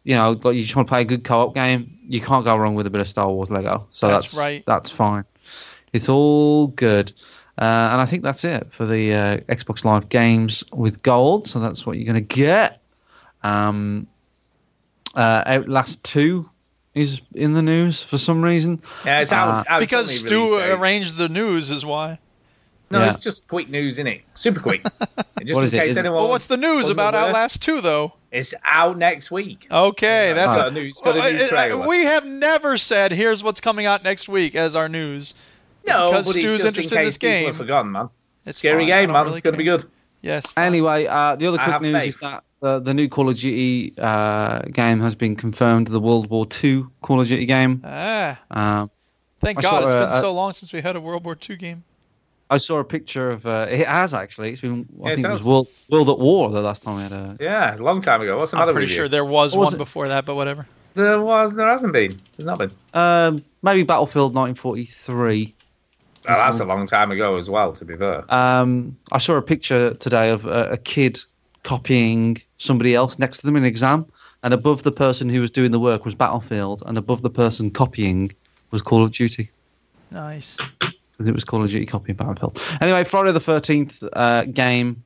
Speaker 3: you know, like you just want to play a good co-op game, you can't go wrong with a bit of Star Wars Lego. So
Speaker 2: That's
Speaker 3: that's,
Speaker 2: right.
Speaker 3: That's fine. It's all good. Uh, and I think that's it for the uh, Xbox Live games with gold. So that's what you're going to get. Um, uh, Outlast 2 is in the news for some reason.
Speaker 1: Yeah, it's
Speaker 3: uh,
Speaker 1: out, out
Speaker 2: because
Speaker 1: suddenly
Speaker 2: Stu
Speaker 1: released date.
Speaker 2: arranged the news is why.
Speaker 1: No,
Speaker 3: Yeah.
Speaker 1: it's just quick news, isn't it? Super quick. just
Speaker 3: What
Speaker 1: in
Speaker 3: is it?
Speaker 1: case
Speaker 3: Is it-
Speaker 1: anyone.
Speaker 2: Well, what's the news
Speaker 1: wasn't
Speaker 2: about
Speaker 1: aware.
Speaker 2: Outlast 2 though?
Speaker 1: It's out next week.
Speaker 2: Okay,
Speaker 1: it's
Speaker 2: that's a,
Speaker 1: got a new- it's got a
Speaker 2: Well,
Speaker 1: new
Speaker 2: I- I-
Speaker 1: trailer.
Speaker 2: We have never said here's what's coming out next week as our news.
Speaker 1: No,
Speaker 2: because
Speaker 1: but it's
Speaker 2: Stu's
Speaker 1: just
Speaker 2: interested
Speaker 1: in
Speaker 2: in
Speaker 1: case
Speaker 2: this
Speaker 1: People
Speaker 2: game.
Speaker 1: have forgotten, man.
Speaker 2: It's
Speaker 1: Scary
Speaker 2: fine, I
Speaker 1: game,
Speaker 2: don't
Speaker 1: man.
Speaker 2: really
Speaker 1: it's going to be
Speaker 2: care.
Speaker 1: good.
Speaker 2: Yes. fine.
Speaker 3: Anyway, uh, the other
Speaker 1: Um, I
Speaker 3: quick
Speaker 1: have
Speaker 3: news is
Speaker 1: faith.
Speaker 3: that the, the new Call of Duty uh, game has been confirmed, the World War II Call of Duty game.
Speaker 2: Ah,
Speaker 3: Um,
Speaker 2: thank
Speaker 3: I
Speaker 2: God
Speaker 3: saw
Speaker 2: it's
Speaker 3: a-
Speaker 2: been
Speaker 3: a-
Speaker 2: so long since we had a World War II game.
Speaker 3: I saw a picture of uh, it has actually. It's been I
Speaker 1: Yeah, it
Speaker 3: think it was
Speaker 1: has.
Speaker 3: World World at War the last time we had a.
Speaker 1: Yeah, a long time ago. What's the
Speaker 2: I'm
Speaker 1: matter
Speaker 2: pretty
Speaker 1: with
Speaker 2: sure
Speaker 1: you?
Speaker 2: there was
Speaker 3: What was
Speaker 2: one
Speaker 3: it?
Speaker 2: before that, but whatever.
Speaker 1: There was. There hasn't been. There's not been.
Speaker 3: Um, maybe Battlefield 1943.
Speaker 1: Well, that's a long time ago as well, to be fair.
Speaker 3: Um, I saw a picture today of a, a kid copying somebody else next to them in an exam, and above the person who was doing the work was Battlefield, and above the person copying was Call of Duty.
Speaker 2: Nice.
Speaker 3: 'Cause It was Call of Duty copying Battlefield. Anyway, Friday the 13th uh, game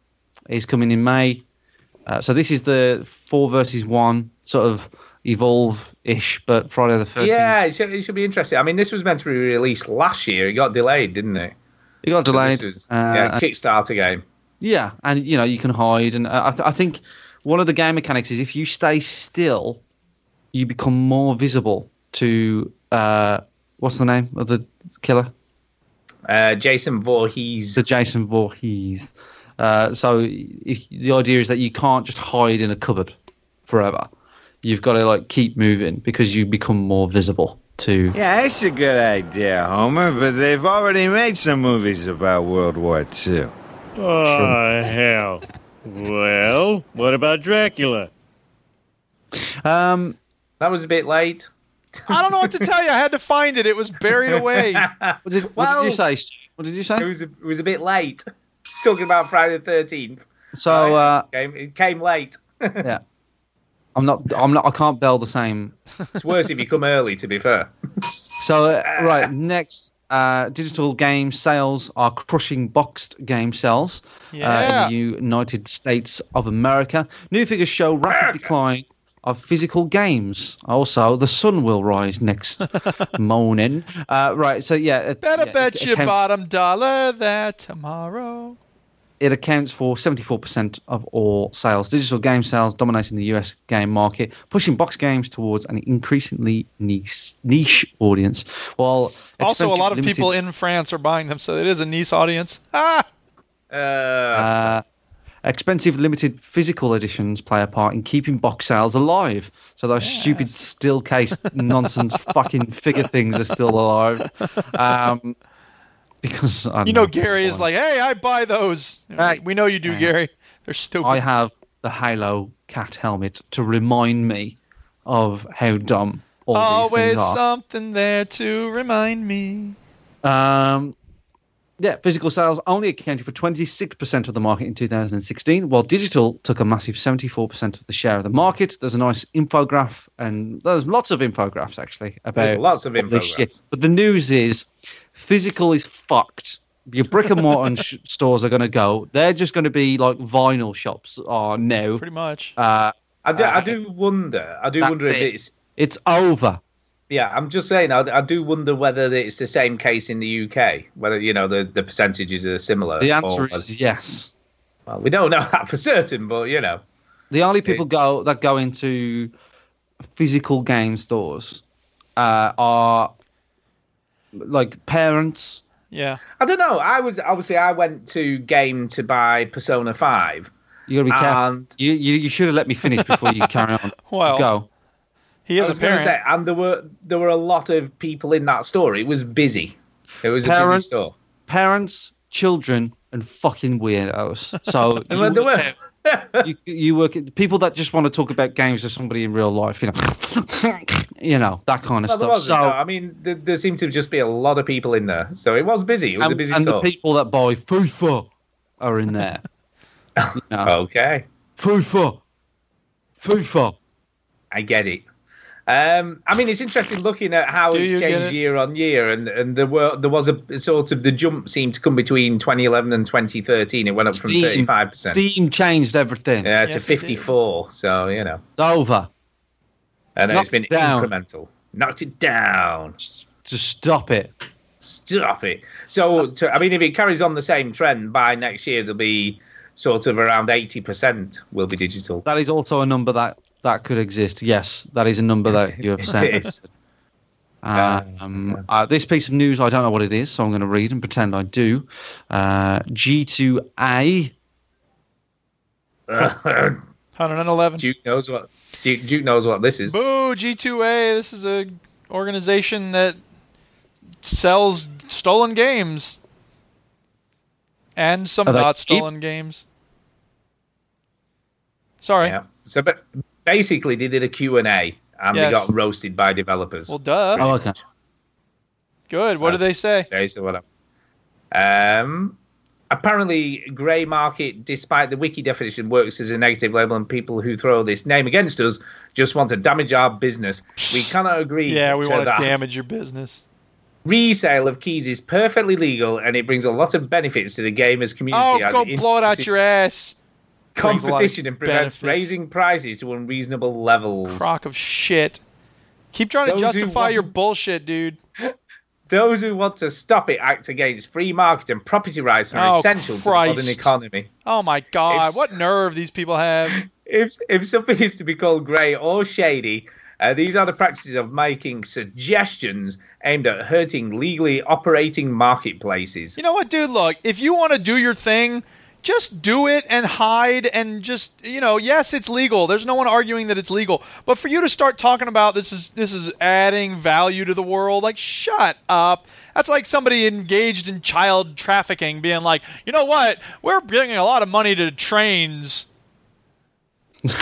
Speaker 3: is coming in May. Uh, so this is the four versus one sort of evolve ish, but Friday the 13th.
Speaker 1: Yeah, it should, it should be interesting. I mean, this was meant to be released last year. It got delayed, didn't it?
Speaker 3: it got
Speaker 1: 'Cause
Speaker 3: delayed.
Speaker 1: This was,
Speaker 3: uh,
Speaker 1: yeah,
Speaker 3: and-
Speaker 1: Kickstarter game.
Speaker 3: Yeah, and you know you can hide, and uh, I, I th- I think one of the game mechanics is if you stay still, you become more visible to uh, what's the name of the killer?
Speaker 1: Uh, Jason Voorhees.
Speaker 3: The Jason Voorhees. Uh, so if, the idea is that you can't just hide in a cupboard forever. You've got to like keep moving because you become more visible to.
Speaker 11: Yeah, that's a good idea, Homer, but they've already made some movies about World War II.
Speaker 12: Oh, hell. Well, what about Dracula?
Speaker 3: Um,
Speaker 1: That was a bit late.
Speaker 2: I don't know what to tell you. I had to find it. It was buried away.
Speaker 3: what did, what
Speaker 1: Well-
Speaker 3: did you say? Stu? What did you
Speaker 1: It
Speaker 3: say?
Speaker 1: was a, it was a bit late. Talking about Friday the 13th.
Speaker 3: So.
Speaker 1: Right?
Speaker 3: Uh,
Speaker 1: It came, it came late.
Speaker 3: yeah. I'm not. I'm not. I can't bell the same.
Speaker 1: It's worse if you come early, to be fair.
Speaker 3: So uh, right next, uh, digital game sales are crushing boxed game sales uh,
Speaker 2: Yeah.
Speaker 3: in the United States of America. New figures show rapid decline of physical games. Also, the sun will rise next morning. Uh, right. So yeah. it-
Speaker 2: Better
Speaker 3: yeah, it-
Speaker 2: bet
Speaker 3: it
Speaker 2: your
Speaker 3: account-
Speaker 2: bottom dollar that tomorrow.
Speaker 3: it accounts for 74% of all sales. Digital game sales dominating the US game market, pushing box games towards an increasingly niche, niche audience. While
Speaker 2: Also, a
Speaker 3: expensive
Speaker 2: lot of
Speaker 3: limited-
Speaker 2: people in France are buying them, so it is a nice audience. Ah,
Speaker 1: Uh,
Speaker 3: uh, expensive limited physical editions play a part in keeping box sales alive. So those stupid still case nonsense fucking figure things are still alive. Um, because I
Speaker 2: you
Speaker 3: don't
Speaker 2: know, Gary is like, hey, I buy those.
Speaker 3: Hey.
Speaker 2: We know you do,
Speaker 3: Yeah.
Speaker 2: Gary. They're stupid.
Speaker 3: I have the Halo cat helmet to remind me of how dumb all
Speaker 2: Always
Speaker 3: these things are.
Speaker 2: something there to remind me.
Speaker 3: Um, yeah, physical sales only accounted for 26% of the market in 2016, while digital took a massive 74% of the share of the market. There's a nice infograph, and there's lots of infographs actually about
Speaker 1: There's lots of
Speaker 3: all this
Speaker 1: infographs.
Speaker 3: shit. But the news is, physical is fucked. Your brick and mortar and sh- stores are going to go. They're just going to be like vinyl shops are now.
Speaker 2: Pretty much.
Speaker 3: Uh,
Speaker 1: I do,
Speaker 3: Uh,
Speaker 1: I do wonder. I do
Speaker 3: that
Speaker 1: wonder if
Speaker 3: bit.
Speaker 1: it's.
Speaker 3: it's over.
Speaker 1: Yeah, I'm just saying. I, I do wonder whether it's the same case in the UK. Whether you know the, the percentages are similar.
Speaker 3: The
Speaker 1: or
Speaker 3: answer
Speaker 1: whether-
Speaker 3: is yes.
Speaker 1: well, we don't know that for certain, but you know.
Speaker 3: The only people go that go into physical game stores uh, are like parents.
Speaker 2: Yeah.
Speaker 1: I don't know. I was obviously I went to game to buy Persona Five.
Speaker 3: You gotta be careful.
Speaker 1: And-
Speaker 3: you, you you should have let me finish before you carry on.
Speaker 2: Well,
Speaker 3: go.
Speaker 2: He
Speaker 1: I
Speaker 2: is a
Speaker 1: was going to
Speaker 2: parent.
Speaker 1: say, and there were there were a lot of people in that store. It was busy. It was a busy
Speaker 3: Parents.
Speaker 1: store.
Speaker 3: Parents, children, and fucking weirdos. So
Speaker 1: There were, there were.
Speaker 3: you, you work at people that just want to talk about games with somebody in real life. You know, you know that kind of
Speaker 1: Well, there
Speaker 3: stuff.
Speaker 1: wasn't,
Speaker 3: So
Speaker 1: no. I mean, there, there seemed to just be a lot of people in there, so it was busy. It was
Speaker 3: and,
Speaker 1: a busy
Speaker 3: and the
Speaker 1: store.
Speaker 3: people that buy FIFA are in there. You
Speaker 1: Oh,
Speaker 3: know.
Speaker 1: okay,
Speaker 3: FIFA. FIFA.
Speaker 1: I get it. Um, I mean, it's interesting looking at how
Speaker 2: Do you
Speaker 1: it's
Speaker 2: get
Speaker 1: changed
Speaker 2: it?
Speaker 1: year on year, and, and there were there was a sort of the jump seemed to come between 2011 and 2013. It went up from 35 percent
Speaker 3: Steam changed everything.
Speaker 1: uh, to 54. So you know,
Speaker 3: It's over.
Speaker 1: and it's
Speaker 3: Knocked
Speaker 1: been
Speaker 3: it down.
Speaker 1: incremental. Knocked it down.
Speaker 3: Just stop it.
Speaker 1: Stop it. So
Speaker 3: Uh,
Speaker 1: to, I mean, if it carries on the same trend by next year, there'll be sort of around 80 percent will be digital.
Speaker 3: That is also a number that that could exist. Yes, that is a number that you have
Speaker 1: Yes,
Speaker 3: sent.
Speaker 1: it is.
Speaker 3: Um, uh, this piece of news, I don't know what it is, so I'm going to read and pretend I do. Uh, G2A.
Speaker 1: Duke knows what Duke, Duke knows what this is.
Speaker 2: Boo, G2A. This is a organization that sells stolen games and some
Speaker 1: Are they
Speaker 2: not
Speaker 1: cheap?
Speaker 2: stolen games. Sorry.
Speaker 1: Yeah. So, but basically, they did a Q and A, and they
Speaker 2: Yes.
Speaker 1: got roasted by developers.
Speaker 2: Well, duh.
Speaker 3: Oh.
Speaker 1: Pretty much.
Speaker 2: Good.
Speaker 3: Uh,
Speaker 2: What do they say?
Speaker 1: Okay, so what? Um, apparently, grey market, despite the wiki definition, works as a negative label, and people who throw this name against us just want to damage our business. We cannot agree.
Speaker 2: Yeah, we
Speaker 1: to
Speaker 2: want to
Speaker 1: that.
Speaker 2: damage your business.
Speaker 1: Resale of keys is perfectly legal, and it brings a lot of benefits to the gamers community.
Speaker 2: Oh,
Speaker 1: as
Speaker 2: go blow it out your ass. Brings a lot of
Speaker 1: Competition and prevents
Speaker 2: benefits.
Speaker 1: raising prices to unreasonable levels.
Speaker 2: Crock of shit. Keep trying to
Speaker 1: Those who
Speaker 2: justify
Speaker 1: want-
Speaker 2: your bullshit, dude.
Speaker 1: Those who want to stop it act against free market and property rights and are
Speaker 2: Oh,
Speaker 1: essential to the modern
Speaker 2: Christ.
Speaker 1: economy.
Speaker 2: Oh my god,
Speaker 1: It's-
Speaker 2: what nerve these people have.
Speaker 1: if if something is to be called grey or shady, uh, these are the practices of making suggestions aimed at hurting legally operating marketplaces.
Speaker 2: You know what, dude? Look, if you want to do your thing, just do it and hide and just you know, yes, it's legal. There's no one arguing that it's legal. But for you to start talking about this is this is adding value to the world, like shut up. That's like somebody engaged in child trafficking being like, you know what? We're bringing a lot of money to trains.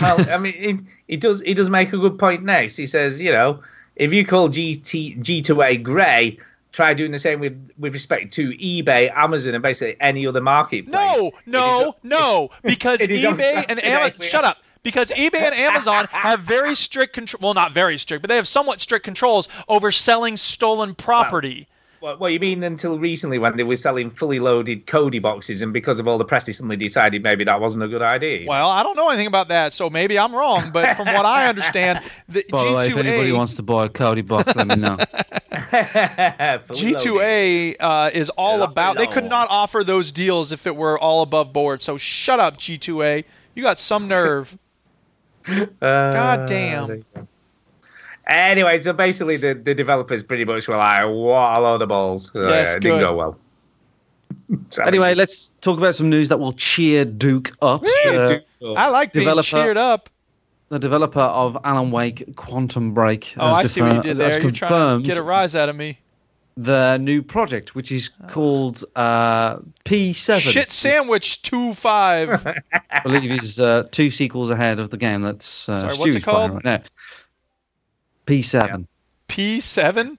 Speaker 1: well, I mean, it, it does it does make a good point next. He says, you know, if you call GT G2A grey, try doing the same with with respect to eBay, Amazon, and basically any other marketplace.
Speaker 2: No, no, no, because
Speaker 1: it is on
Speaker 2: eBay and
Speaker 1: Saturday,
Speaker 2: Amazon.
Speaker 1: we
Speaker 2: Shut up. Because eBay and Amazon have very strict control. Well, not very strict, but they have somewhat strict controls over selling stolen property.
Speaker 1: Well, well, you mean until recently when they were selling fully loaded Cody boxes, and because of all the press, they suddenly decided maybe that wasn't a good idea.
Speaker 2: Well, I don't know anything about that, so maybe I'm wrong. But from what I understand, the
Speaker 3: By the way, if anybody
Speaker 2: G2A
Speaker 3: wants to buy a Cody box, let me know.
Speaker 1: Fully loaded.
Speaker 2: G2A uh, is all about. They could not offer those deals if it were all above board. So shut up, G2A. You got some nerve.
Speaker 1: Uh,
Speaker 2: God damn.
Speaker 1: Anyway, so basically the, the developers pretty much were like, what a load of balls. So,
Speaker 3: Yes,
Speaker 1: yeah, it didn't
Speaker 3: good.
Speaker 1: go well. Sorry.
Speaker 3: anyway, let's talk about some news that will cheer Duke up.
Speaker 1: Cheer
Speaker 3: Uh,
Speaker 1: Duke up. I
Speaker 2: like being
Speaker 3: developer-
Speaker 2: cheered up.
Speaker 3: The developer of Alan Wake Quantum Break.
Speaker 2: Oh,
Speaker 3: has
Speaker 2: I see what you
Speaker 3: defer-
Speaker 2: did
Speaker 3: has
Speaker 2: there. You're trying
Speaker 3: confirmed
Speaker 2: to get a rise out of me.
Speaker 3: their new project, which is called uh, P7.
Speaker 2: Ah. Shit sandwich two five.
Speaker 3: I believe is uh, two sequels ahead of the game that's uh,
Speaker 2: Sorry, what's
Speaker 3: Stu's
Speaker 2: it called?
Speaker 3: playing right now. P7.
Speaker 2: P seven.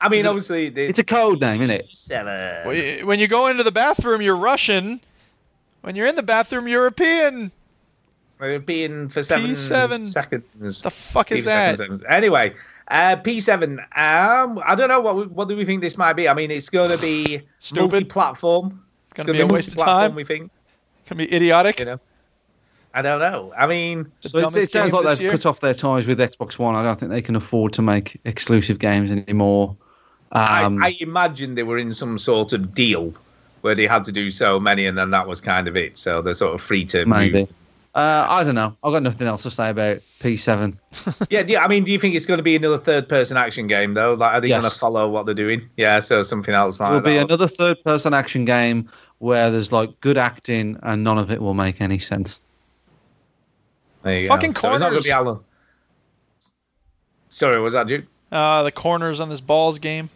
Speaker 1: I mean,
Speaker 2: Is it-
Speaker 1: obviously, the
Speaker 3: It's a code name, isn't it?
Speaker 1: seller.
Speaker 2: Wh- When you go into the bathroom, you're Russian. When you're in the bathroom, European.
Speaker 1: We're being for 7
Speaker 2: P7.
Speaker 1: seconds.
Speaker 2: The fuck is
Speaker 1: Keep
Speaker 2: that?
Speaker 1: seconds, seconds. Anyway, uh, P7. Um, I don't know what we- what do we think this might be. I mean, it's going to be
Speaker 2: Stupid.
Speaker 1: multi-platform. It's
Speaker 2: Gonna
Speaker 1: gonna
Speaker 2: be a waste of
Speaker 1: multi-platform,
Speaker 2: time.
Speaker 1: We think.
Speaker 2: Can be idiotic.
Speaker 1: You know. I don't know. I mean,
Speaker 2: The
Speaker 3: So it, it
Speaker 2: dumbest
Speaker 3: sounds
Speaker 2: game
Speaker 3: like
Speaker 2: this
Speaker 3: they've
Speaker 2: year.
Speaker 3: cut off their ties with Xbox One. I don't think they can afford to make exclusive games anymore. Um,
Speaker 1: I, I imagine they were in some sort of deal where they had to do so many, and then that was kind of it. So they're sort of free to
Speaker 3: maybe.
Speaker 1: move.
Speaker 3: Uh, I don't know. I've got nothing else to say about P7.
Speaker 1: yeah, do you- I mean, do you think it's going to be another third-person action game though? Like, are they going
Speaker 3: Yes.
Speaker 1: to follow what they're doing? Yeah, so something else like
Speaker 3: It'll be
Speaker 1: that.
Speaker 3: another third-person action game where there's like good acting and none of it will make any sense.
Speaker 1: There you
Speaker 2: Fucking
Speaker 1: go. So it's not going
Speaker 2: corners.
Speaker 1: to be Alan. Sorry, was that Duke?
Speaker 2: Uh, the corners on this balls game.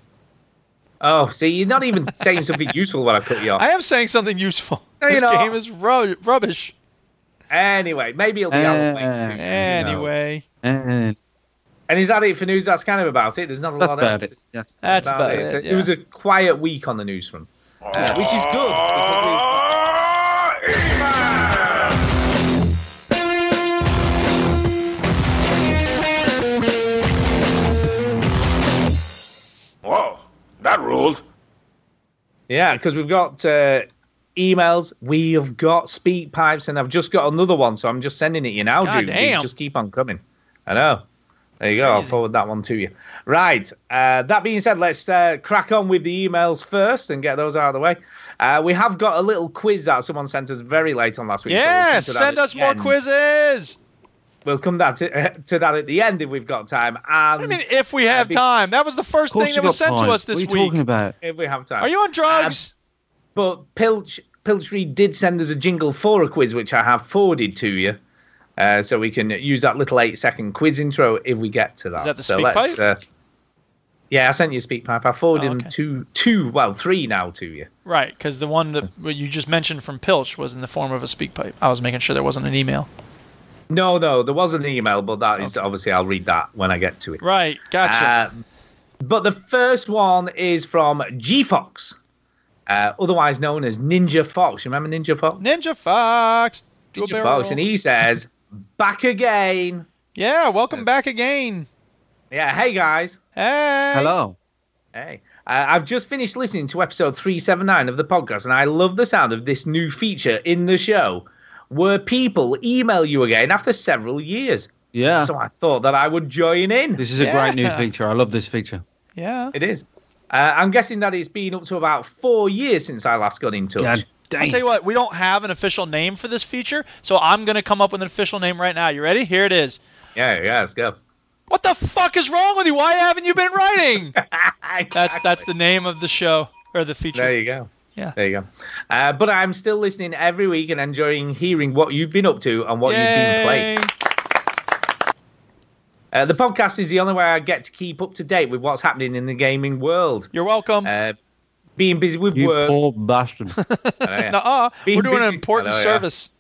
Speaker 1: Oh, see, you're not even saying something useful when I cut you off.
Speaker 2: I am saying something useful.
Speaker 1: No, you're
Speaker 2: this
Speaker 1: not.
Speaker 2: game is ru- rubbish.
Speaker 1: Anyway, maybe it'll be Alan
Speaker 3: Uh,
Speaker 1: Wake too.
Speaker 2: Anyway,
Speaker 3: And
Speaker 1: And is that it for news? That's kind of about it. There's not a
Speaker 3: that's
Speaker 1: lot
Speaker 3: about
Speaker 1: else.
Speaker 3: it. That's
Speaker 2: that's about
Speaker 1: It's a-
Speaker 2: it.
Speaker 1: It was
Speaker 2: yeah.
Speaker 1: a quiet week on the news front, uh, which is good. because Yeah, because we've got uh, emails, we have got speak pipes, and I've just got another one, so I'm just sending it you now,
Speaker 2: God
Speaker 1: Jude.
Speaker 2: damn.
Speaker 1: They Just keep on coming. I know. There you go. I'll forward that one to you. Right. Uh, that being said, let's uh, crack on with the emails first and get those out of the way. Uh, we have got a little quiz that someone sent us very late on last week. so we'll
Speaker 2: Yeah,
Speaker 1: come to that
Speaker 2: send
Speaker 1: at
Speaker 2: us
Speaker 1: the
Speaker 2: more
Speaker 1: end.
Speaker 2: quizzes.
Speaker 1: We'll come that to, to that at the end if we've got time. And
Speaker 2: I mean, if we have time. That was the first thing that was sent to us this
Speaker 1: week.
Speaker 2: week.
Speaker 3: about?
Speaker 1: If we have time.
Speaker 2: Are you on drugs?
Speaker 1: But Pilch Pilchry did send us a jingle for a quiz, which I have forwarded to you, uh, so we can use that little eight-second quiz intro if we get to that.
Speaker 2: Is that the
Speaker 1: so
Speaker 2: speak
Speaker 1: let's,
Speaker 2: pipe?
Speaker 1: Uh, yeah, I sent you a speak pipe. I forwarded
Speaker 2: Oh,
Speaker 1: them two, two, well, three now to you.
Speaker 2: Right, because the one that what you just mentioned from Pilch was in the form of a speak pipe. I was making sure there wasn't an email.
Speaker 1: No, no, there was an email, but that is obviously I'll read that when I get to it.
Speaker 2: Right, gotcha.
Speaker 1: Um, but the first one is from G Fox, uh, otherwise known as Ninja Fox. You remember Ninja Fox?
Speaker 2: Ninja Fox. Do a
Speaker 1: Ninja
Speaker 2: barrel
Speaker 1: Fox, e-
Speaker 2: roll.
Speaker 1: and he says, "Back again."
Speaker 2: Yeah, welcome back again.
Speaker 1: Yeah, hey guys.
Speaker 2: Hey.
Speaker 3: Hello.
Speaker 1: Hey. Uh, I've just finished listening to episode 379 of the podcast, and I love the sound of this new feature in the show where people email you again after several years.
Speaker 3: Yeah.
Speaker 1: So I thought that I would join in.
Speaker 3: This is a great new feature. I love this feature.
Speaker 2: Yeah.
Speaker 1: It is. Uh, I'm guessing that it's been up to about four years since I last got in touch.
Speaker 2: I'll tell you what, we don't have an official name for this feature, so I'm going to come up with an official name right now. You ready? Here it is.
Speaker 1: Yeah, yeah, let's go.
Speaker 2: What the fuck is wrong with you? Why haven't you been writing? That's that's the name of the show or the feature.
Speaker 1: There you go.
Speaker 2: Yeah.
Speaker 1: There you go. Uh, but I'm still listening every week and enjoying hearing what you've been up to and what you've been playing.
Speaker 2: Yay.
Speaker 1: Uh, the podcast is the only way I get to keep up to date with what's happening in the gaming world.
Speaker 2: You're welcome.
Speaker 1: Uh, being busy with
Speaker 3: You
Speaker 1: work.
Speaker 3: poor bastard.
Speaker 1: I know, yeah.
Speaker 2: Nuh-uh.
Speaker 1: Being
Speaker 2: We're doing an
Speaker 1: busy-
Speaker 2: important
Speaker 1: I know, yeah.
Speaker 2: service.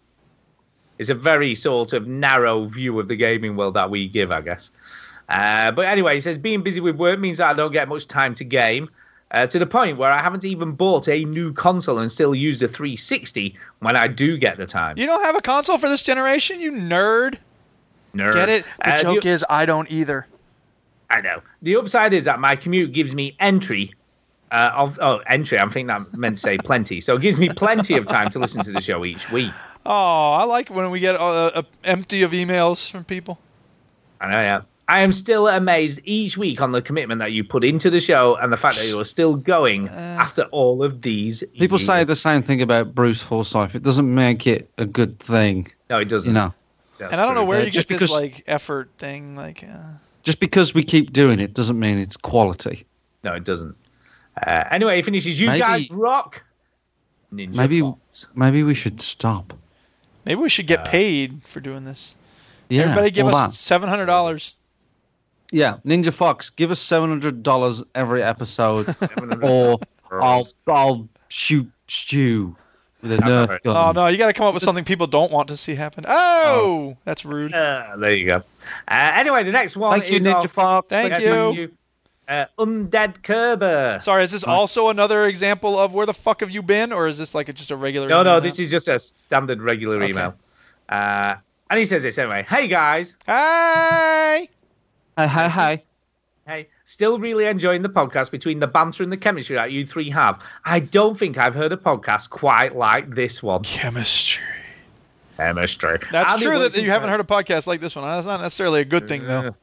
Speaker 1: It's a very sort of narrow view of the gaming world that we give, I guess. Uh, but anyway, he says being busy with work means I don't get much time to game. Uh, to the point where I haven't even bought a new console and still use the 360 when I do get the time.
Speaker 2: You don't have a console for this generation, you nerd.
Speaker 1: Nerd.
Speaker 2: Get it? The
Speaker 1: Uh,
Speaker 2: joke
Speaker 1: the-
Speaker 2: is I don't either.
Speaker 1: I know. The upside is that my commute gives me entry. Uh, of, oh, entry. I think that meant to say plenty. So it gives me plenty of time to listen to the show each week.
Speaker 2: Oh, I like when we get uh, uh, empty of emails from people.
Speaker 1: I know, yeah. I am still amazed each week on the commitment that you put into the show and the fact that you are still going
Speaker 2: Uh,
Speaker 1: after all of these.
Speaker 3: People
Speaker 1: years.
Speaker 3: say the same thing about Bruce Forsyth. It doesn't make it a good thing.
Speaker 1: No, it doesn't.
Speaker 3: You know,
Speaker 1: That's
Speaker 2: and I don't know
Speaker 1: true.
Speaker 2: where
Speaker 3: Yeah,
Speaker 2: you get
Speaker 3: just
Speaker 2: this
Speaker 3: because-
Speaker 2: like effort thing. Like, uh,
Speaker 3: just because we keep doing it doesn't mean it's quality.
Speaker 1: No, it doesn't. Uh, anyway, he finishes. You
Speaker 3: Maybe-
Speaker 1: guys rock. Ninja
Speaker 3: maybe
Speaker 1: Fox.
Speaker 3: maybe we should stop.
Speaker 2: maybe we should get paid for doing this.
Speaker 3: Yeah,
Speaker 2: Everybody give
Speaker 3: all
Speaker 2: us
Speaker 3: that.
Speaker 2: seven hundred dollars.
Speaker 3: Yeah, Ninja Fox, give us seven hundred dollars every episode, or I'll I'll shoot Stew with a
Speaker 1: That's
Speaker 3: Nerf
Speaker 1: alright.
Speaker 3: gun.
Speaker 2: Oh no, you got to come up with something people don't want to see happen. Oh, that's rude.
Speaker 1: Uh, there you go. Uh, anyway, the next one
Speaker 3: Thank you,
Speaker 1: is
Speaker 3: Ninja
Speaker 1: of-
Speaker 3: Fox.
Speaker 2: Thank
Speaker 1: Thank
Speaker 2: you.
Speaker 1: Uh, Undead Kerber.
Speaker 2: Sorry, is this also another example of where the fuck have you been, or is this like just a regular?
Speaker 1: No,
Speaker 2: email
Speaker 1: no,
Speaker 2: now?
Speaker 1: this is just a standard regular email. Uh, and he says this anyway. Hey guys,
Speaker 2: Hi.
Speaker 3: Hi hi hi.
Speaker 1: hey, still really enjoying the podcast between the banter and the chemistry that you three have. I don't think I've heard a podcast quite like this one.
Speaker 2: Chemistry.
Speaker 1: Chemistry.
Speaker 2: That's
Speaker 1: And it
Speaker 2: true
Speaker 1: works
Speaker 2: that you
Speaker 1: in
Speaker 2: haven't
Speaker 1: per-
Speaker 2: heard a podcast like this one. That's not necessarily a good thing though.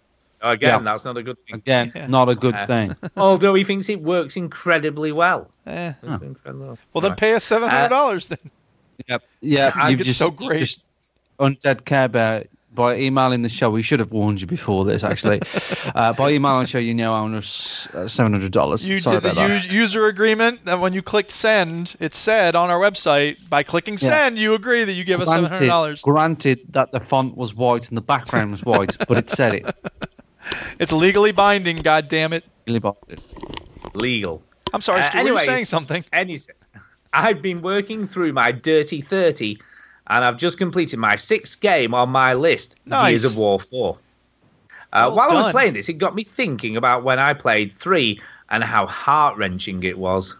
Speaker 1: Again,
Speaker 3: Yeah.
Speaker 1: that's not a good thing.
Speaker 3: Again, not a good
Speaker 1: Uh,
Speaker 3: thing.
Speaker 1: Although he thinks it works incredibly well.
Speaker 2: Eh.
Speaker 1: It's incredible.
Speaker 2: Well, then pay us seven hundred dollars then.
Speaker 3: Yep. Yeah,
Speaker 2: I
Speaker 3: you've
Speaker 2: get
Speaker 3: just
Speaker 2: so great.
Speaker 3: Just undead care bear by emailing the show. We should have warned you before this, actually. uh, by emailing the show, you now own us uh, seven hundred dollars.
Speaker 2: You
Speaker 3: Sorry
Speaker 2: did
Speaker 3: about
Speaker 2: the
Speaker 3: that.
Speaker 2: u- user agreement that when you clicked send, it said on our website by clicking
Speaker 3: Yeah.
Speaker 2: send, you agree that you give us seven hundred
Speaker 3: Granted,
Speaker 2: dollars.
Speaker 3: granted that the font was white and the background was white, but it said it.
Speaker 2: It's legally binding. God damn it!
Speaker 3: Really bothered it.
Speaker 1: Legal.
Speaker 2: I'm sorry,
Speaker 1: Uh,
Speaker 2: Stu. were you
Speaker 1: anyways,
Speaker 2: saying something?
Speaker 1: Any, I've been working through my Dirty 30 and I've just completed my sixth game on my list
Speaker 2: Nice.
Speaker 1: Gears of War 4. Uh,
Speaker 2: Well
Speaker 1: while I was
Speaker 2: done.
Speaker 1: playing this, it got me thinking about when I played 3 and how heart wrenching it was.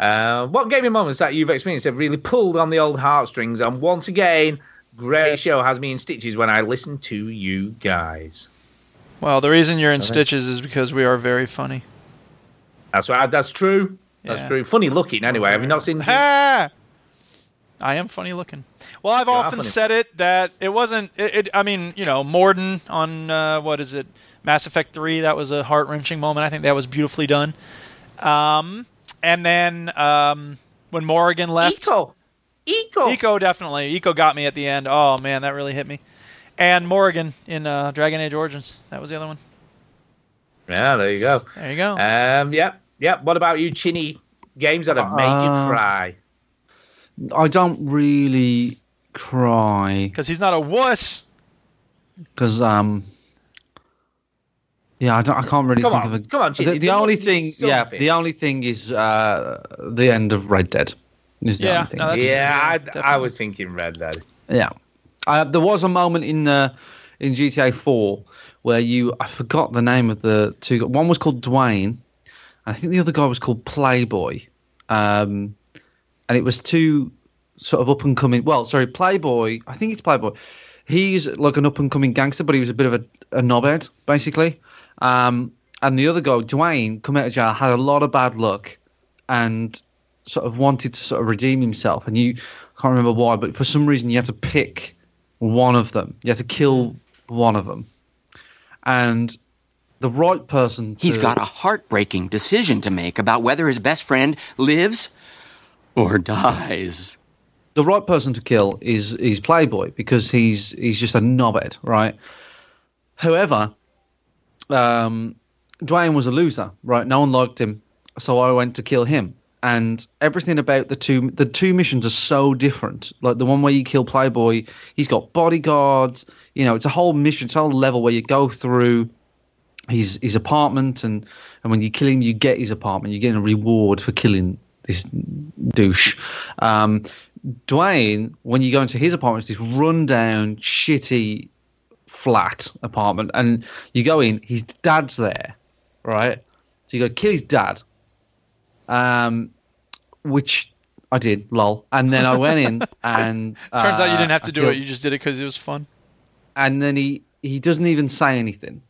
Speaker 1: Uh, what gaming moments that you've experienced have really pulled on the old heartstrings? And once again, great show has me in stitches when I listen to you guys.
Speaker 2: Well, the reason you're in
Speaker 1: Sorry.
Speaker 2: stitches is because we are very funny.
Speaker 1: That's right. That's true. That's
Speaker 2: Yeah.
Speaker 1: true. Funny looking, anyway. Have you not seen?
Speaker 2: Ha! I am funny looking. Well, I've
Speaker 1: You are
Speaker 2: often
Speaker 1: funny.
Speaker 2: said it that it wasn't. It, it, I mean, you know, Morden on uh, what is it, Mass Effect Three? That was a heart wrenching moment. I think that was beautifully done. Um, and then um, when Morrigan left,
Speaker 1: Eco, Eco,
Speaker 2: Eco definitely. Eco got me at the end. Oh man, that really hit me. And Morrigan in uh, Dragon Age Origins. That was the other one.
Speaker 1: Yeah, there you go.
Speaker 2: There you go.
Speaker 1: Um, yep, yep. What about you, Chinny? Games that have made
Speaker 3: Uh,
Speaker 1: you cry.
Speaker 3: I don't really cry
Speaker 2: Because he's not a wuss.
Speaker 3: because um. Yeah, I, don't, I can't really
Speaker 1: Come
Speaker 3: think
Speaker 1: on,
Speaker 3: of a.
Speaker 1: come on, Chidi,
Speaker 3: The, the
Speaker 1: there
Speaker 3: only
Speaker 1: must be
Speaker 3: thing, yeah,
Speaker 1: something.
Speaker 3: the only thing is uh, the end of Red Dead. Is the only thing.
Speaker 1: yeah, I, I was thinking Red Dead.
Speaker 3: Yeah. Uh, there was a moment in uh, in GTA 4 where you I forgot the name of the two. One was called Dwayne, and I think the other guy was called Playboy. Um, and it was two sort of up and coming. Well, sorry, Playboy. I think it's Playboy. He's like an up and coming gangster, but he was a bit of a, a knobhead basically. Um, and the other guy, Dwayne, come out of jail, had a lot of bad luck, and sort of wanted to sort of redeem himself, and you can't remember why, but for some reason you had to pick one of them. You had to kill one of them, and the right person.
Speaker 13: He's
Speaker 3: to-
Speaker 13: got a heartbreaking decision to make about whether his best friend lives or dies.
Speaker 3: the right person to kill is is Playboy because he's he's just a knobhead, right? However, um, Dwayne was a loser, right? No one liked him, so I went to kill him. And everything about the two the two missions are so different. Like the one where you kill Playboy, he's got bodyguards. You know, it's a whole mission, it's a whole level where you go through his his apartment, and and when you kill him, you get his apartment. You get a reward for killing this douche. Um, Dwayne, when you go into his apartment, it's this rundown, shitty, flat apartment, and you go in, his dad's there, right? So you go kill his dad, um, which I did, lol. And then I went in, and
Speaker 2: Turns out you
Speaker 3: uh,
Speaker 2: didn't have to
Speaker 3: I
Speaker 2: do
Speaker 3: killed-
Speaker 2: it. You just did it because it was fun.
Speaker 3: and then he he doesn't even say anything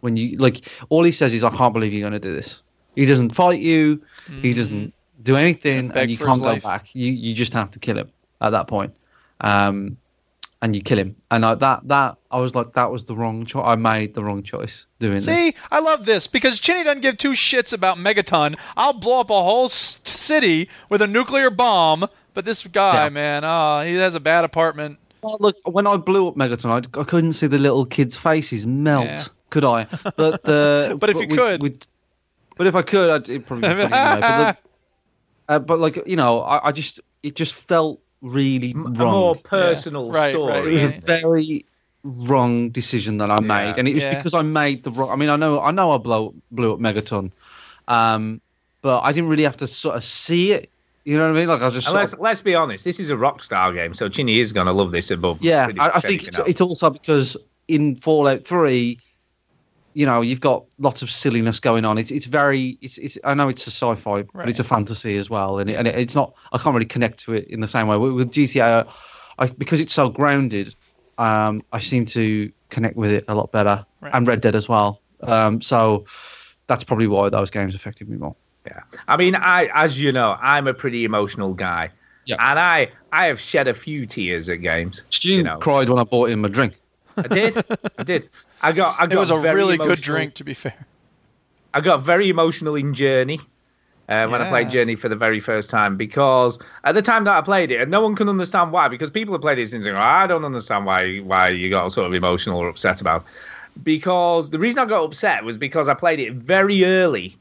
Speaker 3: when you like all he says is i can't believe you're going to do this he doesn't fight you he doesn't do anything and,
Speaker 2: beg
Speaker 3: you
Speaker 2: for his
Speaker 3: can't go
Speaker 2: life.
Speaker 3: back you you just have to kill him at that point um and you kill him and I, that that i was like that was the wrong choice i made the wrong choice doing this.
Speaker 2: See, I love this because Chinny doesn't give two shits about Megaton. I'll blow up a whole s- city with a nuclear bomb, but this guy, man, oh, he has a bad apartment.
Speaker 3: Well, Oh, look, when I blew up Megaton, I, I couldn't see the little kids' faces melt,
Speaker 2: Yeah.
Speaker 3: could I? But the
Speaker 2: But if you could.
Speaker 3: we'd- but if I could, I'd it'd probably. be funny anyway. But, the- uh, but like you know, I, I just it just felt really wrong.
Speaker 1: A more personal
Speaker 2: Right,
Speaker 1: story.
Speaker 2: right,
Speaker 3: It was a very wrong decision that I made, and it was
Speaker 1: Yeah.
Speaker 3: because I made the wrong. I mean, I know, I know, I blow, blew up Megaton, um, but I didn't really have to sort of see it. You know what I mean? Like I was just
Speaker 1: And
Speaker 3: sort of
Speaker 1: let's, let's be honest, this is a Rockstar game, so Chinny is going to love this above.
Speaker 3: Yeah,
Speaker 1: pretty
Speaker 3: I, I
Speaker 1: much
Speaker 3: think
Speaker 1: anything
Speaker 3: it's,
Speaker 1: else.
Speaker 3: it's also because in Fallout Three, you know, you've got lots of silliness going on. It's it's very it's, it's I know it's a sci-fi, but it's a fantasy as well, and it, and it, it's not I can't really connect to it in the same way with, with GTA. I, because it's so grounded, um, I seem to connect with it a lot better, and Red Dead as well. Um, so that's probably why those games affected me more.
Speaker 1: I mean, I as you know, I'm a pretty emotional guy, and I I have shed a few tears at games.
Speaker 3: Stu cried when I bought him a drink.
Speaker 1: I did, I did. I got I got
Speaker 2: It was a
Speaker 1: very
Speaker 2: really good
Speaker 1: emotional-
Speaker 2: drink, to be fair.
Speaker 1: I got very emotional in Journey uh, when I played
Speaker 2: Yes.
Speaker 1: Journey for the very first time because at the time that I played it, and no one can understand why because people have played it since and go, I don't understand why why you got sort of emotional or upset about. it." Because the reason I got upset was because I played it very early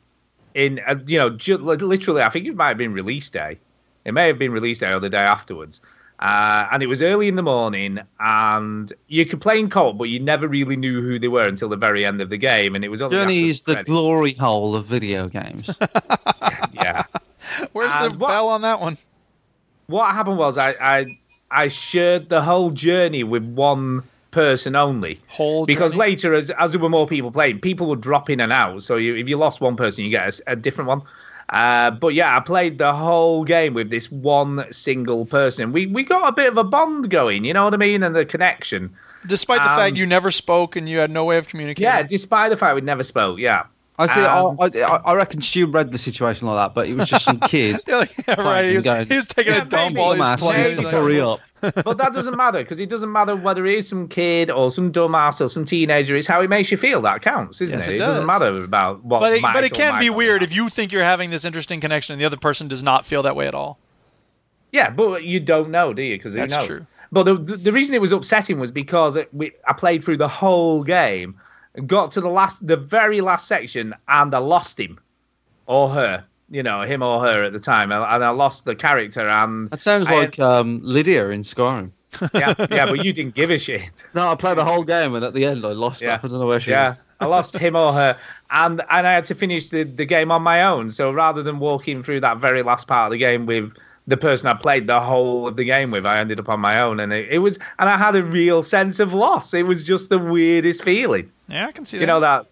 Speaker 1: in uh, you know ju- li- literally I think it might have been release day. It may have been release day or the day afterwards. Uh, and it was early in the morning, and you could play in co-op, but you never really knew who they were until the very end of the game. And it was only
Speaker 3: Journey
Speaker 1: after
Speaker 3: is the
Speaker 1: credits.
Speaker 3: glory hole of video games.
Speaker 1: yeah.
Speaker 2: Where's the
Speaker 1: And what-
Speaker 2: bell on that one?
Speaker 1: What happened was I, I I shared the whole journey with one person only.
Speaker 2: Whole
Speaker 1: because
Speaker 2: journey?
Speaker 1: later, as as there were more people playing, people would drop in and out. So you, if you lost one person, you get a s- a, different one. Uh, but yeah, I played the whole game with this one single person. We we got a bit of a bond going, you know what I mean, and the connection.
Speaker 2: Despite the
Speaker 1: Um,
Speaker 2: fact you never spoke and you had no way of communicating.
Speaker 1: Yeah, Um, despite the fact we never spoke, yeah.
Speaker 3: I see. I, I, I reckon Stu read the situation like that, but it was just some kid.
Speaker 2: yeah, right. He was,
Speaker 3: going,
Speaker 2: he was taking a dump while he was
Speaker 3: "Dumbass,
Speaker 2: playing.
Speaker 3: please hurry up.
Speaker 1: but that doesn't matter because it doesn't matter whether it is some kid or some dumbass or some teenager. It's how it makes you feel that counts, isn't
Speaker 2: Yes,
Speaker 1: it?
Speaker 2: it
Speaker 1: doesn't
Speaker 2: does.
Speaker 1: matter about what.
Speaker 2: But it,
Speaker 1: Mike
Speaker 2: but it
Speaker 1: or
Speaker 2: can be
Speaker 1: Michael-
Speaker 2: weird if you think you're having this interesting connection and the other person does not feel that way at all.
Speaker 1: Yeah, but you don't know, do you? Because who
Speaker 2: That's
Speaker 1: knows?
Speaker 2: true.
Speaker 1: But the, the reason it was upsetting was because it, we, I played through the whole game, got to the last, the very last section, and I lost him or her. You know, him or her at the time, and I lost the character. And
Speaker 3: That sounds
Speaker 1: I-
Speaker 3: like um, Lydia in Skyrim.
Speaker 1: yeah,
Speaker 2: uh,
Speaker 1: yeah, but you didn't give a shit.
Speaker 3: No, I played the whole game, and at the end, I lost. Yeah. I don't know where she.
Speaker 1: Yeah, I lost him or her, and and I had to finish the, the game on my own. So rather than walking through that very last part of the game with the person I played the whole of the game with, I ended up on my own, and it, it was and I had a real sense of loss. It was just the weirdest feeling.
Speaker 2: Yeah, I can see
Speaker 1: You
Speaker 2: that.
Speaker 1: know that?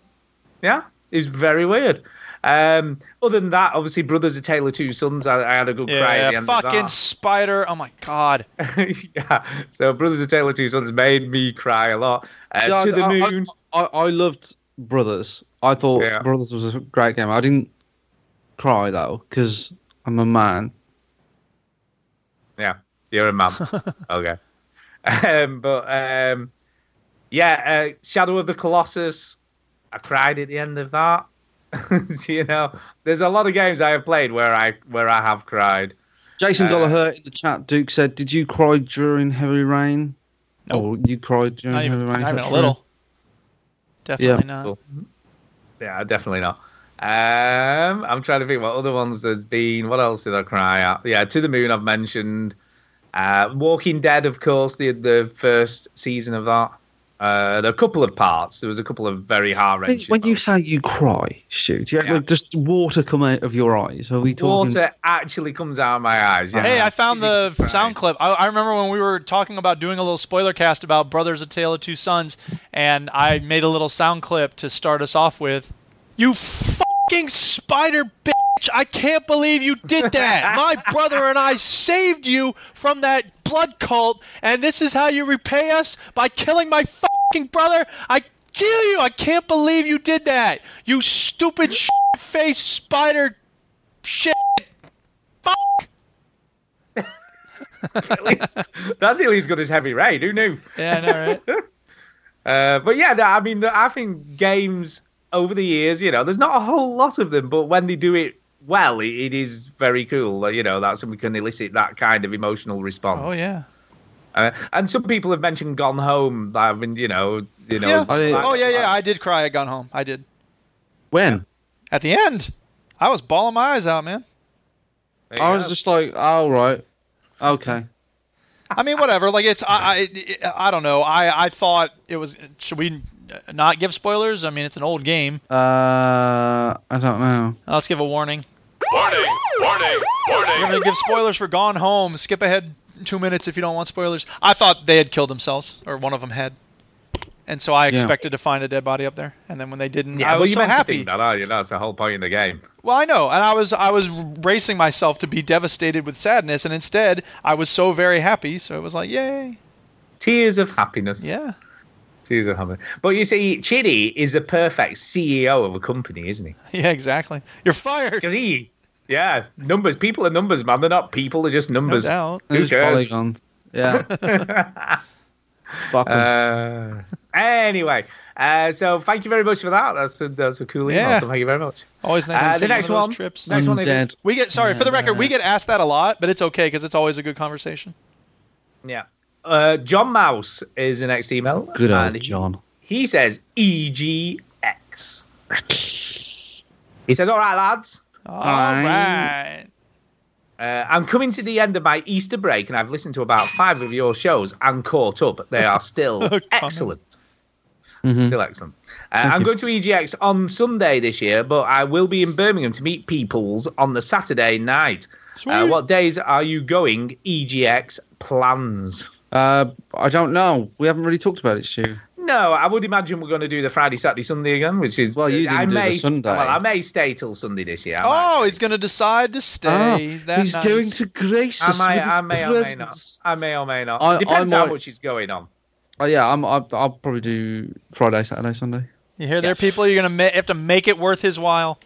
Speaker 1: Yeah, it was very weird. Um, other than that, obviously, Brothers: A Tale of Two Sons. I, I had a good cry.
Speaker 2: yeah,
Speaker 1: At the end of
Speaker 2: fucking
Speaker 1: that.
Speaker 2: spider. Oh my god.
Speaker 1: yeah. So Brothers: A Tale of Two Sons made me cry a lot. Uh,
Speaker 3: Yeah,
Speaker 1: to the
Speaker 2: oh,
Speaker 3: I- I-
Speaker 1: moon.
Speaker 3: I, I loved Brothers. I thought Brothers was a great game. I didn't cry though because I'm a man.
Speaker 1: Yeah, you're a man. okay. Um, but um, yeah, uh, Shadow of the Colossus. I cried at the end of that. you know, there's a lot of games I have played where I where I have cried.
Speaker 3: Jason
Speaker 1: Uh,
Speaker 3: Gollaher in the chat, Duke said, "Did you cry during Heavy Rain? Or you cried during
Speaker 2: Not even-
Speaker 3: Heavy Rain? Is
Speaker 2: not even
Speaker 3: that
Speaker 2: a
Speaker 3: true?
Speaker 2: little. Definitely
Speaker 3: Yeah.
Speaker 2: not.
Speaker 1: Cool. Yeah, definitely not. Um, I'm trying to think what other ones there's been. What else did I cry at? Yeah, To the Moon I've mentioned. Uh, Walking Dead, of course, the the first season of that. Uh, a couple of parts. There was a couple of very heart
Speaker 3: When,
Speaker 1: wrenching.
Speaker 3: when you say you cry, shoot, do you actually just water come out of your eyes. Are we talking?
Speaker 1: Water actually comes out of my eyes. Yeah.
Speaker 2: Hey, I found the sound clip. I, I remember when we were talking about doing a little spoiler cast about Brothers: A Tale of Two Sons, and I made a little sound clip to start us off with. You fucking spider bitch! I can't believe you did that. My brother and I saved you from that blood cult, and this is how you repay us by killing my fucking brother. I kill you! I can't believe you did that. You stupid shit face spider shit.
Speaker 1: That's nearly as good as Heavy Rain. Who knew?
Speaker 2: Yeah, I know, right?
Speaker 1: Uh, but yeah, no, I mean, the- I think games over the years, you know, there's not a whole lot of them, but when they do it well, it, it is very cool. Like, You know, that's when we can elicit that kind of emotional response.
Speaker 2: Oh yeah.
Speaker 1: Uh, and some people have mentioned Gone Home. I mean, you know, you know.
Speaker 2: yeah.
Speaker 1: like-
Speaker 2: oh yeah, yeah. I did cry at Gone Home. I did.
Speaker 3: When?
Speaker 2: At the end, I was bawling my eyes out, man.
Speaker 3: I was just like, all right, okay.
Speaker 2: I mean, whatever. Like it's I I, I don't know. I I thought it was. Should we not give spoilers? I mean, it's an old game.
Speaker 3: Uh, I don't know.
Speaker 2: Uh, Let's give a warning.
Speaker 14: Warning! Warning! Warning!
Speaker 2: We're gonna give spoilers for Gone Home. Skip ahead two minutes if you don't want spoilers. I thought they had killed themselves, or one of them had. And so I
Speaker 1: Yeah.
Speaker 2: expected to find a dead body up there, and then when they didn't,
Speaker 1: yeah,
Speaker 2: I
Speaker 1: well,
Speaker 2: was
Speaker 1: you
Speaker 2: so
Speaker 1: meant to
Speaker 2: happy.
Speaker 1: think That, are you? That's the whole point of the game.
Speaker 2: Well, I know, and I was I was bracing myself to be devastated with sadness, and instead I was so very happy. So it was like, yay!
Speaker 1: Tears of happiness.
Speaker 2: Yeah.
Speaker 1: Tears of happiness. But you see, Chitty is the perfect CEO of a company, isn't he?
Speaker 2: Yeah, exactly. You're fired.
Speaker 1: Because he, yeah, numbers. People are numbers, man. They're not people. They're just numbers.
Speaker 2: doubt.
Speaker 1: Who
Speaker 3: Who's
Speaker 1: cares?
Speaker 3: Polygon? Yeah. Fuck 'em.
Speaker 1: Uh, anyway, uh, so thank you very much for that. That's a, that's a cool email.
Speaker 2: Yeah.
Speaker 1: So thank you very much.
Speaker 2: Always nice.
Speaker 1: Uh, the
Speaker 2: to take one
Speaker 1: next
Speaker 2: of those
Speaker 1: one.
Speaker 2: Trips.
Speaker 1: Next one. I think.
Speaker 2: We get sorry for the record. We get asked that a lot, but it's okay because it's always a good conversation.
Speaker 1: Yeah. Uh, John Mouse is the next email.
Speaker 3: Good
Speaker 1: and
Speaker 3: old
Speaker 1: he-
Speaker 3: John.
Speaker 1: He says E EGX. He says, "All right, lads.
Speaker 2: All right.
Speaker 1: Uh, I'm coming to the end of my Easter break, and I've listened to about five of your shows and caught up. They are still excellent.
Speaker 3: Hmm. Mm-hmm.
Speaker 1: Still excellent. Uh, I'm going to EGX on Sunday this year, but I will be in Birmingham to meet peoples on the Saturday night. Uh, what days are you going? EGX plans.
Speaker 3: Uh, I don't know. We haven't really talked about it, Stu.
Speaker 1: No, I would imagine we're going to do the Friday, Saturday, Sunday again, which is well,
Speaker 3: you didn't
Speaker 1: I
Speaker 3: do the
Speaker 1: may,
Speaker 3: Sunday.
Speaker 1: Well, I may stay till Sunday this year. I might.
Speaker 2: Oh, he's gonna decide to stay.
Speaker 1: Ah,
Speaker 2: he's that
Speaker 1: he's
Speaker 2: nice.
Speaker 1: going to
Speaker 3: grace
Speaker 1: I may, I may or may not. I may or may not.
Speaker 3: I- I
Speaker 1: Depends how
Speaker 3: might-
Speaker 1: much is going on.
Speaker 3: Oh yeah, I'm. I, I'll probably do Friday, Saturday, Sunday.
Speaker 2: You hear there, people? You're gonna ma- have to make it worth his while.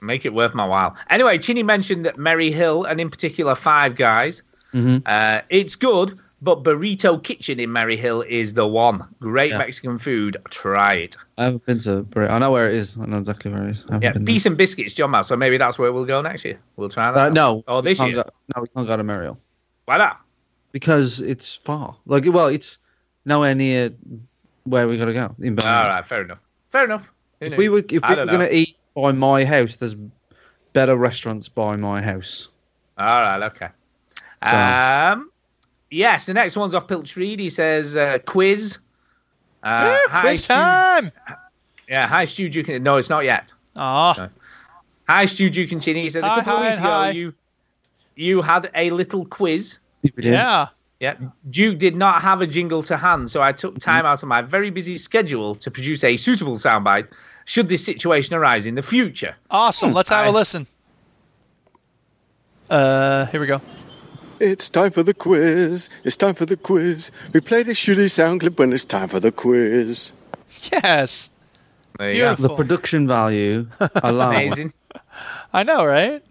Speaker 1: Make it worth my while. Anyway, Chinny mentioned that Merry Hill and in particular Five Guys.
Speaker 3: Mm-hmm.
Speaker 1: Uh, it's good, but Burrito Kitchen in Merry Hill is the one. Great
Speaker 3: Yeah.
Speaker 1: Mexican food. Try it.
Speaker 3: I haven't been to Brit. I know where it is. I know exactly where it is. I haven't
Speaker 1: Yeah,
Speaker 3: been there.
Speaker 1: Peace and Biscuits, John Mouse. So maybe that's where we'll go next year. We'll try that.
Speaker 3: Uh,
Speaker 1: out.
Speaker 3: no.
Speaker 1: Or
Speaker 3: we
Speaker 1: this
Speaker 3: can't
Speaker 1: year.
Speaker 3: go- no, we can't go to Merrill
Speaker 1: Why not?
Speaker 3: because it's far. Like, well, it's nowhere near where we gotta go in Birmingham.
Speaker 1: All right, fair enough. Fair enough. Who
Speaker 3: Uh, If
Speaker 1: knew?
Speaker 3: we were, if we
Speaker 1: I
Speaker 3: were
Speaker 1: don't
Speaker 3: gonna
Speaker 1: know.
Speaker 3: eat by my house, there's better restaurants by my house.
Speaker 1: All right, okay.
Speaker 3: So-
Speaker 1: Um, yes, the next one's off Piltreed. He says uh, quiz. Uh,
Speaker 2: Woo,
Speaker 1: hi,
Speaker 2: quiz
Speaker 1: Stu-
Speaker 2: time.
Speaker 1: Yeah, hi Stu Duke. and- No, it's not yet.
Speaker 2: Aw.
Speaker 1: Hi Stu Duke and Chinny. He says a
Speaker 2: Hi,
Speaker 1: couple of
Speaker 2: hi,
Speaker 1: weeks ago
Speaker 2: hi.
Speaker 1: you you had a little quiz.
Speaker 2: Yeah.
Speaker 1: Yeah, Duke did not have a jingle to hand, so I took
Speaker 2: Mm-hmm.
Speaker 1: time out of my very busy schedule to produce a suitable soundbite should this situation arise in the future.
Speaker 2: Awesome. Let's have a listen. Uh, here we go.
Speaker 15: It's time for the quiz. It's time for the quiz. We play the shitty sound clip when it's time for the quiz.
Speaker 2: Yes.
Speaker 1: There
Speaker 2: you go. Beautiful.
Speaker 3: The production value alone.
Speaker 1: Amazing.
Speaker 2: I know, right?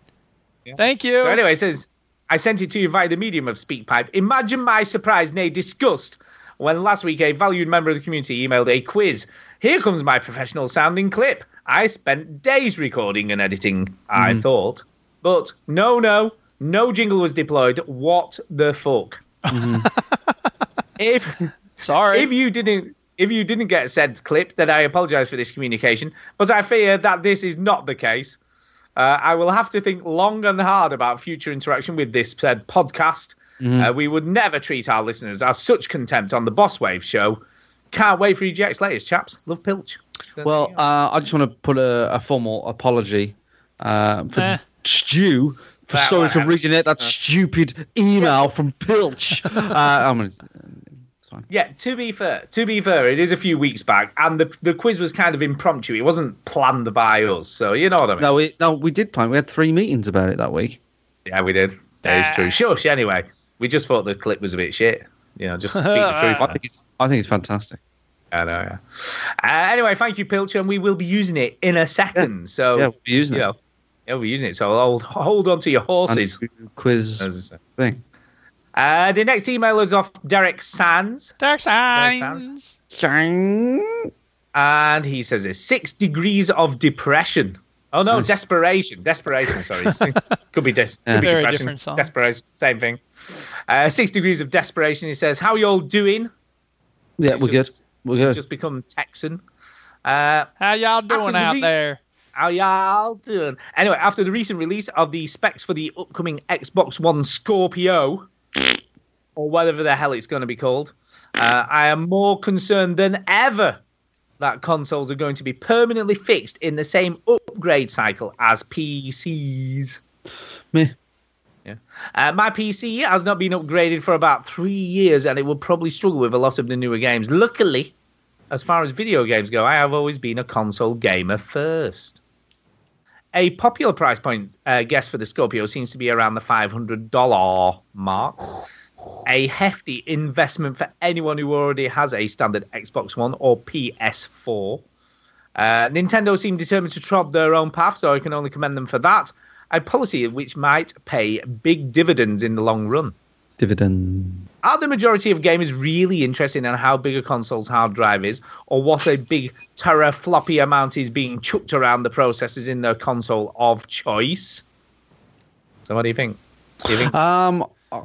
Speaker 2: Thank you.
Speaker 1: So anyway, it says I sent it to you via the medium of SpeakPipe. Imagine my surprise, nay disgust, when last week a valued member of the community emailed a quiz. Here comes my professional sounding clip. I spent days recording and editing. I
Speaker 3: Mhm.
Speaker 1: thought, but no, no, no jingle was deployed. What the fuck? if
Speaker 2: sorry
Speaker 1: if you didn't if you didn't get said clip then i apologize for this communication but i fear that this is not the case uh, i will have to think long and hard about future interaction with this said podcast
Speaker 3: Mhm.
Speaker 1: uh, we would never treat our listeners as such contempt on the boss wave show can't wait for eject's latest chaps love pilch
Speaker 3: Well, uh, I just want to put a, a formal apology uh, for
Speaker 1: Eh.
Speaker 3: Stew for
Speaker 1: Well,
Speaker 3: sorry
Speaker 1: well,
Speaker 3: for
Speaker 1: I-
Speaker 3: reading out
Speaker 1: uh,
Speaker 3: that stupid email from Pilch. uh, I'm gonna,
Speaker 1: yeah to be fair to be fair it is a few weeks back and the, the quiz was kind of impromptu it wasn't planned by us so you know what i mean
Speaker 3: no, we no we did plan. We had three meetings about it that week.
Speaker 1: Yeah, we did. That is true. Shush. Anyway, we just thought the clip was a bit shit. You know, just speak the truth.
Speaker 3: I think it's, I think it's fantastic.
Speaker 1: I know. Yeah. Uh, anyway, thank you, Pilcher, and we will be using it in a second. So
Speaker 3: Yeah, we'll be using
Speaker 1: you
Speaker 3: it.
Speaker 1: know, yeah, we'll be using it. So hold hold on to your horses.
Speaker 3: Quiz thing.
Speaker 1: Uh, the next email is off Derek Sands.
Speaker 2: Derek Sands.
Speaker 1: And he says it's six degrees of depression. Oh no, desperation. Desperation, sorry. could be, des- could be
Speaker 2: Very
Speaker 1: depression.
Speaker 2: different song.
Speaker 1: Desperation, same thing. Uh, six degrees of desperation. He says, How y'all doing?
Speaker 3: Yeah, we're good. We're good.
Speaker 1: He's just become Texan. Uh,
Speaker 2: How y'all
Speaker 1: after
Speaker 2: doing
Speaker 1: the
Speaker 2: out
Speaker 1: re-
Speaker 2: there?
Speaker 1: How y'all doing? Anyway, after the recent release of the specs for the upcoming Xbox One Scorpio, or whatever the hell it's going to be called, uh, I am more concerned than ever that consoles are going to be permanently fixed in the same upgrade cycle as PCs.
Speaker 3: Meh.
Speaker 1: Yeah. Uh, my PC has not been upgraded for about three years, and it will probably struggle with a lot of the newer games. Luckily, as far as video games go, I have always been a console gamer first. A popular price point uh, guess for the Scorpio seems to be around the $500 mark. A hefty investment for anyone who already has a standard Xbox One or PS4. Uh, Nintendo seem determined to trod their own path, so I can only commend them for that. A policy which might pay big dividends in the long run.
Speaker 3: Dividend.
Speaker 1: Are the majority of gamers really interested in how big a console's hard drive is, or what a big terafloppy amount is being chucked around the processors in their console of choice? So, what do you think? Do you think
Speaker 3: Um, I,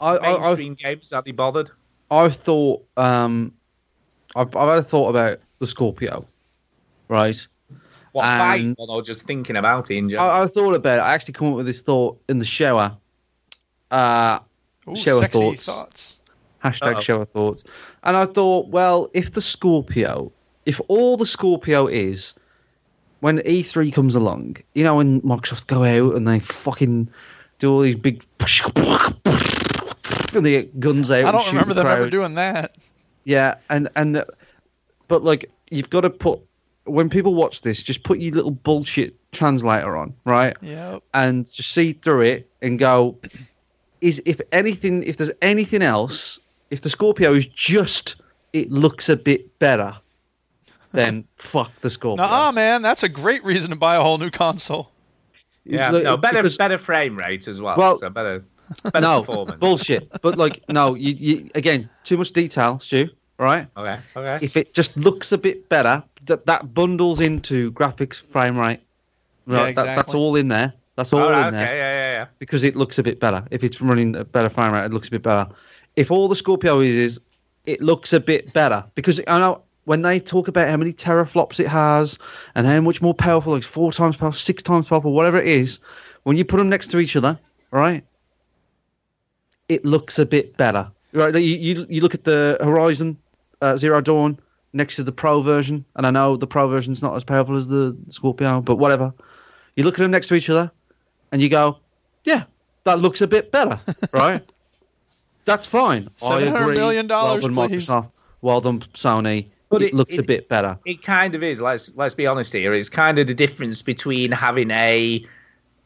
Speaker 3: I, I,
Speaker 1: mainstream games are they bothered?
Speaker 3: I've thought um, I've, I've had a thought about the Scorpio, right?
Speaker 1: What
Speaker 3: And-
Speaker 1: buying one or just thinking about it in general?
Speaker 3: Um, I, I thought about it. I actually come up with this thought in the shower. Uh,
Speaker 2: Ooh,
Speaker 3: shower
Speaker 2: sexy
Speaker 3: thoughts.
Speaker 2: thoughts.
Speaker 3: Hashtag
Speaker 2: Uh-oh.
Speaker 3: shower thoughts. And I thought, well, if the Scorpio, if all the Scorpio is when E3 comes along, you know, when Microsoft go out and they fucking do all these big and they get guns out.
Speaker 2: I
Speaker 3: and
Speaker 2: don't
Speaker 3: shoot
Speaker 2: remember
Speaker 3: the
Speaker 2: them
Speaker 3: crowd.
Speaker 2: ever doing that.
Speaker 3: Yeah, and and but like you've got to put when people watch this, just put your little bullshit translator on, right?
Speaker 2: Yep.
Speaker 3: And just see through it and go, is if anything, if there's anything else, if the Scorpio is just it looks a bit better, then fuck the Scorpio.
Speaker 2: Nah, man, that's a great reason to buy a whole new console.
Speaker 1: Yeah,
Speaker 3: Look,
Speaker 1: no, better
Speaker 3: because-
Speaker 1: better frame rate as well.
Speaker 3: Well-
Speaker 1: so better, better
Speaker 3: no
Speaker 1: performance.
Speaker 3: bullshit. But like, no, you, you again too much detail, Stu. all Right?
Speaker 1: Okay, okay.
Speaker 3: If it just looks a bit better, that that bundles into graphics frame rate.
Speaker 1: Yeah,
Speaker 3: Right, that, that's
Speaker 1: exactly.
Speaker 3: all in there. That's all,
Speaker 1: All right,
Speaker 3: in
Speaker 1: Oh, okay,
Speaker 3: there
Speaker 1: yeah, yeah, yeah.
Speaker 3: because it looks a bit better. If it's running a better frame rate, it looks a bit better. If all the Scorpio is, is it looks a bit better because I know when they talk about how many teraflops it has and how much more powerful, like four times powerful, six times powerful, whatever it is, when you put them next to each other, right, it looks a bit better. Right, you you, you look at the Horizon uh, Zero Dawn next to the Pro version, and I know the Pro version's not as powerful as the Scorpio, but whatever. You look at them next to each other, and you go, yeah, that looks a bit better, right? That's fine. I
Speaker 2: $700
Speaker 3: agree.
Speaker 2: million,
Speaker 3: well done,
Speaker 2: please.
Speaker 3: Microsoft. Well done, Sony.
Speaker 1: But
Speaker 3: it,
Speaker 1: it-
Speaker 3: looks a
Speaker 1: it-
Speaker 3: bit better.
Speaker 1: It kind of is. Let's let's be honest here. It's kind of the difference between having a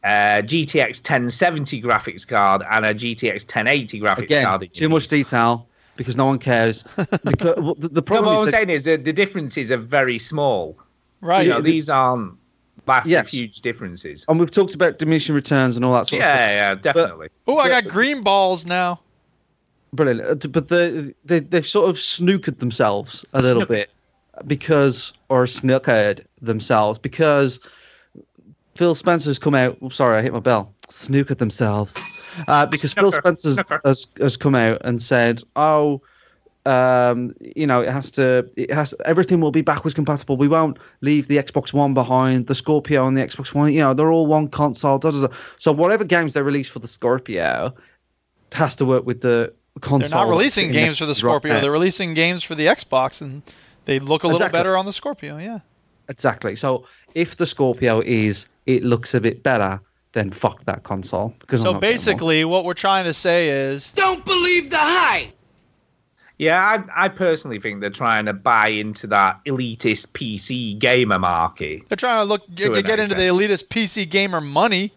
Speaker 1: uh, GTX 1070 graphics card and a GTX 1080 graphics
Speaker 3: Again,
Speaker 1: card.
Speaker 3: too much detail because no one cares. because, well, the, the problem
Speaker 1: no, but what I'm
Speaker 3: is that-
Speaker 1: saying is that the differences are very small.
Speaker 2: Right.
Speaker 1: You know,
Speaker 3: Yeah, the-
Speaker 1: these aren't massive,
Speaker 3: Yes.
Speaker 1: huge differences.
Speaker 3: and we've talked about diminishing returns and all that sort of stuff.
Speaker 1: Yeah, yeah, definitely.
Speaker 2: Oh, I got green balls now.
Speaker 3: Brilliant. Uh, But the, they, they've sort of snookered themselves a little
Speaker 2: Snookered.
Speaker 3: bit because, or snookered themselves because Phil Spencer's come out. Oops, sorry, I hit my bell. Snookered themselves. Uh, because Phil Spencer has, has come out and said, oh, um, you know, it has to, it has, everything will be backwards compatible. We won't leave the Xbox One behind, the Scorpio and the Xbox One, you know, they're all one console. Da, da, da. So whatever games they release for the Scorpio has to work with the console.
Speaker 2: They're not releasing
Speaker 3: sitting
Speaker 2: games for the
Speaker 3: next to Rock
Speaker 2: Scorpio.
Speaker 3: Band.
Speaker 2: They're releasing games for the Xbox, and they look a little
Speaker 3: Exactly.
Speaker 2: better on the Scorpio. Yeah.
Speaker 3: Exactly. So if the Scorpio is, it looks a bit better, then fuck that console. Because I'm
Speaker 2: So
Speaker 3: not getting one.
Speaker 2: basically, what we're trying to say is,
Speaker 6: Don't believe the hype.
Speaker 1: Yeah, I, I personally think they're trying to buy into that elitist PC gamer market.
Speaker 2: They're trying to look get,
Speaker 1: To an
Speaker 2: get into the elitist PC gamer money.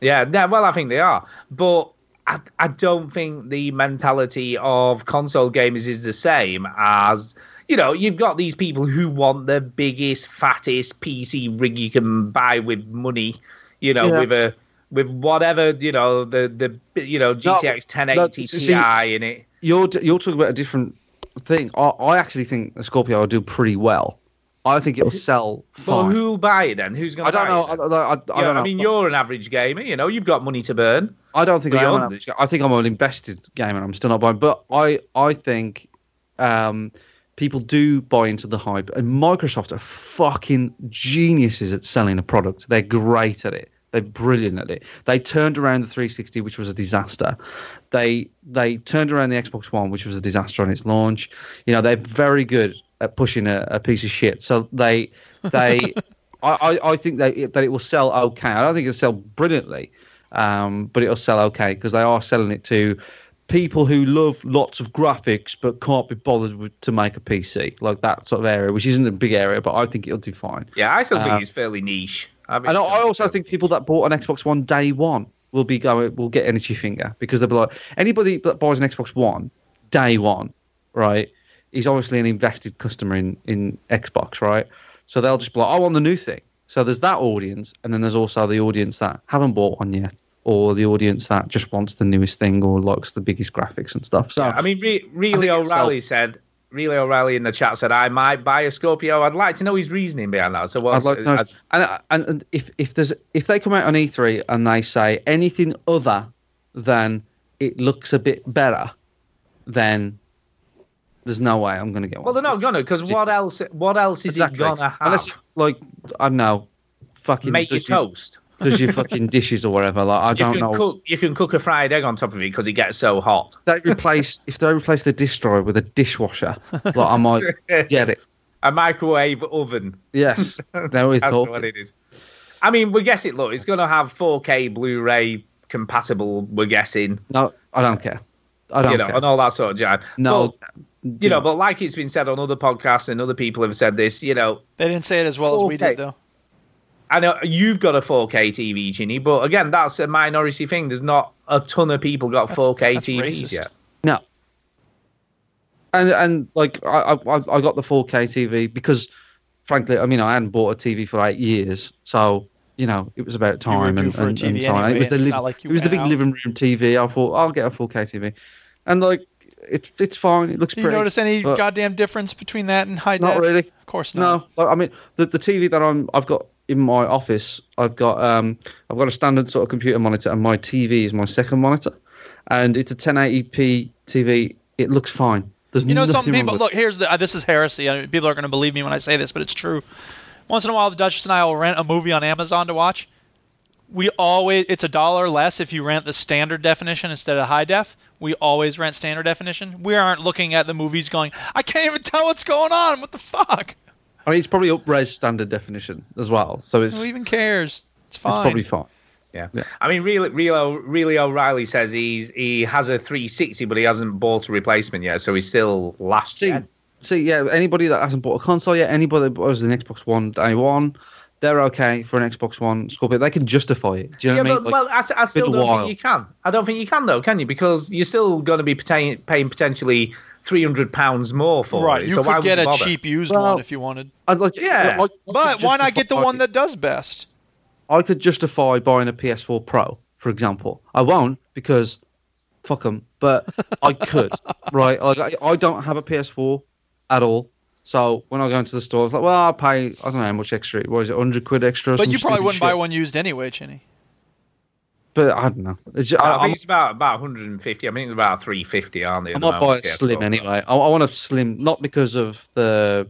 Speaker 1: Yeah, no, well, I think they are, but I, I don't think the mentality of console gamers is the same as you know. You've got these people who want the biggest, fattest PC rig you can buy with money, you know,
Speaker 3: Yeah.
Speaker 1: with a with whatever you know the the you know GTX 1080
Speaker 3: no,
Speaker 1: Ti
Speaker 3: see-
Speaker 1: in it.
Speaker 3: You're d- you're talking about a different thing. I, I actually think the Scorpio will do pretty well. I think it'll sell
Speaker 1: But
Speaker 3: fine.
Speaker 1: who'll buy it then? Who's going
Speaker 3: I
Speaker 1: to buy
Speaker 3: don't know.
Speaker 1: it?
Speaker 3: I, I, I, I
Speaker 1: You know,
Speaker 3: don't know.
Speaker 1: I mean, you're an average gamer. You know, you've got money to burn.
Speaker 3: I don't think
Speaker 1: But
Speaker 3: I am.
Speaker 1: you're-
Speaker 3: an average guy. I think I'm an invested gamer. and I'm still not buying, but I I think um, people do buy into the hype, and Microsoft are fucking geniuses at selling a product. They're great at it. They're brilliant at it. They turned around the 360, which was a disaster. They they turned around the Xbox One, which was a disaster on its launch. You know, they're very good at pushing a, a piece of shit. So they they. I, I, I think that it, that it will sell okay. I don't think it'll sell brilliantly, um, but it'll sell okay because they are selling it to people who love lots of graphics but can't be bothered with, to make a PC, like that sort of area, which isn't a big area, but I think it'll do fine.
Speaker 1: Yeah, I still think
Speaker 3: Um,
Speaker 1: it's fairly niche. I mean,
Speaker 3: And I, I also think people that bought an Xbox One day one will be going will get an itchy finger because they'll be like anybody that buys an Xbox One day one, right, is obviously an invested customer in in Xbox, right? So they'll just be like, I want the new thing. So there's that audience, and then there's also the audience that haven't bought one yet, or the audience that just wants the newest thing or likes the biggest graphics and stuff. So
Speaker 1: I mean, Re- really,
Speaker 3: I think it'll
Speaker 1: O'Reilly said. Really O'Reilly in the chat said, "I might buy a Scorpio. I'd like to know his reasoning behind that." So, what's,
Speaker 3: I'd like to know,
Speaker 1: as-
Speaker 3: and, and, and if if there's if they come out on E3 and they say anything other than it looks a bit better, then there's no way I'm going to get one.
Speaker 1: well, they're not gonna because what else? What else is
Speaker 3: Exactly.
Speaker 1: it gonna have?
Speaker 3: Unless it's like I don't know, fucking
Speaker 1: Make your
Speaker 3: does your-
Speaker 1: toast.
Speaker 3: does your fucking dishes or whatever. Like I
Speaker 1: You
Speaker 3: don't
Speaker 1: can
Speaker 3: know.
Speaker 1: cook. You can cook a fried egg on top of it because it gets so hot.
Speaker 3: They replace if they replace the dish dryer with a dishwasher, like I might get it.
Speaker 1: A microwave oven.
Speaker 3: Yes, now we're
Speaker 1: That's
Speaker 3: talking.
Speaker 1: what it is. I mean, we guess it. Look, it's gonna have 4K Blu-ray compatible. We're guessing.
Speaker 3: No, I don't care. I don't
Speaker 1: you know,
Speaker 3: care.
Speaker 1: and all that sort of jive.
Speaker 3: No,
Speaker 1: But, you know, but like it's been said on other podcasts and other people have said this, you know,
Speaker 2: They didn't say it as well as we
Speaker 1: Okay.
Speaker 2: did though.
Speaker 1: I know you've got a 4K TV, Ginny, but again, that's a minority thing. There's not a ton of people got 4K TVs
Speaker 2: racist.
Speaker 1: yet.
Speaker 3: No. and and like I, I I got the 4K TV because frankly I mean I hadn't bought a TV for eight years so you know it was about
Speaker 2: were
Speaker 3: time
Speaker 2: due
Speaker 3: and,
Speaker 2: for a
Speaker 3: and,
Speaker 2: TV
Speaker 3: and so on.
Speaker 2: anyway,
Speaker 3: it was the
Speaker 2: and it's
Speaker 3: li-
Speaker 2: not like you
Speaker 3: it was the
Speaker 2: went
Speaker 3: big
Speaker 2: out.
Speaker 3: living room TV I thought I'll get a 4K TV and like it it's fine it looks
Speaker 2: Do you
Speaker 3: pretty
Speaker 2: notice any
Speaker 3: but-
Speaker 2: goddamn difference between that and high
Speaker 3: not
Speaker 2: def?
Speaker 3: really. Of
Speaker 2: course
Speaker 3: not. No, Like, I mean the, the TV that I'm I've got in my office, I've got um I've got a standard sort of computer monitor, and my TV is my second monitor, and it's a 1080p TV. It looks fine. There's
Speaker 2: You know, some
Speaker 3: nothing wrong
Speaker 2: people
Speaker 3: with
Speaker 2: look. Here's the. Uh, this is heresy. I mean, people are going to believe me when I say this, but it's true. Once in a while, the Duchess and I will rent a movie on Amazon to watch. We always it's a dollar less if you rent the standard definition instead of high def. We always rent standard definition. We aren't looking at the movies going, I can't even tell what's going on. What the fuck?
Speaker 3: it. I mean, it's probably upres standard definition as well, so it's
Speaker 2: Who
Speaker 3: it's
Speaker 2: even cares? It's fine.
Speaker 3: probably fine.
Speaker 1: Yeah. I mean, really, really, really O'Reilly says he's he has a 360, but he hasn't bought a replacement yet, so he's still last gen.
Speaker 3: See, yeah, anybody that hasn't bought a console yet, anybody that buys an Xbox One day one, they're okay for an Xbox One Scorpio. They can justify it. Do you know
Speaker 1: yeah,
Speaker 3: what I mean?
Speaker 1: but
Speaker 3: Like,
Speaker 1: well, I, s- I
Speaker 3: it's been
Speaker 1: still
Speaker 3: a
Speaker 1: don't
Speaker 3: while.
Speaker 1: think you can. I don't think you can though, can you? Because you're still going to be paying, paying potentially 300 pounds more for
Speaker 2: Right,
Speaker 1: it.
Speaker 2: you
Speaker 1: so why
Speaker 2: could
Speaker 1: would
Speaker 2: get
Speaker 1: you
Speaker 2: a
Speaker 1: bother?
Speaker 2: cheap used one if you wanted.
Speaker 3: I'd like,
Speaker 1: Yeah.
Speaker 3: like-
Speaker 2: But why not get the one that does best?
Speaker 3: I could justify buying a PS4 Pro, for example. I won't because fuck them, but I could, right? Like I, I don't have a PS4 at all, so when I go into the store, it's like, well, I'll pay. I don't know how much extra. What is it? Hundred quid extra. or
Speaker 2: But
Speaker 3: some
Speaker 2: you probably
Speaker 3: stupid
Speaker 2: wouldn't buy
Speaker 3: shit.
Speaker 2: one used anyway, Chinny.
Speaker 3: But I don't know. It's ju-
Speaker 1: I,
Speaker 3: I,
Speaker 1: think
Speaker 3: I'm-
Speaker 1: it's about about 150. I think it's about 350, aren't they?
Speaker 3: I
Speaker 1: at the
Speaker 3: might buy a
Speaker 1: moment? Yeah,
Speaker 3: slim
Speaker 1: so-
Speaker 3: anyway. I, I want a slim, not because of the.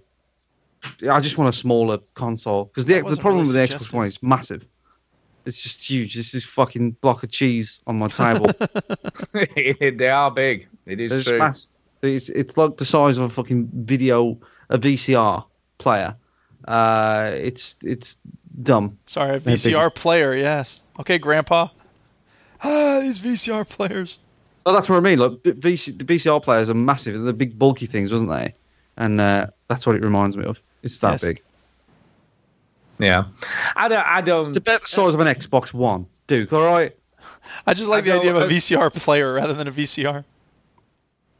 Speaker 3: I just want a smaller console because the,
Speaker 2: That
Speaker 3: the
Speaker 2: wasn't
Speaker 3: problem
Speaker 2: really
Speaker 3: with the Xbox
Speaker 2: suggestive.
Speaker 3: One is massive. It's just huge. This is fucking block of cheese on my table.
Speaker 1: they are big. It is
Speaker 3: It's
Speaker 1: true.
Speaker 3: massive. It's, it's like the size of a fucking video, a VCR player. Uh, it's it's dumb.
Speaker 2: Sorry, a
Speaker 3: They're
Speaker 2: VCR
Speaker 3: big.
Speaker 2: player, yes. Okay, Grandpa. Ah, these VCR players.
Speaker 3: Well, that's what I mean. Like b- VC, the VCR players are massive. They're big, bulky things, wasn't they? And uh, that's what it reminds me of. It's that
Speaker 1: Yes.
Speaker 3: big.
Speaker 1: Yeah. I don't. I don't.
Speaker 3: It's about the size of an Xbox One, Duke. All right.
Speaker 2: I just like the
Speaker 1: don't-
Speaker 2: idea of a
Speaker 1: I-
Speaker 2: VCR player rather than a VCR.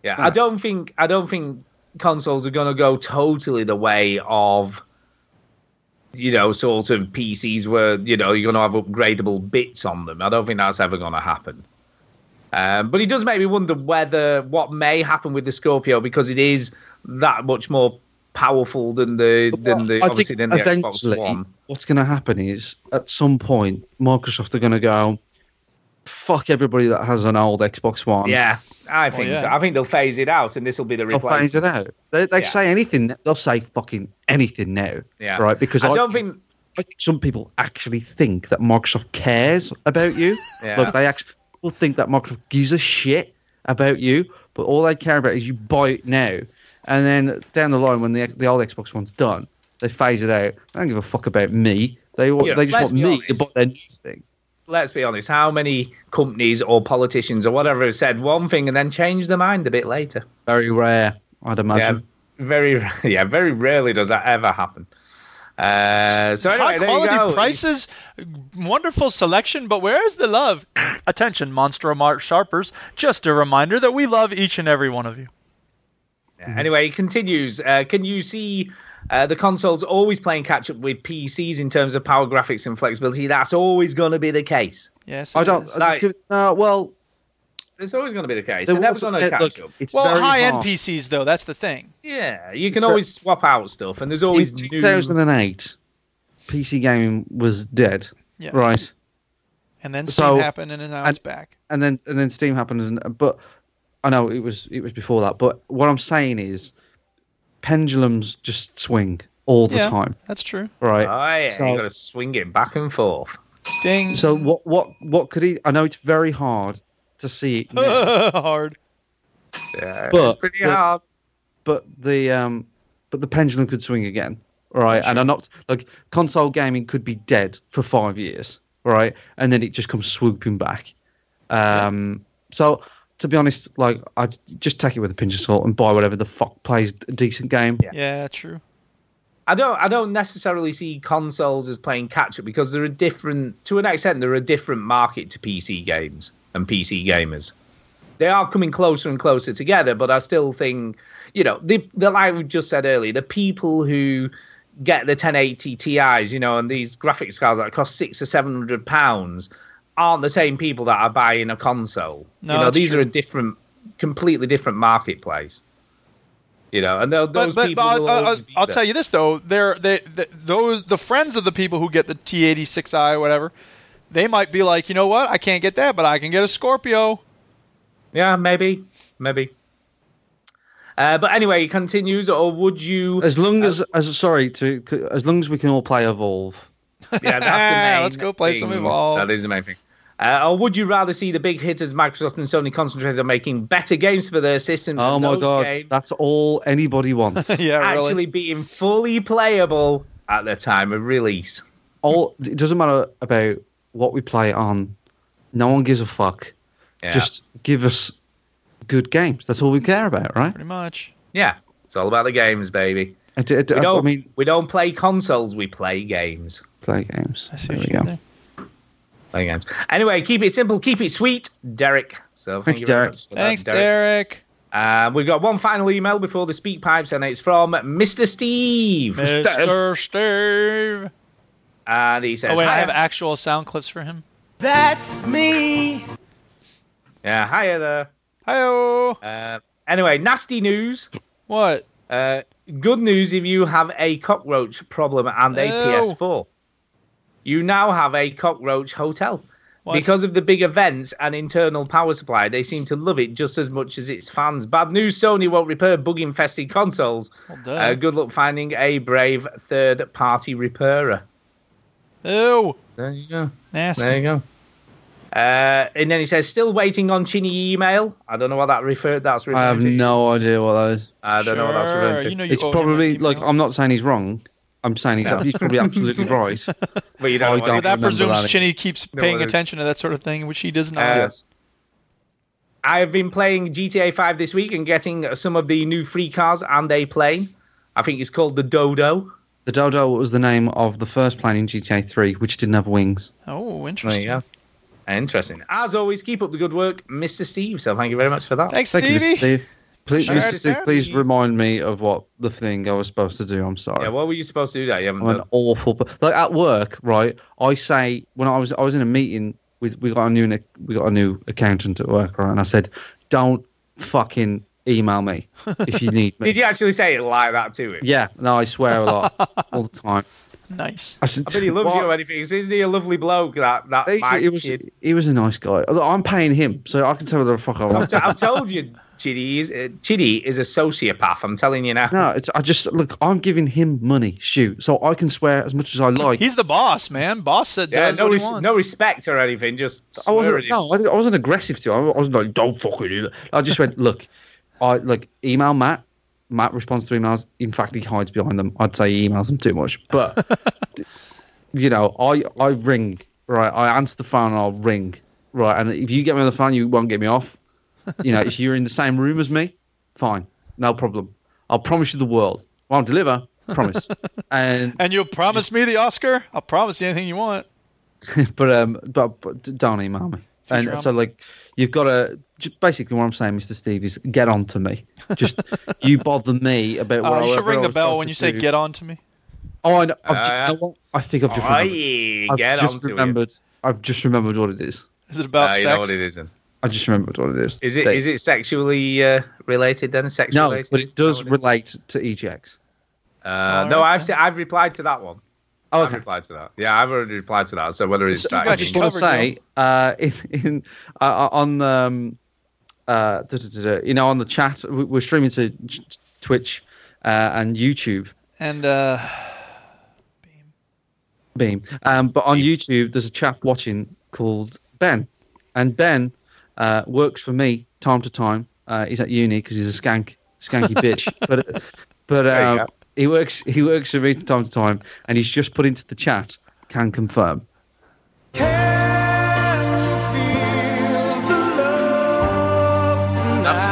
Speaker 1: Yeah, I don't think I don't think consoles are going to go totally the way of you know sort of PCs where you know you're going to have upgradable bits on them. I don't think that's ever going to happen. Um, but it does make me wonder whether what may happen with the Scorpio because it is that much more powerful than the than the
Speaker 3: I
Speaker 1: obviously than
Speaker 3: think
Speaker 1: the
Speaker 3: eventually
Speaker 1: Xbox One.
Speaker 3: what's going to happen is at some point Microsoft are going to go, fuck everybody that has an old Xbox One.
Speaker 1: Yeah, I think
Speaker 3: yeah.
Speaker 1: so. I think they'll phase it out, and this will be the
Speaker 3: They'll
Speaker 1: replacement.
Speaker 3: phase it out. They, they
Speaker 1: Yeah.
Speaker 3: say anything. They'll say fucking anything now.
Speaker 1: Yeah.
Speaker 3: Right. Because
Speaker 1: I
Speaker 3: I,
Speaker 1: don't think
Speaker 3: I think some people actually think that Microsoft cares about you.
Speaker 1: Yeah.
Speaker 3: Like they actually people think that Microsoft gives a shit about you, but all they care about is you buy it now. And then down the line, when the the old Xbox One's done, they phase it out. They don't give a fuck about me. They want,
Speaker 1: Yeah,
Speaker 3: they
Speaker 1: let's
Speaker 3: just want
Speaker 1: be
Speaker 3: me to
Speaker 1: honest.
Speaker 3: buy their new thing.
Speaker 1: let's be honest, how many companies or politicians or whatever have said one thing and then changed their mind a bit later?
Speaker 3: Very rare, I'd imagine.
Speaker 1: Yeah, very, yeah, very rarely does that ever happen. Uh, so anyway,
Speaker 2: High
Speaker 1: there you
Speaker 2: quality
Speaker 1: go.
Speaker 2: prices, wonderful selection, but where is the love? Attention, Monster Mart Sharpers. Just a reminder that we love each and every one of you.
Speaker 1: Anyway, it continues. Uh, can you see uh, the consoles always playing catch up with PCs in terms of power graphics and flexibility? That's always going to be the case.
Speaker 2: Yes.
Speaker 3: I
Speaker 2: it
Speaker 3: don't.
Speaker 2: is.
Speaker 1: Like-
Speaker 3: uh, well,
Speaker 1: It's always going to be the case.
Speaker 3: There
Speaker 1: They're never
Speaker 3: was-
Speaker 1: going to
Speaker 3: yeah,
Speaker 1: catch
Speaker 3: look,
Speaker 1: up.
Speaker 3: it's
Speaker 2: well,
Speaker 3: very
Speaker 2: high end
Speaker 3: hard.
Speaker 2: PCs, though, that's the thing.
Speaker 1: Yeah, you can
Speaker 3: very-
Speaker 1: always swap out stuff, and there's always
Speaker 3: in
Speaker 1: new.
Speaker 3: 2008, PC gaming was dead.
Speaker 2: Yes.
Speaker 3: Right.
Speaker 2: And then Steam
Speaker 3: So-
Speaker 2: happened, and now it's
Speaker 3: and-
Speaker 2: back.
Speaker 3: and then and then Steam happened, and, but I know it was it was before that. But what I'm saying is, pendulums just swing all the
Speaker 2: yeah,
Speaker 3: time,
Speaker 2: That's true.
Speaker 3: right?
Speaker 1: Oh, yeah,
Speaker 3: So-
Speaker 1: you got to swing it back and forth.
Speaker 2: Ding.
Speaker 3: So what what what could he? I know it's very hard to see it, now,
Speaker 2: Hard.
Speaker 1: Yeah, it's
Speaker 3: But-
Speaker 1: pretty
Speaker 3: but-
Speaker 1: hard.
Speaker 3: but the um but the pendulum could swing again, right? And I'm not like console gaming could be dead for five years, right? And then it just comes swooping back. Um, so to be honest, like I just take it with a pinch of salt and buy whatever the fuck plays a decent game.
Speaker 2: Yeah, true.
Speaker 1: I don't I don't necessarily see consoles as playing catch up because they're a different to an extent they're a different market to PC games and PC gamers. They are coming closer and closer together, but I still think, you know, the the like we just said earlier, the people who get the 1080 Ti's, you know, and these graphics cards that cost six or seven hundred pounds aren't the same people that are buying a console.
Speaker 2: No,
Speaker 1: you know,
Speaker 2: that's
Speaker 1: these
Speaker 2: true.
Speaker 1: are a different, completely different marketplace. You know, and tho-
Speaker 2: But,
Speaker 1: those
Speaker 2: but, but
Speaker 1: people.
Speaker 2: I'll,
Speaker 1: will
Speaker 2: I'll-
Speaker 1: always be
Speaker 2: I'll
Speaker 1: there.
Speaker 2: tell you this though, they're, they, th those the friends of the people who get the T86i or whatever, they might be like, you know what, I can't get that, but I can get a Scorpio.
Speaker 1: Yeah, maybe, maybe. Uh, but anyway, he continues. Or would you?
Speaker 3: As long as, as sorry to, as long as we can all play Evolve.
Speaker 1: yeah, that's the main
Speaker 2: Let's go play some
Speaker 1: thing.
Speaker 2: Evolve.
Speaker 1: That is the main thing. Uh, or would you rather see the big hitters Microsoft and Sony concentrate on making better games for their systems?
Speaker 3: Oh
Speaker 1: and
Speaker 3: my
Speaker 1: those
Speaker 3: god,
Speaker 1: games
Speaker 3: that's all anybody wants.
Speaker 1: actually being fully playable at the time of release.
Speaker 3: all it doesn't matter about what we play on. No one gives a fuck.
Speaker 1: Yeah.
Speaker 3: Just give us good games. That's all we care about, right?
Speaker 2: Pretty much.
Speaker 1: Yeah, it's all about the games, baby.
Speaker 3: I, d- I d-
Speaker 1: We
Speaker 3: I
Speaker 1: don't,
Speaker 3: mean,
Speaker 1: we don't play consoles, we play games.
Speaker 3: play games. I see
Speaker 2: what
Speaker 3: you go.
Speaker 1: Play games. Anyway, keep it simple, keep it sweet, Derek. So thank
Speaker 3: Thanks,
Speaker 1: you very
Speaker 3: Derek.
Speaker 1: much for that,
Speaker 2: Thanks, Derek.
Speaker 1: Uh, we've got one final email before the speak pipes, and it's from Mr. Steve.
Speaker 2: Mr. Steve.
Speaker 1: And Uh, he says,
Speaker 2: Oh wait, I
Speaker 1: "Hi,
Speaker 2: have actual sound clips for him.
Speaker 6: That's me.
Speaker 1: Yeah, hiya there.
Speaker 2: Hiyo.
Speaker 1: Uh, anyway, nasty news.
Speaker 2: What?
Speaker 1: Uh, good news if you have a cockroach problem and a
Speaker 2: Ew.
Speaker 1: PS4. You now have a cockroach hotel.
Speaker 2: What?
Speaker 1: Because of the big events and internal power supply, they seem to love it just as much as its fans. Bad news Sony won't repair bug infested consoles.
Speaker 2: Well, duh.
Speaker 1: Uh, good luck finding a brave third party repairer.
Speaker 2: Ew.
Speaker 1: There you go.
Speaker 2: Nasty.
Speaker 1: There you go. Uh, and then he says, still waiting on Chinny email. I don't know what that referred. That's
Speaker 3: I
Speaker 1: referring
Speaker 3: have
Speaker 1: to.
Speaker 3: no idea what that is.
Speaker 1: I don't know what that's referring
Speaker 2: Sure,
Speaker 1: to.
Speaker 2: you know you
Speaker 3: It's
Speaker 2: owe him an
Speaker 3: probably
Speaker 2: email.
Speaker 3: like I'm not saying he's wrong. I'm saying he's, he's probably absolutely right.
Speaker 1: but you
Speaker 3: I
Speaker 1: don't. know what
Speaker 3: don't
Speaker 1: it-
Speaker 2: But that
Speaker 3: remember
Speaker 2: presumes
Speaker 3: that.
Speaker 2: Chinny keeps
Speaker 1: No,
Speaker 2: paying
Speaker 1: it-
Speaker 2: attention to that sort of thing, which he does not.
Speaker 1: Uh, I've been playing GTA 5 this week and getting some of the new free cars and a plane. I think it's called the Dodo.
Speaker 3: The Dodo was the name of the first plane in GTA 3, which didn't have wings.
Speaker 2: oh,
Speaker 1: There
Speaker 2: interesting.
Speaker 1: you go. Interesting. As always, keep up the good work, Mr. Steve. So thank you very much for that.
Speaker 2: Thanks,
Speaker 3: Thank you,
Speaker 2: Stevie.
Speaker 3: Mr. Steve. Please,
Speaker 1: Sure,
Speaker 3: Mr. Steve,
Speaker 1: Steve.
Speaker 3: please remind me of what the thing I was supposed to do. I'm sorry.
Speaker 1: Yeah, what were you supposed to do that? You haven't
Speaker 3: I'm an
Speaker 1: done.
Speaker 3: awful. per- Like at work, right? I say when I was I was in a meeting with we got a new we got a new accountant at work, right? And I said, don't fucking email me if you need me.
Speaker 1: Did you actually say it like that to him?
Speaker 3: Yeah, no, I swear a lot all the time.
Speaker 2: Nice.
Speaker 3: I, said,
Speaker 1: I bet he loves
Speaker 3: "What?"
Speaker 1: you or anything. Isn't he a lovely bloke? That that
Speaker 3: He,
Speaker 1: Mike
Speaker 3: he was
Speaker 1: kid?
Speaker 3: he was a nice guy. Look, I'm paying him, so I can tell the fuck I
Speaker 1: I've,
Speaker 3: want.
Speaker 1: t- I've told you, Chidi is uh, Chidi is a sociopath. I'm telling you now.
Speaker 3: No, it's I just look. I'm giving him money, shoot, so I can swear as much as I like.
Speaker 2: He's the boss, man. Boss that
Speaker 1: yeah,
Speaker 2: does
Speaker 1: no,
Speaker 2: what he
Speaker 1: res-
Speaker 2: wants.
Speaker 1: no respect or anything. Just
Speaker 3: I
Speaker 1: swear at
Speaker 3: wasn't.
Speaker 1: him.
Speaker 3: No, I didn't- I wasn't aggressive to him. I wasn't like, don't fucking. do that." I just went, look, I like email Matt. Matt responds to emails. In fact, he hides behind them. I'd say he emails them too much, but you know, I I ring right. I answer the phone. and I'll ring right, and if you get me on the phone, you won't get me off. You know, if you're in the same room as me, fine, no problem. I'll promise you the world. I'll deliver. Promise. and
Speaker 2: And you'll promise me the Oscar? I'll promise you anything you want. Uh,
Speaker 3: but um, but, but d- don't email me. And
Speaker 2: Futurama.
Speaker 3: so like, you've got to basically what I'm saying, Mr. Steve, is get on to me. Just you bother me about
Speaker 1: Oh,
Speaker 3: what.
Speaker 2: Uh,
Speaker 3: I-
Speaker 2: you should
Speaker 3: whatever
Speaker 2: ring
Speaker 3: I
Speaker 2: the
Speaker 3: was
Speaker 2: bell
Speaker 3: supposed
Speaker 2: when
Speaker 3: to
Speaker 2: you say
Speaker 3: do.
Speaker 2: "get on to me."
Speaker 3: Oh, I know. I've
Speaker 1: Uh,
Speaker 3: ju- you know what? I think I've just.
Speaker 1: Oh,
Speaker 3: remembered.
Speaker 1: yeah,
Speaker 3: I've
Speaker 1: get
Speaker 3: just
Speaker 1: on to it.
Speaker 3: remembered. I've just remembered what it is.
Speaker 2: Is it about
Speaker 1: Uh, you
Speaker 2: sex?
Speaker 1: know what it is then.
Speaker 3: I just remembered what it is.
Speaker 1: Is it
Speaker 3: They-
Speaker 1: is it sexually uh, related then? Sex
Speaker 3: No,
Speaker 1: related?
Speaker 3: but it
Speaker 1: Is
Speaker 3: does
Speaker 1: that what
Speaker 3: relate to E EGX.
Speaker 1: it- uh,
Speaker 2: Oh,
Speaker 1: no, I've
Speaker 2: okay.
Speaker 1: se- I've replied to that one.
Speaker 3: Oh,
Speaker 1: I've
Speaker 3: okay.
Speaker 1: replied to that. Yeah, I've already replied to that. So whether it's
Speaker 2: You
Speaker 1: that, I
Speaker 2: got
Speaker 3: I
Speaker 2: you
Speaker 3: just
Speaker 1: mean-
Speaker 3: want to
Speaker 2: covered,
Speaker 3: say, uh, in, in uh, on um, uh, duh, duh, duh, duh, you know, on the chat, we- we're streaming to t- t- Twitch uh, and YouTube
Speaker 2: And uh,
Speaker 3: Beam, um, but on YouTube, there's a chap watching called Ben, and Ben uh, works for me time to time. Uh, he's at uni because he's a skank, skanky bitch, but but
Speaker 1: There you
Speaker 3: um,
Speaker 1: go.
Speaker 3: he works he works for me from time to time, and he's just put into the chat can confirm. That's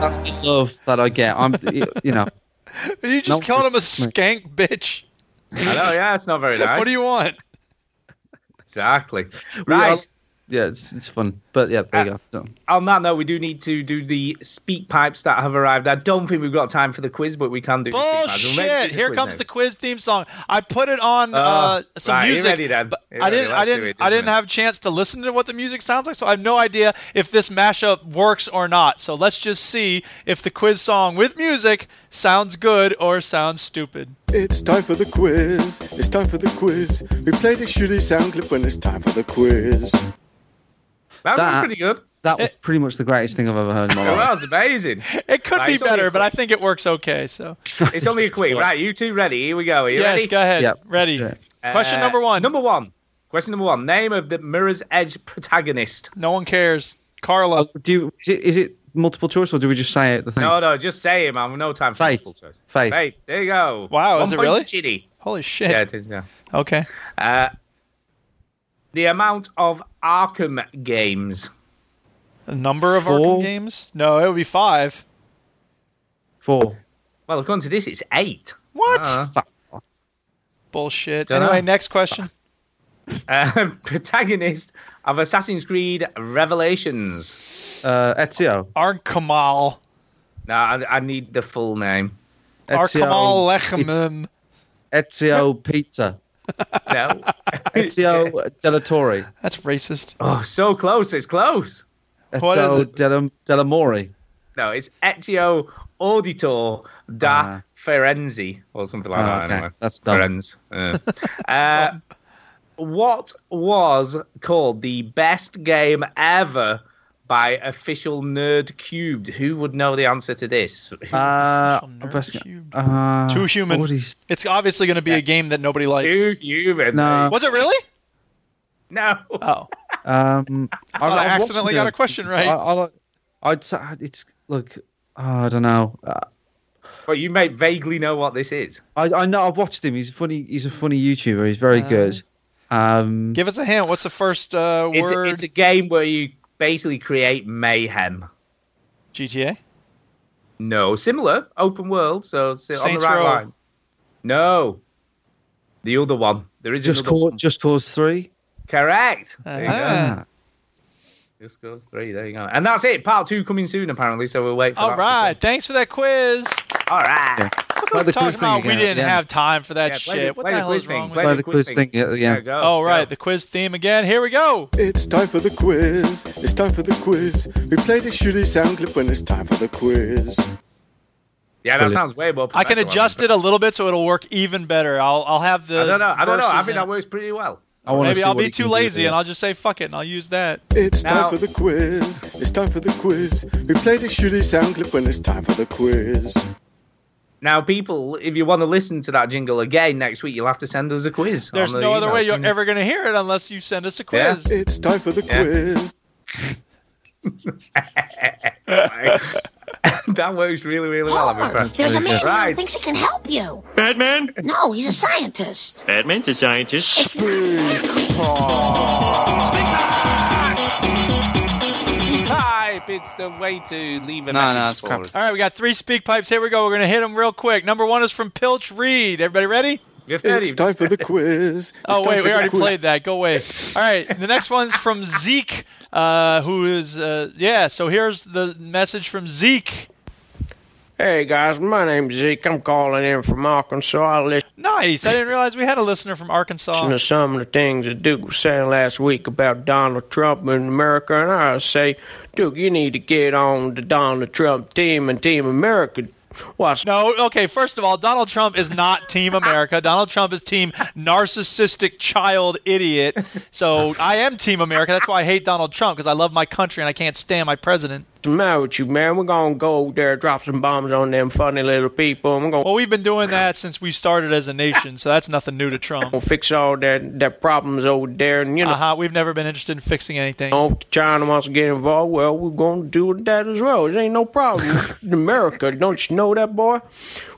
Speaker 3: that's the love that I get. I'm you know
Speaker 2: you just
Speaker 3: No,
Speaker 2: called him a
Speaker 3: it's me.
Speaker 2: skank bitch.
Speaker 1: I know, yeah, it's not very nice.
Speaker 2: What do you want?
Speaker 1: Exactly.
Speaker 3: We are-
Speaker 1: Right. Uh,
Speaker 3: yeah, it's, it's fun. But yeah, there you go. So,
Speaker 1: On that note, we do need to do the speak pipes that have arrived. I don't think we've got time for the quiz, but we can do. the speak pipes. We're ready to do
Speaker 2: Bullshit!
Speaker 1: the
Speaker 2: Here
Speaker 1: quiz
Speaker 2: comes
Speaker 1: now.
Speaker 2: the quiz theme song. I put it on
Speaker 1: Oh,
Speaker 2: uh, some
Speaker 1: right, you're
Speaker 2: music.
Speaker 1: ready then.
Speaker 2: but
Speaker 1: You're
Speaker 2: I
Speaker 1: ready,
Speaker 2: didn't.
Speaker 1: let's
Speaker 2: I
Speaker 1: do
Speaker 2: didn't.
Speaker 1: it,
Speaker 2: I didn't
Speaker 1: isn't it?
Speaker 2: have a chance to listen to what the music sounds like, so I have no idea if this mashup works or not. So let's just see if the quiz song with music sounds good or sounds stupid.
Speaker 15: It's time for the quiz. It's time for the quiz. We play the shitty sound clip when it's time for the quiz.
Speaker 1: That,
Speaker 3: That-
Speaker 1: was pretty good.
Speaker 3: that
Speaker 2: Eh.
Speaker 3: was pretty much the greatest thing I've ever heard in my
Speaker 1: That
Speaker 3: life.
Speaker 1: was amazing.
Speaker 2: It could
Speaker 1: Right,
Speaker 2: be
Speaker 1: it's only
Speaker 2: better,
Speaker 1: a
Speaker 2: but I think it works okay. So
Speaker 1: quiz. it's only a quiz. Right, you two ready? Here we go. Are you
Speaker 2: yes,
Speaker 1: ready? Uh,
Speaker 2: go ahead.
Speaker 3: Yep.
Speaker 2: Ready? Question number one.
Speaker 1: Number one. Question number one. Name of the Mirror's Edge protagonist.
Speaker 2: No one cares.
Speaker 1: Oh.
Speaker 2: Carla.
Speaker 3: Uh, Do you, is, it, is it multiple choice or do we just say it? The thing.
Speaker 1: No, no, just say him. I've no time for
Speaker 3: Faith.
Speaker 1: multiple choice.
Speaker 3: Faith.
Speaker 1: Faith. There you go.
Speaker 2: Wow,
Speaker 1: One
Speaker 2: is it
Speaker 1: point
Speaker 2: really?
Speaker 1: to Chitty.
Speaker 2: Holy shit.
Speaker 1: Yeah, it is. Yeah.
Speaker 2: Okay.
Speaker 1: Uh, the amount of Arkham games.
Speaker 2: A number of
Speaker 3: Four.
Speaker 2: Arkham games? No, it would be five.
Speaker 3: Four.
Speaker 1: Well, according to this, it's eight.
Speaker 2: What?
Speaker 1: Uh,
Speaker 2: Bullshit.
Speaker 1: Dunno.
Speaker 2: Anyway, next question.
Speaker 1: uh, protagonist of Assassin's Creed Revelations.
Speaker 3: Uh, Ezio.
Speaker 2: Arkamal.
Speaker 1: No, I, I need the full name.
Speaker 2: Arkamal
Speaker 3: Ezio.
Speaker 1: um,
Speaker 2: Lechemim.
Speaker 3: Ezio Pizza.
Speaker 1: No.
Speaker 3: Ezio Della Torre.
Speaker 2: That's racist.
Speaker 1: oh, so close. It's close.
Speaker 2: What is
Speaker 3: Ezio
Speaker 2: it?
Speaker 3: Della, Della Mori.
Speaker 1: No, it's Ezio Auditor da
Speaker 3: Ah.
Speaker 1: Firenze or something like
Speaker 3: Oh,
Speaker 1: that.
Speaker 3: okay.
Speaker 1: Anyway.
Speaker 3: That's dumb.
Speaker 1: Firenze. Yeah. uh, what was called the best game ever by official Nerd Cubed? Who would know the answer to this? Who-
Speaker 3: Uh,
Speaker 2: Official nerd
Speaker 3: best-
Speaker 2: cubed.
Speaker 3: uh,
Speaker 2: Too human.
Speaker 3: what is-
Speaker 2: It's obviously going to be a game that nobody likes.
Speaker 1: Who human?
Speaker 3: No. Uh,
Speaker 2: Was it really?
Speaker 1: No.
Speaker 2: Oh.
Speaker 3: Um, I,
Speaker 2: thought I
Speaker 3: watched
Speaker 2: accidentally got
Speaker 3: the-
Speaker 2: a question right.
Speaker 3: I, I, like- I'd say it's look. oh, I don't know. Uh,
Speaker 1: But you may vaguely know what this is.
Speaker 3: I, I know I've watched him. He's funny. He's a funny YouTuber. He's very good. Um,
Speaker 2: Uh. Give us a hint. What's the first uh,
Speaker 1: It's a,
Speaker 2: word?
Speaker 1: it's a game where you basically create mayhem.
Speaker 2: GTA.
Speaker 1: No, similar, open world, so it's on the
Speaker 2: Saints
Speaker 1: right
Speaker 2: Row.
Speaker 1: line. No, the other one. There is
Speaker 3: just
Speaker 1: another
Speaker 3: cause,
Speaker 1: one.
Speaker 3: just cause three.
Speaker 1: Correct. There you go.
Speaker 2: Ah.
Speaker 1: Just goes three. There you go. And that's it. Part two coming soon, apparently. So we'll wait for
Speaker 2: All
Speaker 1: that.
Speaker 2: right. Thanks for that quiz.
Speaker 1: All right.
Speaker 2: Look
Speaker 3: Play
Speaker 2: what
Speaker 3: the
Speaker 2: I'm talking
Speaker 3: quiz thing
Speaker 2: about.
Speaker 3: again
Speaker 2: We
Speaker 3: at
Speaker 2: didn't
Speaker 3: the end.
Speaker 2: have time for that
Speaker 1: Yeah, play
Speaker 2: shit.
Speaker 1: the-
Speaker 2: what
Speaker 1: play
Speaker 2: the
Speaker 1: the
Speaker 2: hell
Speaker 1: quiz
Speaker 2: is
Speaker 1: thing,
Speaker 2: wrong
Speaker 1: play
Speaker 2: with
Speaker 3: By
Speaker 1: the
Speaker 3: the
Speaker 1: quiz
Speaker 3: quiz
Speaker 1: thing.
Speaker 3: thing. Yeah. yeah.
Speaker 1: There you go.
Speaker 2: Oh, right.
Speaker 1: Go.
Speaker 2: The quiz theme again. Here we go.
Speaker 15: It's time for the quiz. It's time for the quiz. We play the shitty sound clip when it's time for the quiz.
Speaker 1: Yeah, that
Speaker 3: Brilliant.
Speaker 1: sounds way more.
Speaker 2: I can
Speaker 1: professional,
Speaker 2: adjust it uh, a little bit so it'll work even better. I'll, I'll have the.
Speaker 1: I don't know. I don't know. I
Speaker 2: verses
Speaker 1: think
Speaker 2: in
Speaker 1: that
Speaker 2: it.
Speaker 1: works pretty well.
Speaker 3: I wanna
Speaker 2: Maybe
Speaker 3: see
Speaker 2: I'll
Speaker 3: what
Speaker 2: be
Speaker 3: he
Speaker 2: too
Speaker 3: can do with
Speaker 2: lazy
Speaker 3: it.
Speaker 2: and I'll just say fuck it and I'll use that.
Speaker 15: It's
Speaker 1: Now-
Speaker 15: time for the quiz. It's time for the quiz. We play the shitty sound clip when it's time for the quiz.
Speaker 1: Now, people, if you want to listen to that jingle again next week, you'll have to send us a quiz. on
Speaker 2: There's
Speaker 1: the
Speaker 2: no other
Speaker 1: email.
Speaker 2: way you're ever going to hear it unless you send us a
Speaker 1: Yeah.
Speaker 2: quiz.
Speaker 15: It's time for the
Speaker 1: Yeah.
Speaker 15: quiz.
Speaker 1: that works really, really well. I'm
Speaker 10: Homer,
Speaker 1: impressed.
Speaker 10: Oh, there's a man who
Speaker 1: Right.
Speaker 10: thinks he can help you.
Speaker 12: Batman?
Speaker 10: No, he's a scientist.
Speaker 12: Batman's a scientist.
Speaker 10: It's not.
Speaker 1: Pipe, it's the way to leave a
Speaker 3: No, no,
Speaker 1: message
Speaker 3: it's
Speaker 1: for
Speaker 3: crap.
Speaker 1: us.
Speaker 2: All right, we got three speak pipes. Here we go. We're going to hit them real quick. Number one is from Pilch Reed. Everybody ready?
Speaker 1: You're 30.
Speaker 15: It's time for the quiz. It's
Speaker 2: Oh,
Speaker 15: time
Speaker 2: wait,
Speaker 15: for
Speaker 2: we
Speaker 15: the
Speaker 2: already
Speaker 15: quiz.
Speaker 2: played that. Go away. All right, the next one's from Zeke, uh, who is, uh, yeah, so here's the message from Zeke.
Speaker 16: Hey guys, my name's Zeke. I'm calling in from Arkansas. I listen
Speaker 2: Nice. I didn't realize we had a listener from Arkansas.
Speaker 16: to some of the things that Duke was saying last week about Donald Trump and America, and I say, Duke, you need to get on the Donald Trump team and Team America. Watch
Speaker 2: No, okay, first of all, Donald Trump is not Team America. Donald Trump is Team Narcissistic Child Idiot. So I am Team America. That's why I hate Donald Trump, because I love my country and I can't stand my president.
Speaker 16: the matter with you, man. We're gonna go there, drop some bombs on them funny little people, and we're gonna
Speaker 2: Well, we've been doing that since we started as a nation, so that's nothing new to Trump.
Speaker 16: fix all their their problems over there, and you know.
Speaker 2: Uh huh. We've never been interested in fixing anything.
Speaker 16: know, if China wants to get involved, well, we're going to do that as well. It ain't no problem. America, don't you know that, boy? We're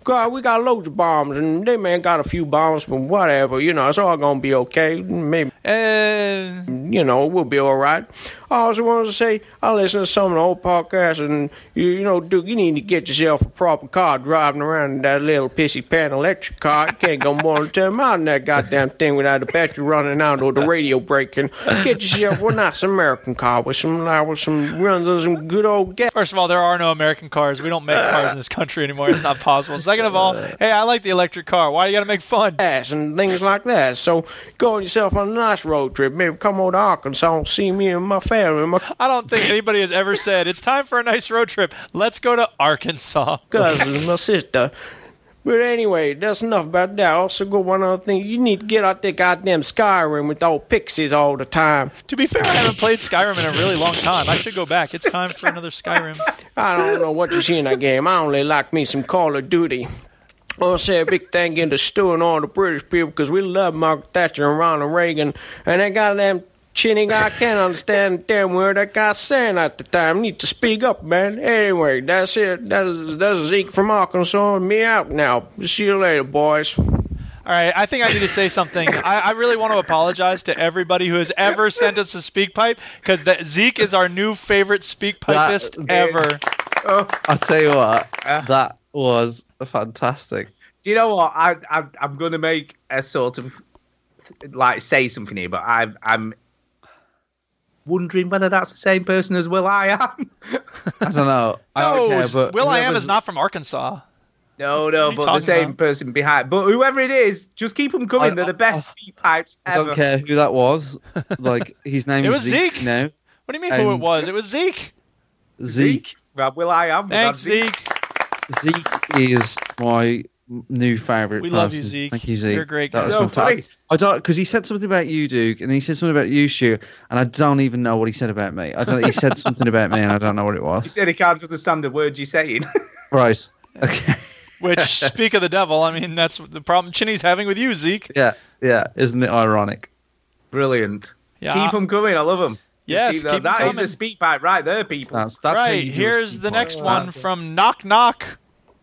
Speaker 16: God, we got loads of bombs, and they man got a few bombs, but whatever, you know, it's all gonna be okay. Maybe, uh, you know, we'll be all right. I also wanted to say, I listen to some of the old podcasts, and you, you know, Duke, you need to get yourself a proper car driving around in that little pissy pan electric car. You can't go more than 10 miles in that goddamn thing without the battery running out or the radio breaking. Get yourself a nice American car with some, like, with some runs and some good old gas.
Speaker 2: First of all, there are no American cars. We don't make cars in this country anymore. It's not possible. Second of all, hey, I like the electric car. Why do you got to make fun?
Speaker 16: Gas and things like that. So go on yourself on a nice road trip. Maybe come over to Arkansas and see me and my family.
Speaker 2: I don't think anybody has ever said it's time for a nice road trip. Let's go to Arkansas.
Speaker 16: Cause my sister. But anyway, that's enough about that. Also, go one other thing. You need to get out that goddamn Skyrim with all pixies all the time.
Speaker 2: To be fair, I haven't played Skyrim in a really long time. I should go back. It's time for another Skyrim.
Speaker 16: I don't know what you see in that game. I only like me some Call of Duty. I want to say a big thank you to Stu and all the British people because we love Margaret Thatcher and Ronald Reagan. And that goddamn Chinning, I can't understand damn word that guy's saying at the time. Need to speak up, man. Anyway, that's it. That is, that's Zeke from Arkansas. Me out now. See you later, boys.
Speaker 2: All right, I think I need to say something. I, I, really want to apologize to everybody who has ever sent us a speak pipe because Zeke is our new favorite speak pipist that, ever.
Speaker 3: Oh. I'll tell you what, that was fantastic.
Speaker 1: Do you know what? I, I I'm going to make a sort of like say something here, but I, I'm wondering whether that's the same person as Will I Am.
Speaker 3: I don't know. I no, don't care,
Speaker 2: Will I Am is not from Arkansas.
Speaker 1: No, no, but the same about? person behind. But whoever it is, just keep them coming. I, They're the best speed pipes ever.
Speaker 3: I don't care who that was. Like his name
Speaker 2: it
Speaker 3: was
Speaker 2: Zeke. Zeke.
Speaker 3: No.
Speaker 2: What do you mean and who it was? It was Zeke.
Speaker 3: Zeke.
Speaker 1: Zeke. Will I Am.
Speaker 2: Thanks, Zeke.
Speaker 3: Zeke is my new favorite.
Speaker 2: We
Speaker 3: person.
Speaker 2: love you, Zeke.
Speaker 3: Thank you, Zeke.
Speaker 2: You're a great
Speaker 3: guy. That was no, fantastic. Please. I don't because he said something about you, Duke, and he said something about you, Stu, and I don't even know what he said about me. I don't. He said something about me, and I don't know what it was.
Speaker 1: He said he can't understand the words you're saying.
Speaker 3: right. Okay.
Speaker 2: Which speak of the devil. I mean, that's the problem Chinny's having with you, Zeke.
Speaker 3: Yeah. Yeah. Isn't it ironic?
Speaker 1: Brilliant. Yeah. Keep them coming. I love them.
Speaker 2: Yes, keep, keep
Speaker 1: that
Speaker 2: coming. Ah.
Speaker 1: is a speak pipe right there, people.
Speaker 3: That's, that's
Speaker 2: right. Here's the next one right. from Knock Knock.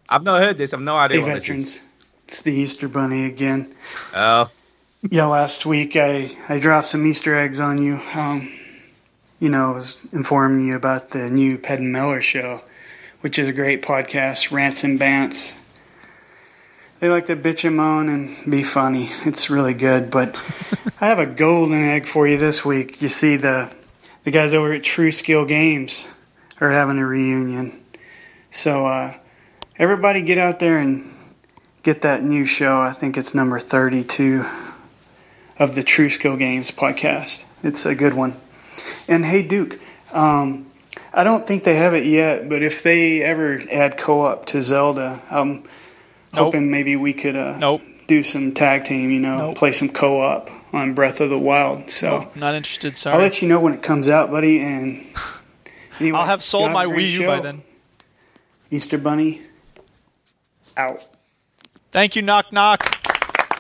Speaker 1: I've not heard this. I've no idea
Speaker 17: hey, veterans. It's the Easter Bunny again.
Speaker 1: Oh.
Speaker 17: yeah, last week I, I dropped some Easter eggs on you. Um, you know, I was informing you about the new Ped and Miller show, which is a great podcast, Rants and Bants. They like to bitch and moan and be funny. It's really good, but I have a golden egg for you this week. You see, the the guys over at True Skill Games are having a reunion. So, uh, everybody get out there and get that new show. I think it's number 32 of the True Skill Games podcast. It's a good one. And hey, Duke, um, I don't think they have it yet, but if they ever add co op to Zelda, I'm nope. hoping maybe we could uh,
Speaker 2: nope.
Speaker 17: do some tag team, you know,
Speaker 2: nope.
Speaker 17: play some co op on Breath of the Wild. So,
Speaker 2: not interested, sorry.
Speaker 17: I'll let you know when it comes out, buddy. And anyway,
Speaker 2: I'll have sold my Wii U
Speaker 17: show.
Speaker 2: by then.
Speaker 17: Easter Bunny, out.
Speaker 2: Thank you, knock knock.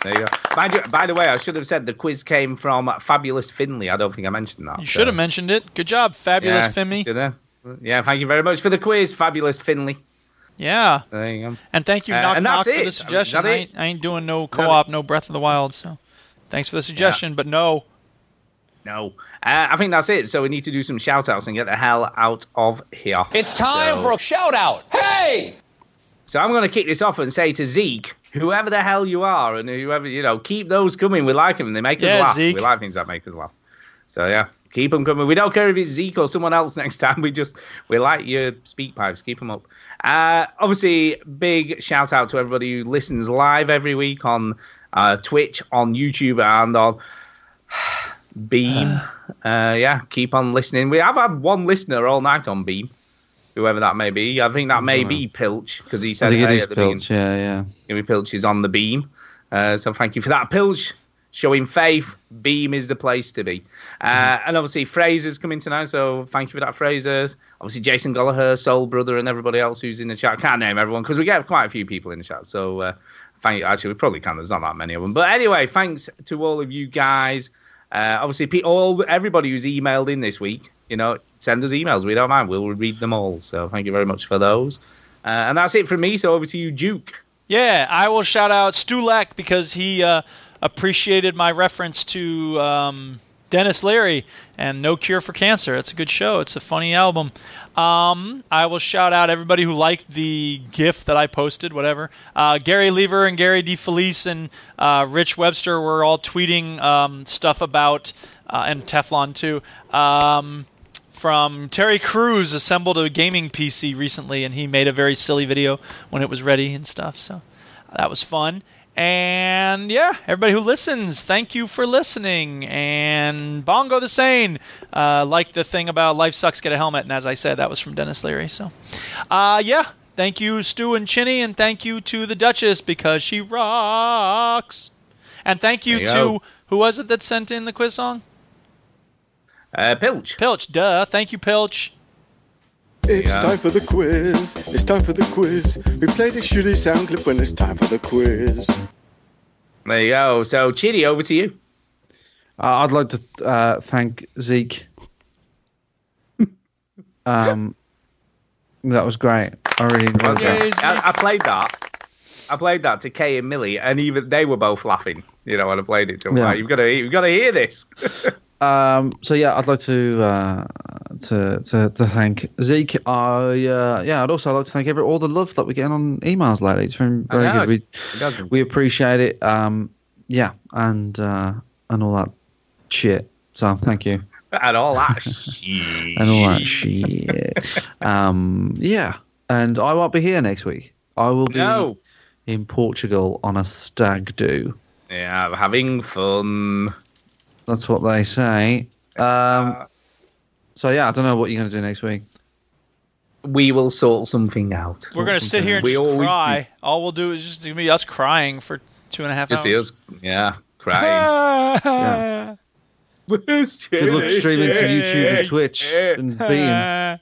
Speaker 1: There you go. By, by the way, I should have said the quiz came from Fabulous Finley. I don't think I mentioned that.
Speaker 2: You should so. have mentioned it. Good job, Fabulous
Speaker 1: yeah,
Speaker 2: Finley.
Speaker 1: Yeah, thank you very much for the quiz, Fabulous Finley.
Speaker 2: Yeah.
Speaker 1: There you go.
Speaker 2: And thank you,
Speaker 1: uh,
Speaker 2: knock
Speaker 1: and
Speaker 2: knock,
Speaker 1: that's
Speaker 2: for
Speaker 1: it.
Speaker 2: the suggestion.
Speaker 1: I, mean,
Speaker 2: I, ain't, I ain't doing no co-op, no Breath of the Wild. So, thanks for the suggestion,
Speaker 1: Yeah.
Speaker 2: but no.
Speaker 1: no. Uh, I think that's it. So we need to do some shout outs and get the hell out of here.
Speaker 18: It's time
Speaker 1: So-
Speaker 18: for a shout out. Hey!
Speaker 1: So I'm going to kick this off and say to Zeke, whoever the hell you are, and whoever you know, keep those coming. We like them. They make
Speaker 2: Yeah,
Speaker 1: us laugh.
Speaker 2: Zeke.
Speaker 1: We like things that make us laugh. So yeah, keep them coming. We don't care if it's Zeke or someone else next time. We just we like your speak pipes. Keep them up. Uh, obviously, big shout out to everybody who listens live every week on uh, Twitch, on YouTube, and on Beam. Uh, yeah, keep on listening. We have had one listener all night on Beam. Whoever that may be, I think that may be Pilch because he
Speaker 3: I
Speaker 1: said
Speaker 3: think it
Speaker 1: hey,
Speaker 3: is
Speaker 1: at the beginning.
Speaker 3: Pilch. Yeah, yeah.
Speaker 1: Jimmy Pilch is on the beam. Uh, so thank you for that, Pilch. Showing faith, beam is the place to be. Uh, and obviously, Fraser's coming tonight, so thank you for that, Fraser. Obviously, Jason Gallagher, Soul Brother, and everybody else who's in the chat. Can't name everyone because we get quite a few people in the chat. So uh, thank you. Actually, we probably can. There's not that many of them. But anyway, thanks to all of you guys. Uh, obviously, pe- all everybody who's emailed in this week, you know, send us emails. We don't mind. We'll read them all. So thank you very much for those. Uh, and that's it from me. So over to you, Duke.
Speaker 2: Yeah, I will shout out Stulak because he uh, appreciated my reference to um, Dennis Leary and No Cure for Cancer. It's a good show. It's a funny album. Um, I will shout out everybody who liked the GIF that I posted, whatever. Uh, Gary Lever and Gary DeFelice and uh, Rich Webster were all tweeting um, stuff about, uh, and Teflon too. Um, from Terry Crews assembled a gaming PC recently, and he made a very silly video when it was ready and stuff. So that was fun. And yeah, everybody who listens, thank you for listening. And Bongo the Sane, uh, like the thing about life sucks, get a helmet. And as I said, that was from Dennis Leary. So uh, yeah, thank you, Stu and Chinny, and thank you to the Duchess because she rocks. And thank you
Speaker 1: There you
Speaker 2: to
Speaker 1: go.
Speaker 2: who was it that sent in the quiz song?
Speaker 1: Uh, Pilch.
Speaker 2: Pilch, duh. Thank you, Pilch.
Speaker 15: It's
Speaker 1: Yeah.
Speaker 15: time for the quiz. It's time for the quiz. We play the shitty sound clip when it's time for the quiz.
Speaker 1: There you go. So, Chidi, over to you.
Speaker 3: Uh, I'd like to uh, thank Zeke. um, that was great. I really enjoyed that.
Speaker 1: I, I played that. I played that to Kay and Millie, and even they were both laughing. You know, when I played it to them,
Speaker 3: Yeah.
Speaker 1: like, you've got to, you've got to hear this.
Speaker 3: Um, so yeah, I'd like to uh, to, to to thank Zeke. I uh, yeah, I'd also like to thank every all the love that we're getting on emails lately. It's been very
Speaker 1: I know,
Speaker 3: good. We,
Speaker 1: it's- it does.
Speaker 3: we appreciate it. Um, yeah, and uh, and all that shit. So thank you
Speaker 1: and all that shit.
Speaker 3: and all that shit. Um, yeah, and I won't be here next week. I will be
Speaker 1: No.
Speaker 3: in Portugal on a stag do.
Speaker 1: Yeah, I'm having fun.
Speaker 3: That's what they say. Um, so yeah, I don't know what you're gonna do next week.
Speaker 1: We will sort something out.
Speaker 2: We're gonna sit here and
Speaker 1: We
Speaker 2: just
Speaker 1: always
Speaker 2: cry.
Speaker 1: do.
Speaker 2: All we'll do is just it's gonna be us crying for two and a half
Speaker 1: Just be
Speaker 2: hours.
Speaker 1: us, yeah, crying.
Speaker 3: Yeah. Good luck streaming to YouTube and Twitch and being.
Speaker 2: Yeah,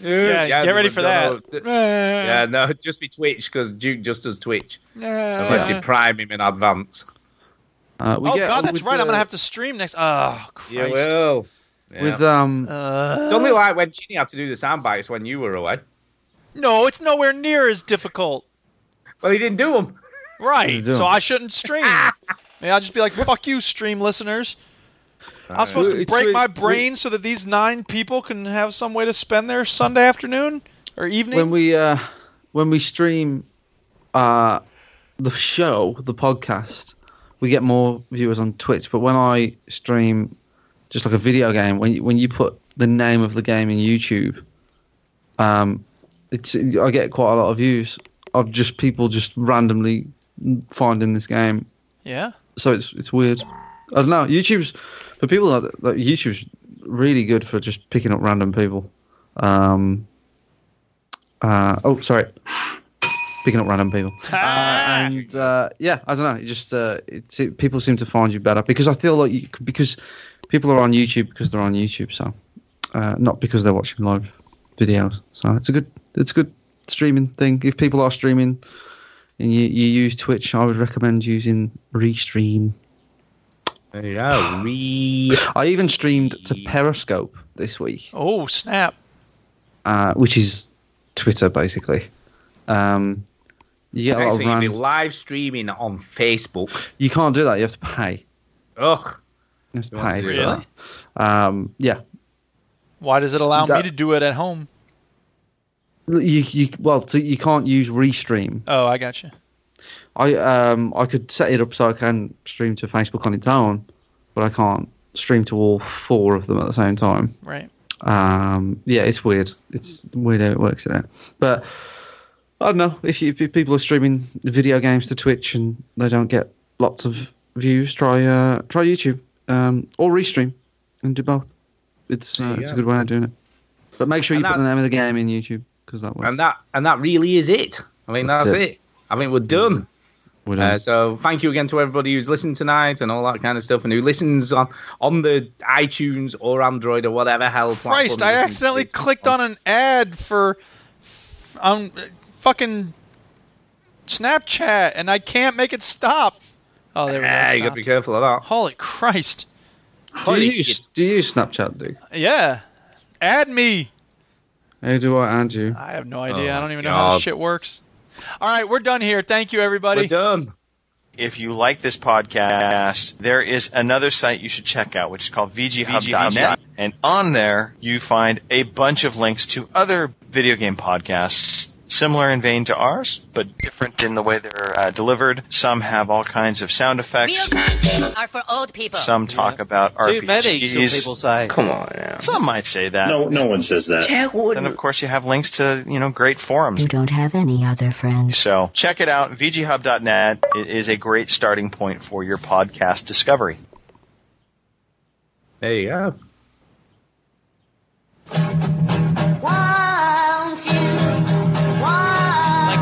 Speaker 2: get ready for
Speaker 1: no,
Speaker 2: that.
Speaker 1: no. yeah, no, just be Twitch because Duke just does Twitch unless you prime him in advance.
Speaker 3: Uh, we
Speaker 2: oh
Speaker 3: get,
Speaker 2: God, that's
Speaker 3: with
Speaker 2: right. I'm
Speaker 3: the-
Speaker 2: gonna have to stream next. Oh Christ. Uh,
Speaker 1: You will. Yeah.
Speaker 3: With um,
Speaker 1: it's only like when Ginny had to do the sound bites when you were away.
Speaker 2: No, it's nowhere near as difficult.
Speaker 1: Well, he didn't do them.
Speaker 2: Right.
Speaker 3: do
Speaker 2: So
Speaker 3: 'em.
Speaker 2: I shouldn't stream. Maybe I'll just be like, "Fuck you, stream listeners."
Speaker 1: Uh,
Speaker 2: I'm supposed to
Speaker 3: It's
Speaker 2: break
Speaker 3: really-
Speaker 2: my brain so that these nine people can have some way to spend their Sunday afternoon or evening.
Speaker 3: when we uh when we stream uh the show the podcast we get more viewers on twitch but when i stream just like a video game when you, when you put the name of the game in youtube um it's i get quite a lot of views of just people just randomly finding this game
Speaker 2: yeah.
Speaker 3: so it's it's weird i don't know youtube's for people that like youtube's really good for just picking up random people um uh, oh, sorry. Picking up random people. Uh, and uh, yeah, I don't know. It just uh, it's, it, people seem to find you better because I feel like you, because people are on YouTube because they're on YouTube, so uh, not because they're watching live videos. So it's a good it's a good streaming thing. If people are streaming and you, you use Twitch, I would recommend using Restream.
Speaker 1: There you go. Re-
Speaker 3: I even streamed to Periscope this week.
Speaker 2: Oh snap.
Speaker 3: uh, which is Twitter basically. Um, you get a
Speaker 1: Next
Speaker 3: lot
Speaker 1: thing
Speaker 3: of
Speaker 1: you'll be
Speaker 3: random.
Speaker 1: live streaming on Facebook.
Speaker 3: You can't do that. You have to pay.
Speaker 1: Ugh.
Speaker 3: You have to
Speaker 1: You want to
Speaker 3: pay.
Speaker 1: do
Speaker 3: for
Speaker 2: that?
Speaker 3: that. Um, yeah.
Speaker 2: Why does it allow me
Speaker 3: That-
Speaker 2: to do it at home?
Speaker 3: You, you well so you can't use Restream.
Speaker 2: Oh, I got you.
Speaker 3: I um I could set it up so I can stream to Facebook on its own, but I can't stream to all four of them at the same time.
Speaker 2: Right.
Speaker 3: Um, yeah, it's weird. It's weird how it works in it. But I don't know if, you, if people are streaming video games to Twitch and they don't get lots of views, try uh, try YouTube um, or restream and do both. It's uh,
Speaker 1: There you
Speaker 3: it's
Speaker 1: go.
Speaker 3: a good way of doing it. But make sure you
Speaker 1: And
Speaker 3: put
Speaker 1: that-
Speaker 3: the name of the game in YouTube because that works.
Speaker 1: And that and that really is it. I mean, that's,
Speaker 3: That's
Speaker 1: it.
Speaker 3: it.
Speaker 1: I think we're done.
Speaker 3: Would I-
Speaker 1: Uh, so thank you again to everybody who's listened tonight and all that kind of stuff, and who listens on on the iTunes or Android or whatever hell. platform
Speaker 2: Christ,
Speaker 1: you
Speaker 2: I
Speaker 1: listen to
Speaker 2: accidentally
Speaker 1: this
Speaker 2: clicked on an ad for f- on uh, fucking Snapchat and I can't make it stop. Oh, there we go. it
Speaker 1: Yeah, Ah, you got to
Speaker 2: stopped.
Speaker 1: be careful of that.
Speaker 2: Holy Christ.
Speaker 3: do,
Speaker 1: Holy
Speaker 3: you
Speaker 1: shit.
Speaker 3: use, do you use Snapchat, Duke?
Speaker 2: Yeah. Add me.
Speaker 3: How do I add you?
Speaker 2: I have no idea.
Speaker 1: Oh,
Speaker 2: I don't even know how
Speaker 1: God.
Speaker 2: this shit works. All right, we're done here. Thank you, everybody.
Speaker 1: We're done.
Speaker 19: If you like this podcast, there is another site you should check out, which is called VGHub.net. And on there, you find a bunch of links to other video game podcasts similar in vein to ours, but different in the way they're uh, delivered. Some have all kinds of sound effects.
Speaker 20: are for old people.
Speaker 19: Some talk about RPGs.
Speaker 21: Too many, some people say.
Speaker 19: Come on, now. Some might say that.
Speaker 22: No, no one says that.
Speaker 20: Jack wouldn't.
Speaker 19: Then of course you have links to you know great forums.
Speaker 23: You don't have any other friends.
Speaker 19: So check it out. VGHub.net it is a great starting point for your podcast discovery.
Speaker 1: There you go.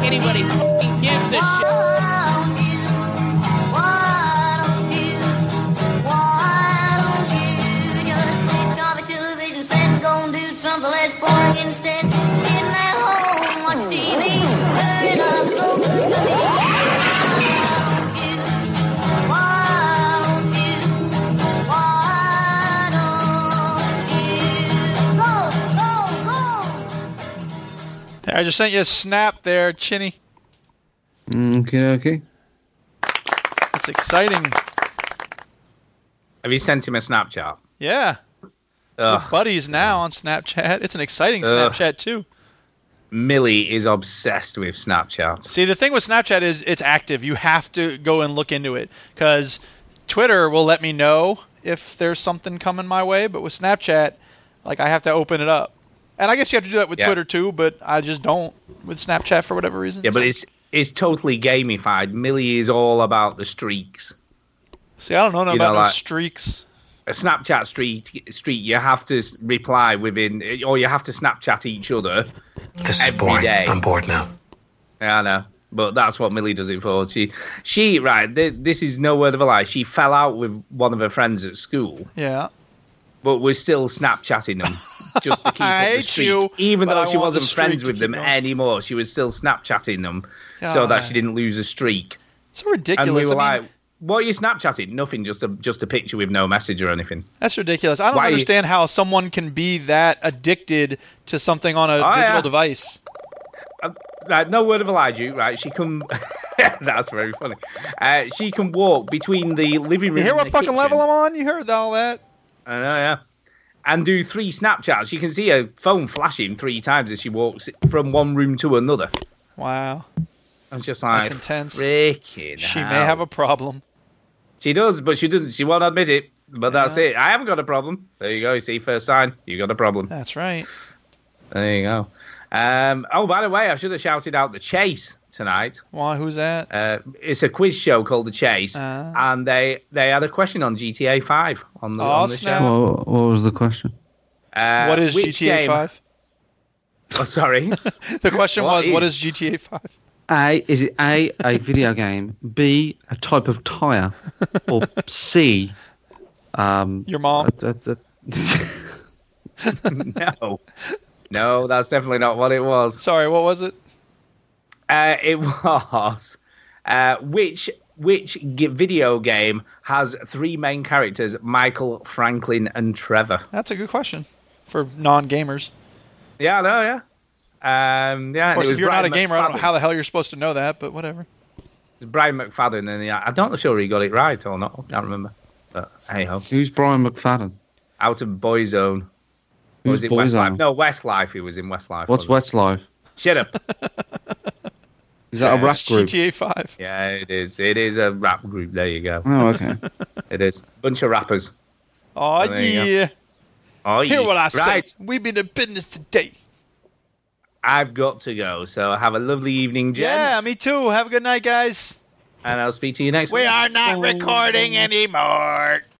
Speaker 21: anybody f***ing gives a shit.
Speaker 20: Something less boring instead. Sitting at home, watch TV, turning on slow cooks and eat.
Speaker 2: I just sent you a snap there, Chinny.
Speaker 3: Mm, Okay, okay.
Speaker 2: That's exciting.
Speaker 1: Have you sent him a Snapchat?
Speaker 2: Yeah. Ugh. We're buddies now on Snapchat. It's an exciting
Speaker 1: Ugh.
Speaker 2: Snapchat too.
Speaker 1: Millie is obsessed with Snapchat.
Speaker 2: See, the thing with Snapchat is it's active. You have to go and look into it because Twitter will let me know if there's something coming my way, but with Snapchat, like I have to open it up. And I guess you have to do that with
Speaker 1: Yeah.
Speaker 2: Twitter too, but I just don't with Snapchat for whatever reason.
Speaker 1: Yeah,
Speaker 2: So-
Speaker 1: but it's it's totally gamified. Millie is all about the streaks.
Speaker 2: see, I don't know,
Speaker 1: you
Speaker 2: about
Speaker 1: know,
Speaker 2: no
Speaker 1: like-
Speaker 2: streaks.
Speaker 1: A Snapchat streak streak, you have to s- reply within, or you have to Snapchat each other
Speaker 24: This is
Speaker 1: every
Speaker 24: boring.
Speaker 1: day.
Speaker 24: I'm bored now.
Speaker 1: Yeah, I know. But that's what Millie does it for. She, she right, th- this is no word of a lie. She fell out with one of her friends at school,
Speaker 2: Yeah.
Speaker 1: but we're still Snapchatting them just to keep
Speaker 2: I
Speaker 1: up the
Speaker 2: hate
Speaker 1: streak.
Speaker 2: you,
Speaker 1: Even
Speaker 2: but
Speaker 1: though
Speaker 2: I
Speaker 1: she
Speaker 2: want the
Speaker 1: wasn't
Speaker 2: streak
Speaker 1: friends
Speaker 2: to
Speaker 1: with
Speaker 2: keep
Speaker 1: them
Speaker 2: going.
Speaker 1: anymore, she was still Snapchatting them so that she
Speaker 2: God.
Speaker 1: didn't lose a streak.
Speaker 2: So ridiculous.
Speaker 1: And we were
Speaker 2: I mean-
Speaker 1: like, what are you Snapchatting? Nothing, just a, just a picture with no message or anything.
Speaker 2: That's ridiculous. I don't
Speaker 1: Why-
Speaker 2: understand how someone can be that addicted to something on a
Speaker 1: Oh,
Speaker 2: digital
Speaker 1: yeah.
Speaker 2: device.
Speaker 1: Right, no word of a lie, Duke. Right, she can. That's very funny. Uh, she can walk between the living room.
Speaker 2: You hear
Speaker 1: and
Speaker 2: what
Speaker 1: the
Speaker 2: fucking
Speaker 1: kitchen.
Speaker 2: level I'm on? You heard all that?
Speaker 1: I know, yeah. And do three Snapchats. You can see her phone flashing three times as she walks from one room to another.
Speaker 2: Wow.
Speaker 1: I'm just like,
Speaker 2: That's intense.
Speaker 1: Freaking
Speaker 2: She may have a problem.
Speaker 1: She does, but she doesn't. She won't admit it. But that's it. I haven't got a problem. There you go. You see, first sign, you got a problem.
Speaker 2: That's right.
Speaker 1: There you go. Um, oh, by the way, I should have shouted out the chase tonight.
Speaker 2: Why? Who's that?
Speaker 1: Uh, it's a quiz show called The Chase,
Speaker 2: Ah.
Speaker 1: and they they had a question on GTA 5 on the,
Speaker 2: Oh,
Speaker 1: on the
Speaker 2: snap.
Speaker 1: show.
Speaker 3: What, what was the question?
Speaker 1: Uh,
Speaker 2: what is
Speaker 1: which
Speaker 2: GTA
Speaker 1: game-
Speaker 2: 5?
Speaker 1: Oh, sorry.
Speaker 2: The question
Speaker 1: What
Speaker 2: was, what
Speaker 1: is-
Speaker 2: is GTA 5?
Speaker 3: A is it A a video game? B a type of tire, or C? Um,
Speaker 2: Your mom.
Speaker 3: a- a- a-
Speaker 1: no. No, that's definitely not what it was.
Speaker 2: Sorry, what was it?
Speaker 1: Uh, it was uh, which which g- video game has three main characters: Michael, Franklin, and Trevor?
Speaker 2: That's a good question for non-gamers.
Speaker 1: Yeah, no, yeah, um, yeah. and
Speaker 2: Of course,
Speaker 1: it was
Speaker 2: if you're not a
Speaker 1: Brian
Speaker 2: gamer, I don't know
Speaker 1: McFadden.
Speaker 2: how the hell you're supposed to know that, but whatever.
Speaker 1: It was Brian McFadden, and he, I don't know sure he got it right or not. I can't remember. But hey ho,
Speaker 3: Who's Brian McFadden?
Speaker 1: out of Boyzone. Or
Speaker 3: Who's
Speaker 1: was it
Speaker 3: Boyzone?
Speaker 1: Westlife? No, Westlife. He was in Westlife.
Speaker 3: What's
Speaker 1: wasn't
Speaker 3: Westlife?
Speaker 1: he? Shut up.
Speaker 3: Is that a rap
Speaker 2: It's
Speaker 3: group?
Speaker 2: GTA 5.
Speaker 1: yeah, it is. It is a rap group. There you go.
Speaker 3: Oh, okay.
Speaker 1: It is. Bunch of rappers.
Speaker 2: Oh
Speaker 1: There you go.
Speaker 2: yeah.
Speaker 1: Oh,
Speaker 2: Hear
Speaker 1: yeah.
Speaker 2: what I
Speaker 1: right.
Speaker 2: say. We've been in business today.
Speaker 1: I've got to go. So have a lovely evening, Jen.
Speaker 2: Yeah, me too. Have a good night, guys.
Speaker 1: And I'll speak to you next week.
Speaker 2: not recording anymore.